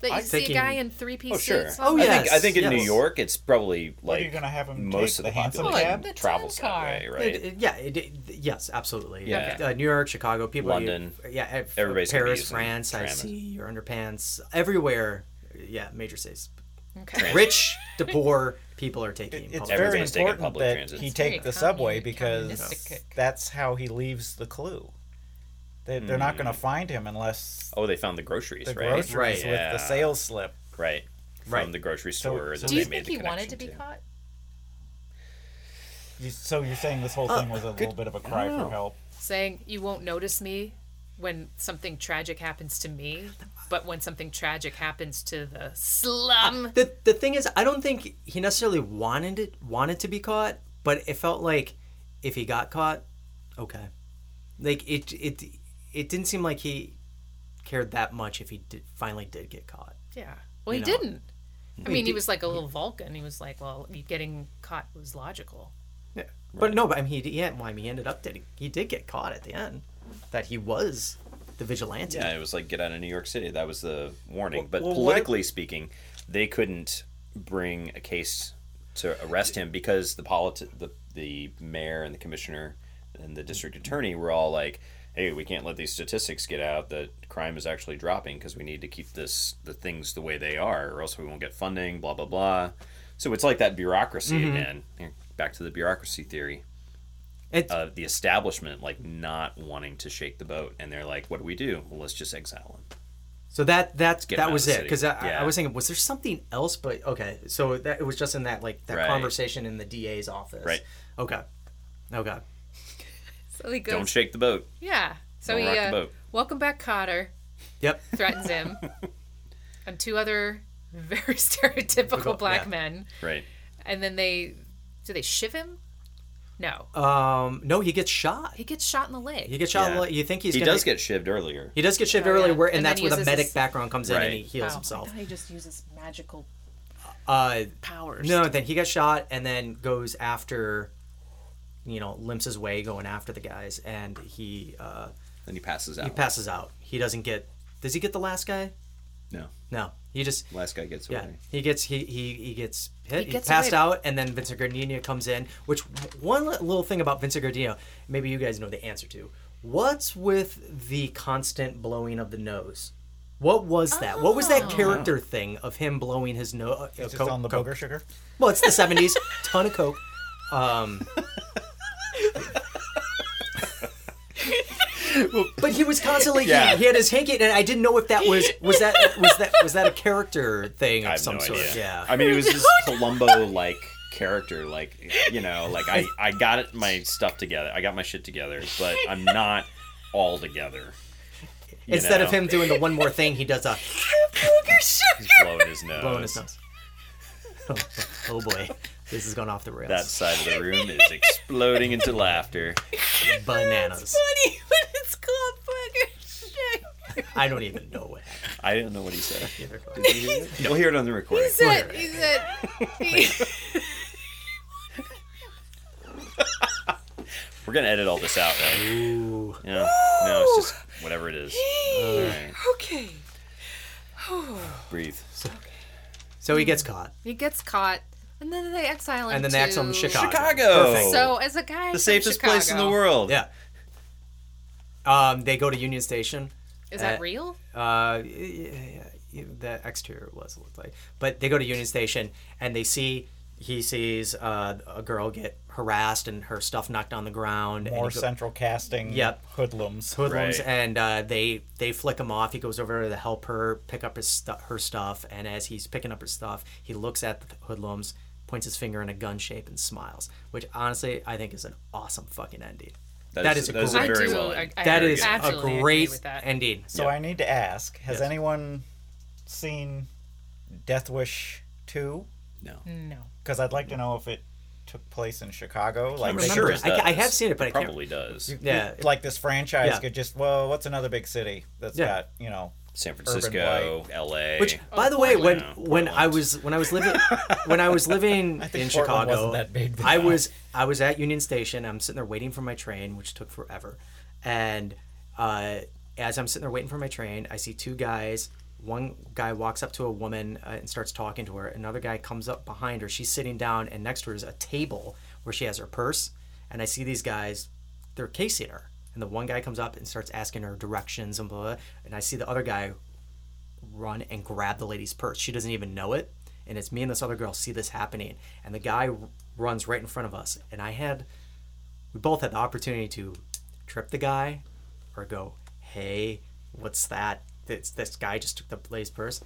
[SPEAKER 7] That you
[SPEAKER 9] I'm
[SPEAKER 7] see
[SPEAKER 9] thinking-
[SPEAKER 7] a guy in three piece
[SPEAKER 6] Oh, sure.
[SPEAKER 7] suits?
[SPEAKER 9] Oh,
[SPEAKER 6] I
[SPEAKER 9] yeah.
[SPEAKER 6] think I think in
[SPEAKER 9] yes.
[SPEAKER 6] New York it's probably
[SPEAKER 8] What
[SPEAKER 6] like
[SPEAKER 8] are you gonna have him
[SPEAKER 6] most
[SPEAKER 8] take?
[SPEAKER 6] of
[SPEAKER 8] The
[SPEAKER 6] the,
[SPEAKER 8] handsome
[SPEAKER 6] population
[SPEAKER 7] cab? The
[SPEAKER 6] travels
[SPEAKER 7] town car.
[SPEAKER 6] that way, right?
[SPEAKER 9] It- it- yeah. It, it- yes. Absolutely.
[SPEAKER 6] Yeah.
[SPEAKER 9] Uh, New York, Chicago, people. you-
[SPEAKER 6] London.
[SPEAKER 9] yeah. ev-
[SPEAKER 6] Everybody's gonna be
[SPEAKER 9] Paris,
[SPEAKER 6] using
[SPEAKER 9] France. I
[SPEAKER 6] tram.
[SPEAKER 9] see your underpants everywhere. Yeah. Major cities.
[SPEAKER 7] Okay.
[SPEAKER 9] Rich to poor people are taking.
[SPEAKER 8] It's
[SPEAKER 9] public
[SPEAKER 8] very
[SPEAKER 6] Everybody's taking
[SPEAKER 8] important
[SPEAKER 6] public
[SPEAKER 8] that
[SPEAKER 6] transit.
[SPEAKER 8] he
[SPEAKER 6] It's
[SPEAKER 8] take
[SPEAKER 7] very
[SPEAKER 8] the
[SPEAKER 7] communi-
[SPEAKER 8] subway because
[SPEAKER 7] communistic.
[SPEAKER 8] that's how he leaves the clue. They, they're not going to find him unless
[SPEAKER 6] oh, they found the groceries,
[SPEAKER 8] the
[SPEAKER 6] Hmm. right?
[SPEAKER 8] groceries
[SPEAKER 9] Right,
[SPEAKER 8] with
[SPEAKER 6] yeah.
[SPEAKER 8] the sales slip.
[SPEAKER 6] Right. From
[SPEAKER 9] Right.
[SPEAKER 6] the grocery store
[SPEAKER 8] so
[SPEAKER 6] that
[SPEAKER 7] Do you
[SPEAKER 6] they made
[SPEAKER 7] think
[SPEAKER 6] the
[SPEAKER 7] he wanted
[SPEAKER 6] connection
[SPEAKER 7] to be caught?
[SPEAKER 8] You, so you're saying this whole thing was a little bit of a cry for help.
[SPEAKER 7] Saying, you won't notice me when something tragic happens to me, but when something tragic happens to the slum.
[SPEAKER 9] the the thing is, I don't think he necessarily wanted it wanted to be caught, but it felt like if he got caught, okay. Like it it it didn't seem like he cared that much if he did, finally did get caught.
[SPEAKER 7] Yeah. Well, he
[SPEAKER 9] know.
[SPEAKER 7] didn't. I mean, he
[SPEAKER 9] did-
[SPEAKER 7] was like a little Vulcan. He was like, well, getting caught was logical.
[SPEAKER 9] Yeah. But no, but I mean, he, did- yeah, well, I mean, he ended up did he did get caught at the end that he was the vigilante.
[SPEAKER 6] Yeah, it was like get out of New York City. That was the warning. but
[SPEAKER 8] well, why-
[SPEAKER 6] politically speaking, they couldn't bring a case to arrest him because the politi- the the mayor and the commissioner and the district attorney were all like, "Hey, we can't let these statistics get out that crime is actually dropping because we need to keep this the things the way they are, or else we won't get funding." Blah blah blah. So it's like that bureaucracy
[SPEAKER 8] Mm-hmm.
[SPEAKER 6] again. Here, Back to the bureaucracy theory
[SPEAKER 9] It's-
[SPEAKER 6] uh, the establishment like not wanting to shake the boat, and they're like, "What do we do? Well, let's just exile him."
[SPEAKER 9] So that that
[SPEAKER 6] get him out
[SPEAKER 9] that
[SPEAKER 6] of
[SPEAKER 9] was
[SPEAKER 6] the
[SPEAKER 9] it
[SPEAKER 6] city.
[SPEAKER 9] because I, I-
[SPEAKER 6] Yeah.
[SPEAKER 9] I was thinking was there something else? But okay, so that it was just in that like that
[SPEAKER 6] Right.
[SPEAKER 9] conversation in the DA's office.
[SPEAKER 6] Right.
[SPEAKER 9] Okay. Okay.
[SPEAKER 7] So he goes,
[SPEAKER 6] Don't shake the boat.
[SPEAKER 7] yeah. So
[SPEAKER 6] Don't
[SPEAKER 7] he,
[SPEAKER 6] rock the
[SPEAKER 7] uh,
[SPEAKER 6] boat.
[SPEAKER 7] welcome back, Cotter,
[SPEAKER 9] Yep.
[SPEAKER 7] threatens him, and two other very stereotypical black
[SPEAKER 9] yeah.
[SPEAKER 7] men.
[SPEAKER 6] Right.
[SPEAKER 7] And then they, do they shiv him? No.
[SPEAKER 9] Um, no, he gets shot.
[SPEAKER 7] he gets shot in the leg.
[SPEAKER 9] He gets shot.
[SPEAKER 6] Yeah.
[SPEAKER 9] like- You think he's
[SPEAKER 6] He
[SPEAKER 9] gonna,
[SPEAKER 6] does get shivved earlier.
[SPEAKER 9] he does get shipped
[SPEAKER 7] Oh,
[SPEAKER 9] earlier,
[SPEAKER 7] yeah.
[SPEAKER 9] where and,
[SPEAKER 7] And then
[SPEAKER 9] that's
[SPEAKER 7] he
[SPEAKER 9] where the
[SPEAKER 7] uses
[SPEAKER 9] medic
[SPEAKER 7] his-
[SPEAKER 9] background comes in
[SPEAKER 6] Right.
[SPEAKER 9] and he heals
[SPEAKER 7] Oh,
[SPEAKER 9] himself.
[SPEAKER 7] I thought he just uses magical
[SPEAKER 9] Uh,
[SPEAKER 7] powers.
[SPEAKER 9] no, then he gets shot and then goes after, you know, limps his way going after the guys and he uh,
[SPEAKER 6] Then he passes out.
[SPEAKER 9] he passes out. He doesn't get. Does he get the last guy?
[SPEAKER 6] no,
[SPEAKER 9] No, he just
[SPEAKER 6] last guy gets
[SPEAKER 9] yeah.
[SPEAKER 6] away.
[SPEAKER 9] He gets he he, he gets hit. He,
[SPEAKER 7] gets
[SPEAKER 9] passed
[SPEAKER 7] away.
[SPEAKER 9] out and then Vincent Gardenia comes in. Which one li- little thing about Vincent Gardenia? Maybe you guys know the answer to. What's with the constant blowing of the nose? What was that? What was that character thing of him blowing his uh, nose?
[SPEAKER 8] It's just on the booger sugar.
[SPEAKER 9] Well, Oh, it's the seventies. ton of coke. Um, but he was constantly
[SPEAKER 6] Yeah.
[SPEAKER 9] he, he had his hanky, and I didn't know if that was was that was that was that a character thing of
[SPEAKER 6] I have
[SPEAKER 9] some
[SPEAKER 6] no
[SPEAKER 9] sort.
[SPEAKER 6] idea.
[SPEAKER 9] Yeah.
[SPEAKER 6] I mean, it was this Columbo like character. Like you know, like I I got it, my stuff together. I got my shit together, but I'm not all together. You
[SPEAKER 9] Instead of
[SPEAKER 6] know,
[SPEAKER 9] him doing the one more thing, he does a
[SPEAKER 6] he's blowing his nose.
[SPEAKER 9] blowing his nose. Oh boy, this is going off the rails.
[SPEAKER 6] That side of the room is exploding into laughter.
[SPEAKER 9] bananas.
[SPEAKER 7] funny when it's called booger shit.
[SPEAKER 9] I don't even know what happened.
[SPEAKER 6] I don't know what he said.
[SPEAKER 9] Either.
[SPEAKER 6] We'll hear it on the recording.
[SPEAKER 7] He said, he said, he-
[SPEAKER 6] We're gonna edit all this out, right? Yeah. No, it's just whatever it is. All right.
[SPEAKER 9] Uh,
[SPEAKER 7] okay.
[SPEAKER 6] Breathe.
[SPEAKER 9] So he gets caught,
[SPEAKER 7] He gets caught, and then they exile him.
[SPEAKER 9] and then they
[SPEAKER 7] to...
[SPEAKER 9] exile him to Chicago.
[SPEAKER 6] Chicago.
[SPEAKER 9] Perfect.
[SPEAKER 7] So as a guy,
[SPEAKER 6] the safest place in the world.
[SPEAKER 9] Yeah. Um, they go to Union Station.
[SPEAKER 7] Is that
[SPEAKER 9] Uh,
[SPEAKER 7] real?
[SPEAKER 9] Uh, yeah, yeah, the exterior was it looked like, but they go to Union Station and they see he sees uh, a girl get harassed and her stuff knocked on the ground.
[SPEAKER 8] More
[SPEAKER 9] and he go-
[SPEAKER 8] central casting
[SPEAKER 9] Yep.
[SPEAKER 8] hoodlums.
[SPEAKER 9] hoodlums,
[SPEAKER 6] Right.
[SPEAKER 9] and uh, they they flick him off. He goes over to help her pick up his stu- her stuff, and as he's picking up her stuff, he looks at the hoodlums, points his finger in a gun shape, and smiles. Which honestly, I think is an awesome fucking ending. That is a
[SPEAKER 6] that is
[SPEAKER 9] great-
[SPEAKER 6] a very
[SPEAKER 7] I do.
[SPEAKER 6] well.
[SPEAKER 7] I, I
[SPEAKER 9] That is a
[SPEAKER 7] absolutely agree
[SPEAKER 9] great
[SPEAKER 7] with that.
[SPEAKER 9] ending.
[SPEAKER 8] So I need to ask: Has
[SPEAKER 9] Yes.
[SPEAKER 8] anyone seen Death Wish two?
[SPEAKER 6] no.
[SPEAKER 7] No.
[SPEAKER 8] Because I'd like to know if it took place in Chicago. Like,
[SPEAKER 6] I'm
[SPEAKER 8] they-
[SPEAKER 6] sure
[SPEAKER 9] remember.
[SPEAKER 6] it
[SPEAKER 9] I ca- I
[SPEAKER 6] does.
[SPEAKER 9] have seen it, but I can't-
[SPEAKER 6] probably does.
[SPEAKER 9] Yeah,
[SPEAKER 8] like this franchise
[SPEAKER 9] Yeah.
[SPEAKER 8] could just well, what's another big city that's
[SPEAKER 9] Yeah.
[SPEAKER 8] got you know?
[SPEAKER 6] San Francisco, L.A.
[SPEAKER 9] Which, by the way, when
[SPEAKER 6] Portland.
[SPEAKER 9] when I was when I was living when I was living
[SPEAKER 8] think
[SPEAKER 9] in
[SPEAKER 8] Portland
[SPEAKER 9] Chicago,
[SPEAKER 8] wasn't that big then.
[SPEAKER 9] I was I was at Union Station. I'm sitting there waiting for my train, which took forever. And uh, as I'm sitting there waiting for my train, I see two guys. One guy walks up to a woman uh, and starts talking to her. Another guy comes up behind her. She's sitting down, and next to her is a table where she has her purse. And I see these guys they're casing her. And the one guy comes up and starts asking her directions and blah, blah, blah. And I see the other guy run and grab the lady's purse. She doesn't even know it. And it's me and this other girl see this happening. And the guy r- runs right in front of us. And I had, we both had the opportunity to trip the guy or go, hey, what's that? This, this guy just took the lady's purse.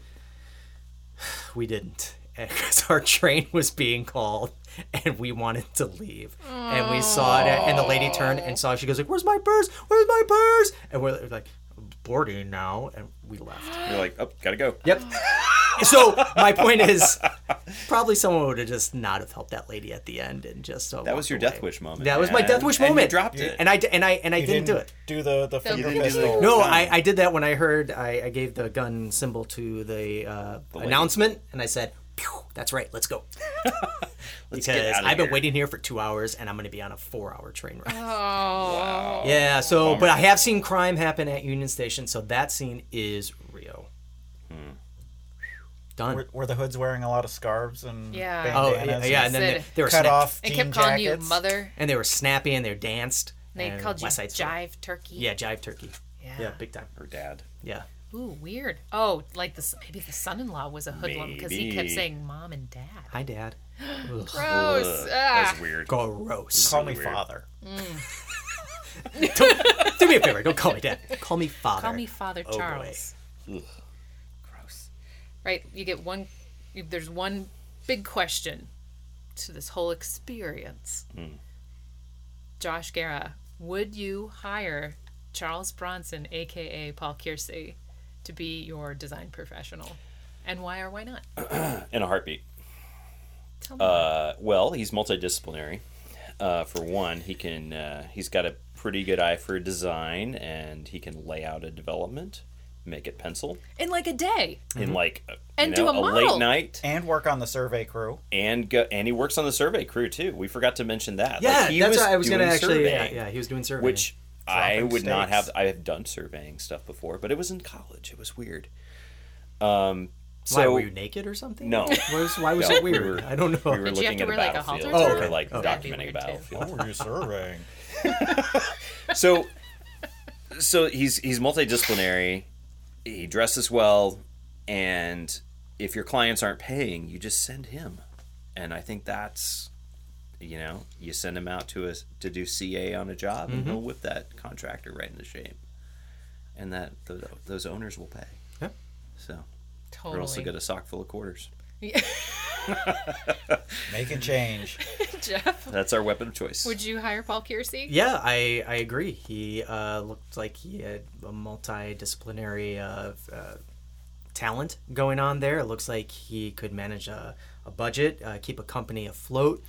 [SPEAKER 9] We didn't. Because our train was being called and we wanted to leave. And we saw it. And the lady turned and saw it. She goes, like, Where's my purse? Where's my purse? And we're like, Boarding now. And we left.
[SPEAKER 6] you're like, oh, gotta go.
[SPEAKER 9] Yep. so my point is, probably someone would have just not have helped that lady at the end and just uh,
[SPEAKER 6] That was
[SPEAKER 9] walked
[SPEAKER 6] your
[SPEAKER 9] away.
[SPEAKER 6] death wish moment.
[SPEAKER 9] That was my
[SPEAKER 6] man.
[SPEAKER 9] death wish
[SPEAKER 6] And you
[SPEAKER 9] moment.
[SPEAKER 6] dropped it.
[SPEAKER 9] and I d- and I and I
[SPEAKER 8] You
[SPEAKER 9] didn't, do it.
[SPEAKER 8] Do the the finger
[SPEAKER 7] didn't do the-
[SPEAKER 8] pistol.
[SPEAKER 9] No, I, I did that when I heard I, I gave the gun symbol to the, uh, announcement and I said, "Phew, "That's right, let's go."
[SPEAKER 6] Let's get
[SPEAKER 9] Because
[SPEAKER 6] outta
[SPEAKER 9] I've been
[SPEAKER 6] here.
[SPEAKER 9] waiting here for two hours and I'm going to be on a four-hour train ride.
[SPEAKER 7] Oh.
[SPEAKER 9] yeah. So, but I have seen crime happen at Union Station, so that scene is real.
[SPEAKER 6] Hmm.
[SPEAKER 9] Done.
[SPEAKER 8] Were, were the hoods wearing a lot of scarves and
[SPEAKER 7] Yeah.
[SPEAKER 9] Oh yeah,
[SPEAKER 8] bandanas?
[SPEAKER 9] yeah, and then they,
[SPEAKER 7] Said-
[SPEAKER 9] they were
[SPEAKER 8] cut
[SPEAKER 9] sna-
[SPEAKER 8] off
[SPEAKER 7] They
[SPEAKER 8] jean
[SPEAKER 7] kept calling
[SPEAKER 8] jackets.
[SPEAKER 7] you mother.
[SPEAKER 9] and they were snappy and they were danced.
[SPEAKER 7] They
[SPEAKER 9] and
[SPEAKER 7] called you
[SPEAKER 9] West Side Story.
[SPEAKER 7] Jive Turkey.
[SPEAKER 9] Yeah, jive turkey.
[SPEAKER 7] Yeah.
[SPEAKER 9] Yeah, big time.
[SPEAKER 6] Her dad.
[SPEAKER 9] Yeah,
[SPEAKER 7] Ooh, weird. Oh, like this. Maybe the son-in-law was a hoodlum because he kept
[SPEAKER 6] Maybe.
[SPEAKER 7] saying mom and dad.
[SPEAKER 9] hi dad.
[SPEAKER 7] Gross.
[SPEAKER 6] Ugh,
[SPEAKER 7] Ah.
[SPEAKER 6] That's weird.
[SPEAKER 9] Gross.
[SPEAKER 8] Call me
[SPEAKER 6] Really weird.
[SPEAKER 8] father.
[SPEAKER 7] Mm.
[SPEAKER 9] Do me a favor. Don't call me dad. Call me father.
[SPEAKER 7] Call me Father
[SPEAKER 9] Oh, boy.
[SPEAKER 7] Charles. Gross. Right. You get one. you- There's one big question to this whole experience.
[SPEAKER 9] Hmm.
[SPEAKER 7] Josh Guerra, would you hire Charles Bronson, aka Paul Kiersey, to be your design professional? And why or why not?
[SPEAKER 6] In a heartbeat.
[SPEAKER 7] Tell me.
[SPEAKER 6] Uh, well, he's multidisciplinary. Uh, for one, he can uh, he's got a pretty good eye for design, and he can lay out a development, make it pencil
[SPEAKER 7] In like a day.
[SPEAKER 9] Mm-hmm.
[SPEAKER 6] in like a,
[SPEAKER 7] And
[SPEAKER 6] you
[SPEAKER 7] do
[SPEAKER 6] know,
[SPEAKER 7] a model.
[SPEAKER 6] late night,
[SPEAKER 8] And work on the survey crew.
[SPEAKER 6] and go, and he works on the survey crew too. We forgot to mention that.
[SPEAKER 9] Yeah,
[SPEAKER 6] Like, he
[SPEAKER 9] that's what I was
[SPEAKER 6] doing
[SPEAKER 9] gonna actually. Yeah,
[SPEAKER 6] surveying,
[SPEAKER 9] yeah, he was doing surveying.
[SPEAKER 6] which I
[SPEAKER 8] Dropping
[SPEAKER 6] would not
[SPEAKER 8] stakes.
[SPEAKER 6] have. I have done surveying stuff before, but it was in college. It was weird. Um, so
[SPEAKER 9] why were you naked or something?
[SPEAKER 6] No.
[SPEAKER 9] Why was, why was
[SPEAKER 6] No,
[SPEAKER 9] it
[SPEAKER 6] we
[SPEAKER 9] weird?
[SPEAKER 6] were-
[SPEAKER 9] I don't know.
[SPEAKER 6] we were
[SPEAKER 7] Did you have
[SPEAKER 6] looking at a
[SPEAKER 7] to wear, like, a
[SPEAKER 6] battlefield.
[SPEAKER 7] halter
[SPEAKER 9] or
[SPEAKER 6] we were
[SPEAKER 9] something?
[SPEAKER 6] like
[SPEAKER 9] Oh, okay.
[SPEAKER 7] That'd be
[SPEAKER 6] documenting a
[SPEAKER 7] weird, too.
[SPEAKER 6] battlefield.
[SPEAKER 8] were you surveying?
[SPEAKER 6] so so he's he's multidisciplinary he dresses well and if your clients aren't paying you just send him and i think that's you know you send him out to us to do ca on a job and
[SPEAKER 9] Mm-hmm.
[SPEAKER 6] he'll whip that contractor right in the shape and that those, those owners will pay
[SPEAKER 9] Yeah.
[SPEAKER 6] so
[SPEAKER 7] Totally.
[SPEAKER 6] or else they'll get a sock full of quarters
[SPEAKER 8] Making change.
[SPEAKER 7] Jeff,
[SPEAKER 6] that's our weapon of choice
[SPEAKER 7] would you hire Paul Kiersey?
[SPEAKER 9] Yeah, I, I agree. He uh, looked like he had a multidisciplinary uh, uh, talent going on there. It looks like he could manage a, a budget, uh, keep a company afloat,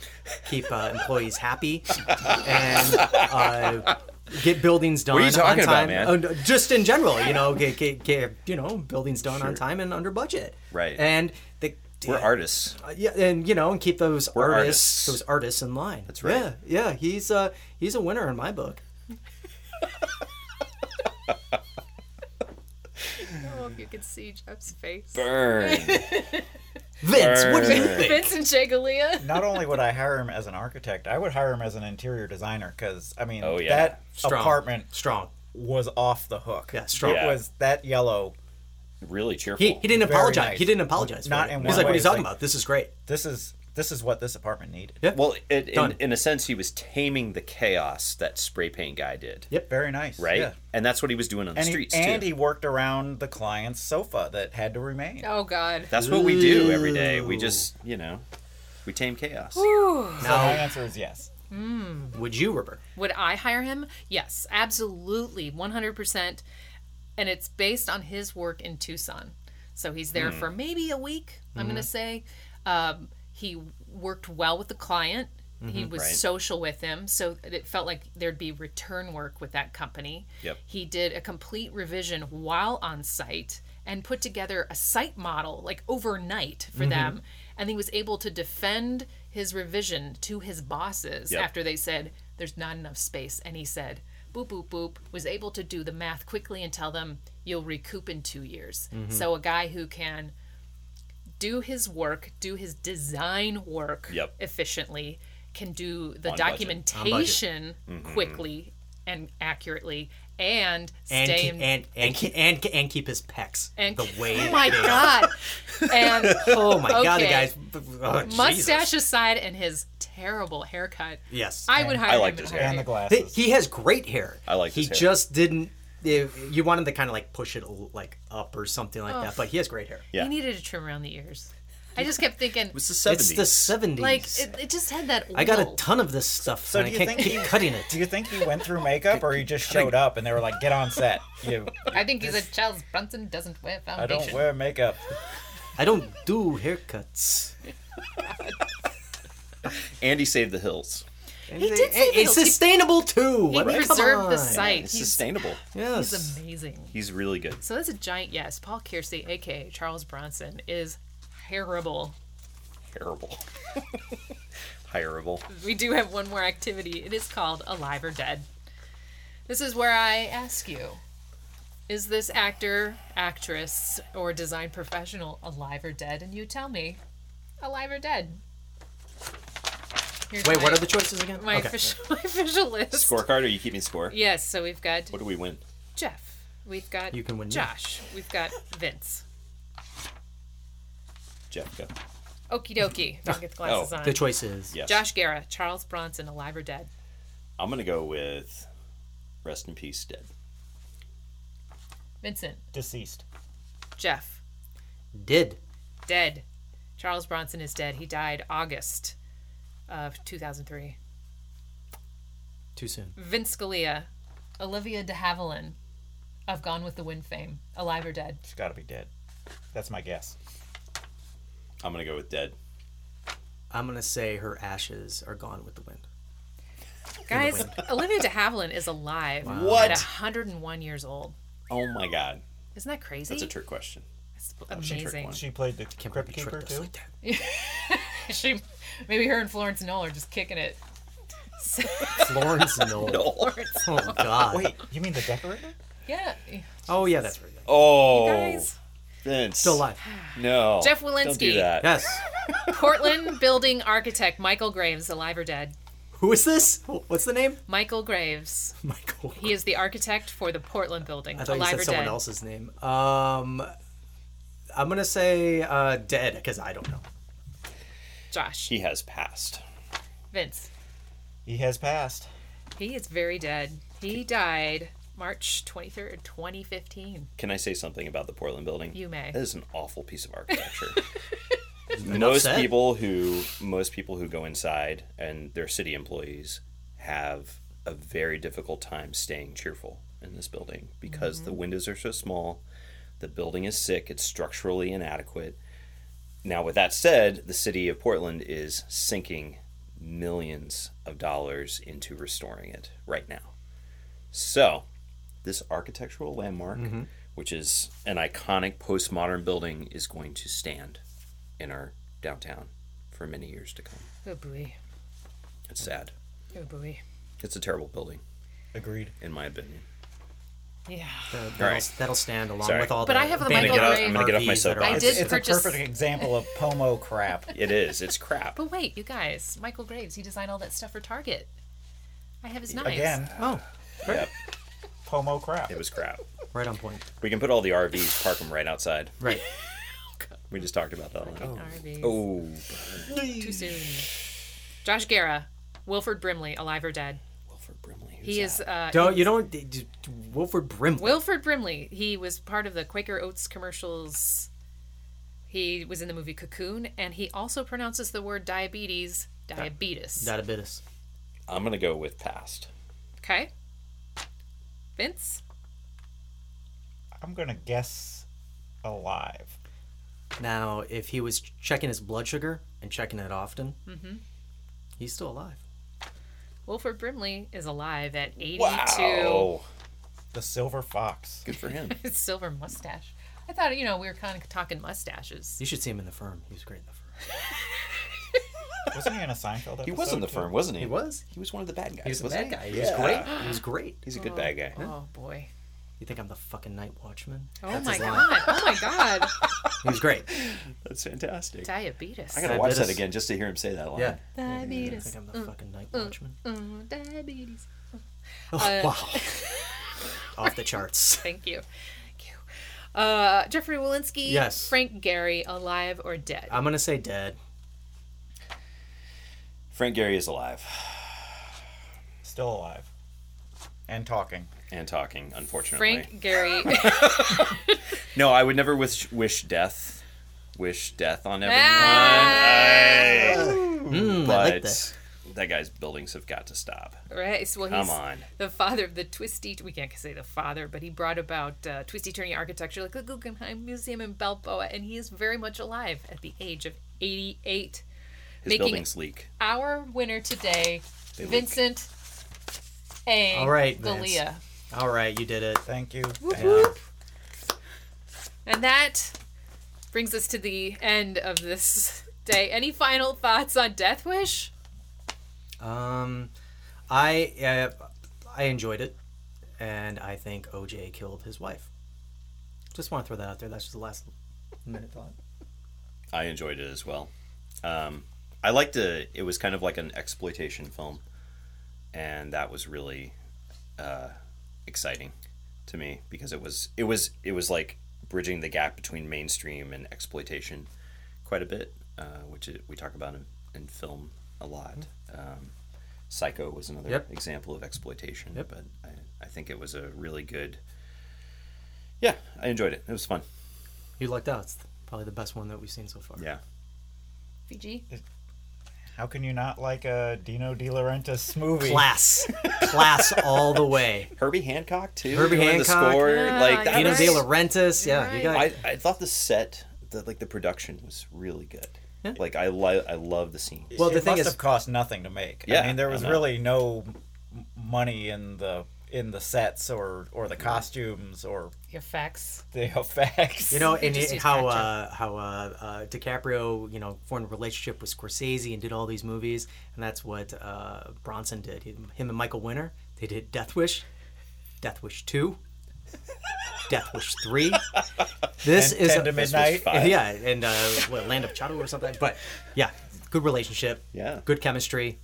[SPEAKER 9] keep uh, employees happy, and uh, get buildings done
[SPEAKER 6] are you
[SPEAKER 9] on
[SPEAKER 6] talking about,
[SPEAKER 9] time.
[SPEAKER 6] man?
[SPEAKER 9] Uh, no, just in general, you know, get, get, get you know buildings done on time and under budget.
[SPEAKER 6] Right.
[SPEAKER 9] And the
[SPEAKER 6] we're artists
[SPEAKER 9] yeah, and you know, and keep those
[SPEAKER 6] We're
[SPEAKER 9] artists,
[SPEAKER 6] artists.
[SPEAKER 9] those artists in line.
[SPEAKER 6] That's right.
[SPEAKER 9] Yeah, yeah, he's uh, he's a winner in my book.
[SPEAKER 7] Oh, if you could see Jeff's face.
[SPEAKER 6] burn
[SPEAKER 9] Vince, what do you
[SPEAKER 6] Burn.
[SPEAKER 9] think?
[SPEAKER 7] Vincent Jagalia.
[SPEAKER 8] Not only would I hire him as an architect, I would hire him as an interior designer because I mean
[SPEAKER 6] Oh, yeah.
[SPEAKER 8] that apartment
[SPEAKER 9] strong.
[SPEAKER 8] was off the hook.
[SPEAKER 9] Yeah, strong.
[SPEAKER 8] It was that yellow.
[SPEAKER 6] Really cheerful.
[SPEAKER 9] He, he didn't
[SPEAKER 8] Very
[SPEAKER 9] apologize.
[SPEAKER 8] nice.
[SPEAKER 9] He didn't apologize.
[SPEAKER 8] Not
[SPEAKER 9] for it.
[SPEAKER 8] in
[SPEAKER 9] He's
[SPEAKER 8] one
[SPEAKER 9] like,
[SPEAKER 8] way.
[SPEAKER 9] what are you
[SPEAKER 8] It's
[SPEAKER 9] talking
[SPEAKER 8] like-
[SPEAKER 9] about? This is great.
[SPEAKER 8] This is this is what this apartment needed.
[SPEAKER 6] Well, it, in,
[SPEAKER 9] Done.
[SPEAKER 6] in a sense, he was taming the chaos that spray paint guy did,
[SPEAKER 9] Yep.
[SPEAKER 8] Very nice.
[SPEAKER 6] right?
[SPEAKER 8] Yeah.
[SPEAKER 6] And that's what he was doing on the
[SPEAKER 8] And, he,
[SPEAKER 6] streets
[SPEAKER 8] and
[SPEAKER 6] too.
[SPEAKER 8] he worked around the client's sofa that had to remain.
[SPEAKER 7] Oh God.
[SPEAKER 6] that's what we do every day. We just, you know, we tame chaos.
[SPEAKER 8] So my answer is yes.
[SPEAKER 9] Would you, Ripper?
[SPEAKER 7] Would I hire him? Yes, absolutely, 100%. And it's based on his work in Tucson. So he's there for maybe a week, I'm going to say. Um, he worked well with the client. He was
[SPEAKER 6] Mm-hmm. Right.
[SPEAKER 7] social with him, so it felt like there'd be return work with that company.
[SPEAKER 6] Yep.
[SPEAKER 7] He did a complete revision while on site and put together a site model like overnight
[SPEAKER 6] Mm-hmm.
[SPEAKER 7] for them. And he was able to defend his revision to his bosses
[SPEAKER 6] Yep.
[SPEAKER 7] after they said, There's not enough space. And he said, Boop, boop, boop, was able to do the math quickly and tell them, You'll recoup in two years.
[SPEAKER 6] Mm-hmm.
[SPEAKER 7] So a guy who can do his work, do his design work
[SPEAKER 6] Yep.
[SPEAKER 7] efficiently, can do the
[SPEAKER 6] On budget. Mm-hmm.
[SPEAKER 7] documentation quickly and accurately, and,
[SPEAKER 9] And
[SPEAKER 7] stay
[SPEAKER 9] keep,
[SPEAKER 7] in.
[SPEAKER 9] and and keep, and ke- and keep his pecs
[SPEAKER 7] and-
[SPEAKER 9] the way.
[SPEAKER 7] oh my god! And
[SPEAKER 9] Oh my god, the
[SPEAKER 7] Okay.
[SPEAKER 9] guy's oh,
[SPEAKER 7] mustache
[SPEAKER 9] Jesus.
[SPEAKER 7] aside, and his terrible haircut.
[SPEAKER 9] Yes.
[SPEAKER 7] I would hire
[SPEAKER 6] I
[SPEAKER 7] him.
[SPEAKER 6] liked
[SPEAKER 7] and
[SPEAKER 6] his
[SPEAKER 7] hire
[SPEAKER 6] hair.
[SPEAKER 8] And the
[SPEAKER 7] him.
[SPEAKER 9] He,
[SPEAKER 8] glasses.
[SPEAKER 9] he has great hair.
[SPEAKER 6] I like
[SPEAKER 9] He
[SPEAKER 6] his hair.
[SPEAKER 9] just didn't. if- You want him to kind of like push it like up or something like that, but he has great hair.
[SPEAKER 6] Yeah.
[SPEAKER 7] He needed a trim around the ears. I just kept thinking,
[SPEAKER 6] It's the
[SPEAKER 9] It's
[SPEAKER 6] seventies.
[SPEAKER 9] the seventies.
[SPEAKER 7] like it, it just had that.
[SPEAKER 9] I got a
[SPEAKER 7] oil.
[SPEAKER 9] ton of this stuff,
[SPEAKER 8] So
[SPEAKER 9] and I
[SPEAKER 8] do you
[SPEAKER 9] can't
[SPEAKER 8] think
[SPEAKER 9] keep
[SPEAKER 8] he-
[SPEAKER 9] cutting
[SPEAKER 8] Do
[SPEAKER 9] it.
[SPEAKER 8] you think he went through makeup, or he just showed up and they were like, "Get on set." You,
[SPEAKER 7] I think he's a Charles Brunson doesn't wear
[SPEAKER 8] I
[SPEAKER 7] foundation.
[SPEAKER 8] don't wear makeup.
[SPEAKER 9] I don't do haircuts.
[SPEAKER 6] Andy saved the hills.
[SPEAKER 9] He
[SPEAKER 7] did say that
[SPEAKER 9] It's
[SPEAKER 7] he'll keep-
[SPEAKER 9] sustainable too.
[SPEAKER 7] He
[SPEAKER 9] I mean, come
[SPEAKER 7] preserved the
[SPEAKER 9] on.
[SPEAKER 7] site.
[SPEAKER 6] It's
[SPEAKER 7] He's,
[SPEAKER 6] sustainable.
[SPEAKER 9] Yes.
[SPEAKER 7] he's amazing.
[SPEAKER 6] He's really good.
[SPEAKER 7] So that's a giant yes. Paul Kearsey, aka Charles Bronson, is terrible.
[SPEAKER 6] Terrible. Hireable.
[SPEAKER 7] We do have one more activity. It is called Alive or Dead. This is where I ask you Is this actor, actress, or design professional alive or dead? And you tell me, alive or dead. Here's
[SPEAKER 9] Wait,
[SPEAKER 7] my,
[SPEAKER 9] what are the choices again?
[SPEAKER 7] my,
[SPEAKER 9] Okay.
[SPEAKER 7] official, my official list?
[SPEAKER 6] Scorecard? Are you keeping score?
[SPEAKER 7] Yes, so we've got
[SPEAKER 6] What do we win?
[SPEAKER 7] Jeff. We've got
[SPEAKER 9] You can win me.
[SPEAKER 7] Josh. We've got Vince.
[SPEAKER 6] Jeff, go.
[SPEAKER 7] Okie dokie. Don't get the glasses
[SPEAKER 6] Oh,
[SPEAKER 7] on.
[SPEAKER 9] The choices.
[SPEAKER 6] Yes.
[SPEAKER 7] Josh Guerra, Charles Bronson, alive or dead.
[SPEAKER 6] I'm going to go with Rest in Peace, Dead.
[SPEAKER 7] Vincent,
[SPEAKER 8] Deceased.
[SPEAKER 7] Jeff,
[SPEAKER 9] Did.
[SPEAKER 7] dead. Charles Bronson is dead. He died August of 2003.
[SPEAKER 9] Too soon.
[SPEAKER 7] Vince Scalia, Olivia de Havilland of Gone with the Wind fame, alive or dead.
[SPEAKER 8] She's got to be dead. That's my guess.
[SPEAKER 6] I'm going to go with Dead.
[SPEAKER 9] I'm gonna say her ashes are gone with the wind.
[SPEAKER 7] Guys, Olivia de Havilland is alive
[SPEAKER 6] What?
[SPEAKER 7] at 101 years old.
[SPEAKER 6] Oh my God.
[SPEAKER 7] Isn't that crazy?
[SPEAKER 6] That's a trick question.
[SPEAKER 7] That's
[SPEAKER 6] a trick
[SPEAKER 7] amazing.
[SPEAKER 6] one.
[SPEAKER 8] She played the
[SPEAKER 9] Can't
[SPEAKER 8] crypt
[SPEAKER 9] believe you
[SPEAKER 8] keeper
[SPEAKER 9] tricked us
[SPEAKER 8] too.
[SPEAKER 9] like that.
[SPEAKER 7] She, maybe her and Florence Knoll are just kicking it.
[SPEAKER 9] Florence Knoll. Oh God.
[SPEAKER 8] Wait, you mean the decorator?
[SPEAKER 7] Yeah.
[SPEAKER 9] Oh yeah, that's right.
[SPEAKER 6] Oh,
[SPEAKER 7] Guys.
[SPEAKER 6] Vince.
[SPEAKER 9] Still alive.
[SPEAKER 6] No.
[SPEAKER 7] Jeff
[SPEAKER 6] Don't do
[SPEAKER 7] Walensky.
[SPEAKER 6] that.
[SPEAKER 9] Yes.
[SPEAKER 7] Portland building architect Michael Graves, alive or dead.
[SPEAKER 9] Who is this? What's the name?
[SPEAKER 7] Michael Graves.
[SPEAKER 9] Michael.
[SPEAKER 7] He is the architect for the Portland building.
[SPEAKER 9] I thought you
[SPEAKER 7] alive
[SPEAKER 9] said
[SPEAKER 7] or
[SPEAKER 9] someone
[SPEAKER 7] dead.
[SPEAKER 9] else's name. Um, I'm gonna say uh, dead because I don't know.
[SPEAKER 7] Josh.
[SPEAKER 6] He has passed.
[SPEAKER 7] Vince.
[SPEAKER 8] He has passed.
[SPEAKER 7] He is very dead. He died March 23rd, 2015.
[SPEAKER 6] Can I say something about the Portland building?
[SPEAKER 7] You may.
[SPEAKER 6] That is an awful piece of architecture. most
[SPEAKER 9] said.
[SPEAKER 6] people who most people who go inside and their city employees have a very difficult time staying cheerful in this building because the windows are so small, the building is sick, it's structurally inadequate. Now, with that said, the city of Portland is sinking millions of dollars into restoring it right now. So, this architectural landmark, which is an iconic postmodern building, is going to stand in our downtown for many years to come.
[SPEAKER 7] Oh boy.
[SPEAKER 6] It's sad.
[SPEAKER 7] Oh boy.
[SPEAKER 6] It's a terrible building,
[SPEAKER 8] Agreed.
[SPEAKER 6] in my opinion.
[SPEAKER 7] Yeah.
[SPEAKER 9] Uh, that'll,
[SPEAKER 6] right.
[SPEAKER 9] that'll stand along
[SPEAKER 6] Sorry.
[SPEAKER 9] with all.
[SPEAKER 7] But
[SPEAKER 9] the
[SPEAKER 7] I have the
[SPEAKER 9] abandoned
[SPEAKER 7] Michael
[SPEAKER 9] RVs
[SPEAKER 7] Graves- I'm
[SPEAKER 6] gonna get off my
[SPEAKER 9] that are
[SPEAKER 6] soapbox.
[SPEAKER 9] on
[SPEAKER 7] I
[SPEAKER 9] the
[SPEAKER 7] did
[SPEAKER 8] It's
[SPEAKER 7] purchase.
[SPEAKER 8] a perfect example of pomo crap.
[SPEAKER 6] It is. It's crap.
[SPEAKER 7] But wait, you guys. Michael Graves, he designed all that stuff for Target. I have his knives.
[SPEAKER 8] Again,
[SPEAKER 9] Oh,
[SPEAKER 6] Yep.
[SPEAKER 8] homo crap.
[SPEAKER 6] It was crap.
[SPEAKER 9] Right on point.
[SPEAKER 6] We can put all the RVs, park them right outside.
[SPEAKER 9] Right.
[SPEAKER 6] We just talked about that. Oh,
[SPEAKER 7] RVs.
[SPEAKER 6] oh
[SPEAKER 7] Too soon. Josh Guerra, Wilford Brimley, alive or dead.
[SPEAKER 6] Wilford Brimley.
[SPEAKER 7] He is uh,
[SPEAKER 9] Don't you don't d- d- Wilford Brimley.
[SPEAKER 7] Wilford Brimley. He was part of the Quaker Oats commercials. He was in the movie Cocoon, and he also pronounces the word diabetes diabetes.
[SPEAKER 9] Diabetes.
[SPEAKER 6] I'm gonna go with past.
[SPEAKER 7] okay. Vince,
[SPEAKER 8] I'm gonna guess alive.
[SPEAKER 9] Now, if he was checking his blood sugar and checking it often,
[SPEAKER 7] Mm-hmm.
[SPEAKER 9] he's still alive.
[SPEAKER 7] Wilford Brimley is alive at 82.
[SPEAKER 6] Wow.
[SPEAKER 8] The silver fox.
[SPEAKER 6] Good for him.
[SPEAKER 7] Silver mustache. I thought, you know, we were kind of talking mustaches.
[SPEAKER 9] You should see him in the firm. He was great in the firm.
[SPEAKER 8] Wasn't he in a Seinfeld episode?
[SPEAKER 6] He was in the
[SPEAKER 8] too?
[SPEAKER 6] firm, wasn't he?
[SPEAKER 9] He was.
[SPEAKER 6] He was one of the bad guys.
[SPEAKER 9] He was the
[SPEAKER 6] wasn't
[SPEAKER 9] bad
[SPEAKER 6] he?
[SPEAKER 9] guy. He was great. He was great.
[SPEAKER 6] He's a good bad guy.
[SPEAKER 7] Oh boy.
[SPEAKER 9] You think I'm the fucking night watchman?
[SPEAKER 7] Oh
[SPEAKER 9] That's
[SPEAKER 7] my
[SPEAKER 9] his line.
[SPEAKER 7] god. Oh my god.
[SPEAKER 9] He was great.
[SPEAKER 6] That's fantastic. I
[SPEAKER 7] Diabetes.
[SPEAKER 6] gotta watch that
[SPEAKER 9] Diabetes.
[SPEAKER 6] again just to hear him say that line.
[SPEAKER 9] Yeah. You
[SPEAKER 7] Diabetes.
[SPEAKER 9] think I'm the fucking night watchman?
[SPEAKER 7] Mm, diabetes.
[SPEAKER 9] Oh, wow. Off the charts.
[SPEAKER 7] Thank you. Thank you. Uh, Jeffrey Walensky.
[SPEAKER 9] Yes.
[SPEAKER 7] Frank Gehry, alive or dead?
[SPEAKER 9] I'm gonna say dead.
[SPEAKER 6] Frank Gehry is alive
[SPEAKER 8] Still alive. And talking.
[SPEAKER 6] and talking, unfortunately.
[SPEAKER 7] Frank Gehry.
[SPEAKER 6] No, I would never wish wish death, wish death on everyone.
[SPEAKER 7] Ah!
[SPEAKER 9] Mm, I
[SPEAKER 6] but
[SPEAKER 9] like that.
[SPEAKER 6] that guy's buildings have got to stop.
[SPEAKER 7] right. So, well, he's
[SPEAKER 6] Come on.
[SPEAKER 7] the father of the twisty. We can't say the father, but he brought about uh, twisty turny architecture, like the Guggenheim Museum in Balboa, and he is very much alive at the age of 88.
[SPEAKER 6] His
[SPEAKER 7] Making-
[SPEAKER 6] buildings leak.
[SPEAKER 7] Our winner today, Vincent A.
[SPEAKER 9] All right, Vince.
[SPEAKER 7] Galea.
[SPEAKER 9] All right, you did it.
[SPEAKER 8] Thank you.
[SPEAKER 7] And that brings us to the end of this day. Any final thoughts on Death Wish?
[SPEAKER 9] Um, I uh, I enjoyed it, and I think OJ killed his wife. Just want to throw that out there. That's just the last minute thought.
[SPEAKER 6] I enjoyed it as well. Um, I liked it. It was kind of like an exploitation film, and that was really uh, exciting to me because it was it was it was like bridging the gap between mainstream and exploitation quite a bit, uh, which it, we talk about in, in film a lot. Um, Psycho was another
[SPEAKER 9] Mm-hmm. Yep.
[SPEAKER 6] example of exploitation,
[SPEAKER 9] Yep.
[SPEAKER 6] but I, I think it was a really good. Yeah, I enjoyed it. It was fun.
[SPEAKER 9] You lucked out. It's probably the best one that we've seen so far.
[SPEAKER 6] Yeah.
[SPEAKER 7] Fiji?
[SPEAKER 8] How can you not like a Dino De Laurentiis movie?
[SPEAKER 9] Class, class all the way.
[SPEAKER 6] Herbie Hancock too.
[SPEAKER 9] Herbie
[SPEAKER 6] doing
[SPEAKER 9] Hancock.
[SPEAKER 6] the score,
[SPEAKER 7] Yeah,
[SPEAKER 6] like that
[SPEAKER 9] Dino
[SPEAKER 6] was,
[SPEAKER 9] De Laurentiis. Yeah, you got.
[SPEAKER 6] I, I thought the set, the, like the production was really good. Like I li- I love the scene.
[SPEAKER 9] well, the
[SPEAKER 8] it
[SPEAKER 9] thing
[SPEAKER 8] must
[SPEAKER 9] is,
[SPEAKER 8] have cost nothing to make.
[SPEAKER 6] Yeah,
[SPEAKER 8] I mean, there
[SPEAKER 6] I
[SPEAKER 8] was
[SPEAKER 6] know.
[SPEAKER 8] really no m- money in the in the sets or or the costumes or
[SPEAKER 7] Your facts.
[SPEAKER 8] the effects.
[SPEAKER 9] You know, and
[SPEAKER 7] just
[SPEAKER 9] it-
[SPEAKER 7] use
[SPEAKER 9] how
[SPEAKER 7] actor.
[SPEAKER 9] uh, how uh, uh, DiCaprio, you know, formed a relationship with Scorsese and did all these movies, and that's what uh, Bronson did. He, him and Michael Winner, they did Death Wish, Death Wish Two, Death Wish Three. This
[SPEAKER 8] And
[SPEAKER 9] is
[SPEAKER 8] Ten to Midnight.
[SPEAKER 6] five.
[SPEAKER 9] yeah, and uh, what, Land of Shadow or something. But yeah, good relationship.
[SPEAKER 6] Yeah.
[SPEAKER 9] good chemistry.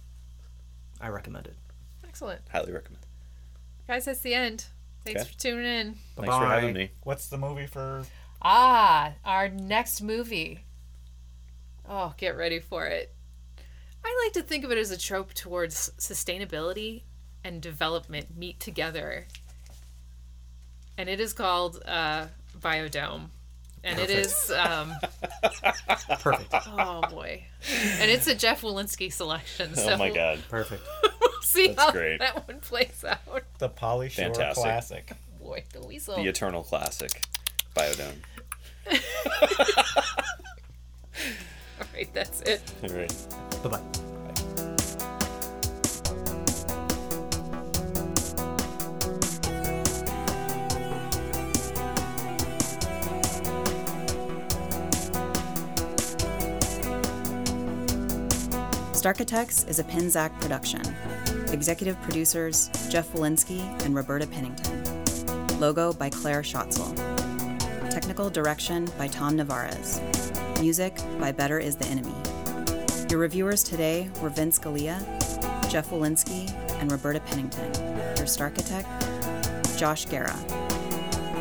[SPEAKER 9] I recommend it.
[SPEAKER 7] Excellent.
[SPEAKER 6] Highly recommend.
[SPEAKER 7] Guys, that's the end. Thanks
[SPEAKER 6] Okay.
[SPEAKER 7] for tuning in.
[SPEAKER 6] Thanks for having me.
[SPEAKER 8] What's the movie for?
[SPEAKER 7] Ah, our next movie. Oh, get ready for it. I like to think of it as a trope towards sustainability and development meet together. And it is called uh, Biodome. And it is, um,
[SPEAKER 9] Perfect,
[SPEAKER 7] oh boy. And it's a Jeff Walensky selection. So
[SPEAKER 6] Oh my god,
[SPEAKER 9] perfect.
[SPEAKER 7] We'll see how
[SPEAKER 6] great.
[SPEAKER 7] that one plays out.
[SPEAKER 8] The Polly Shore
[SPEAKER 6] Fantastic.
[SPEAKER 8] classic.
[SPEAKER 7] Boy, the weasel.
[SPEAKER 6] the eternal classic, Biodome.
[SPEAKER 7] All right, that's it.
[SPEAKER 6] All right.
[SPEAKER 9] Bye bye.
[SPEAKER 5] Starkitects is a Pinzac production. Executive producers Jeff Walensky and Roberta Pennington. Logo by Claire Schatzel. Technical direction by Tom Navarez. Music by Better Is the Enemy. Your reviewers today were Vince Galea, Jeff Walensky, and Roberta Pennington. Your Starkitect, Josh Guerra.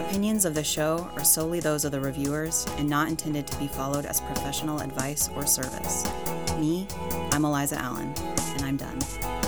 [SPEAKER 5] Opinions of the show are solely those of the reviewers and not intended to be followed as professional advice or service. Me, I'm Eliza Allen, and I'm done.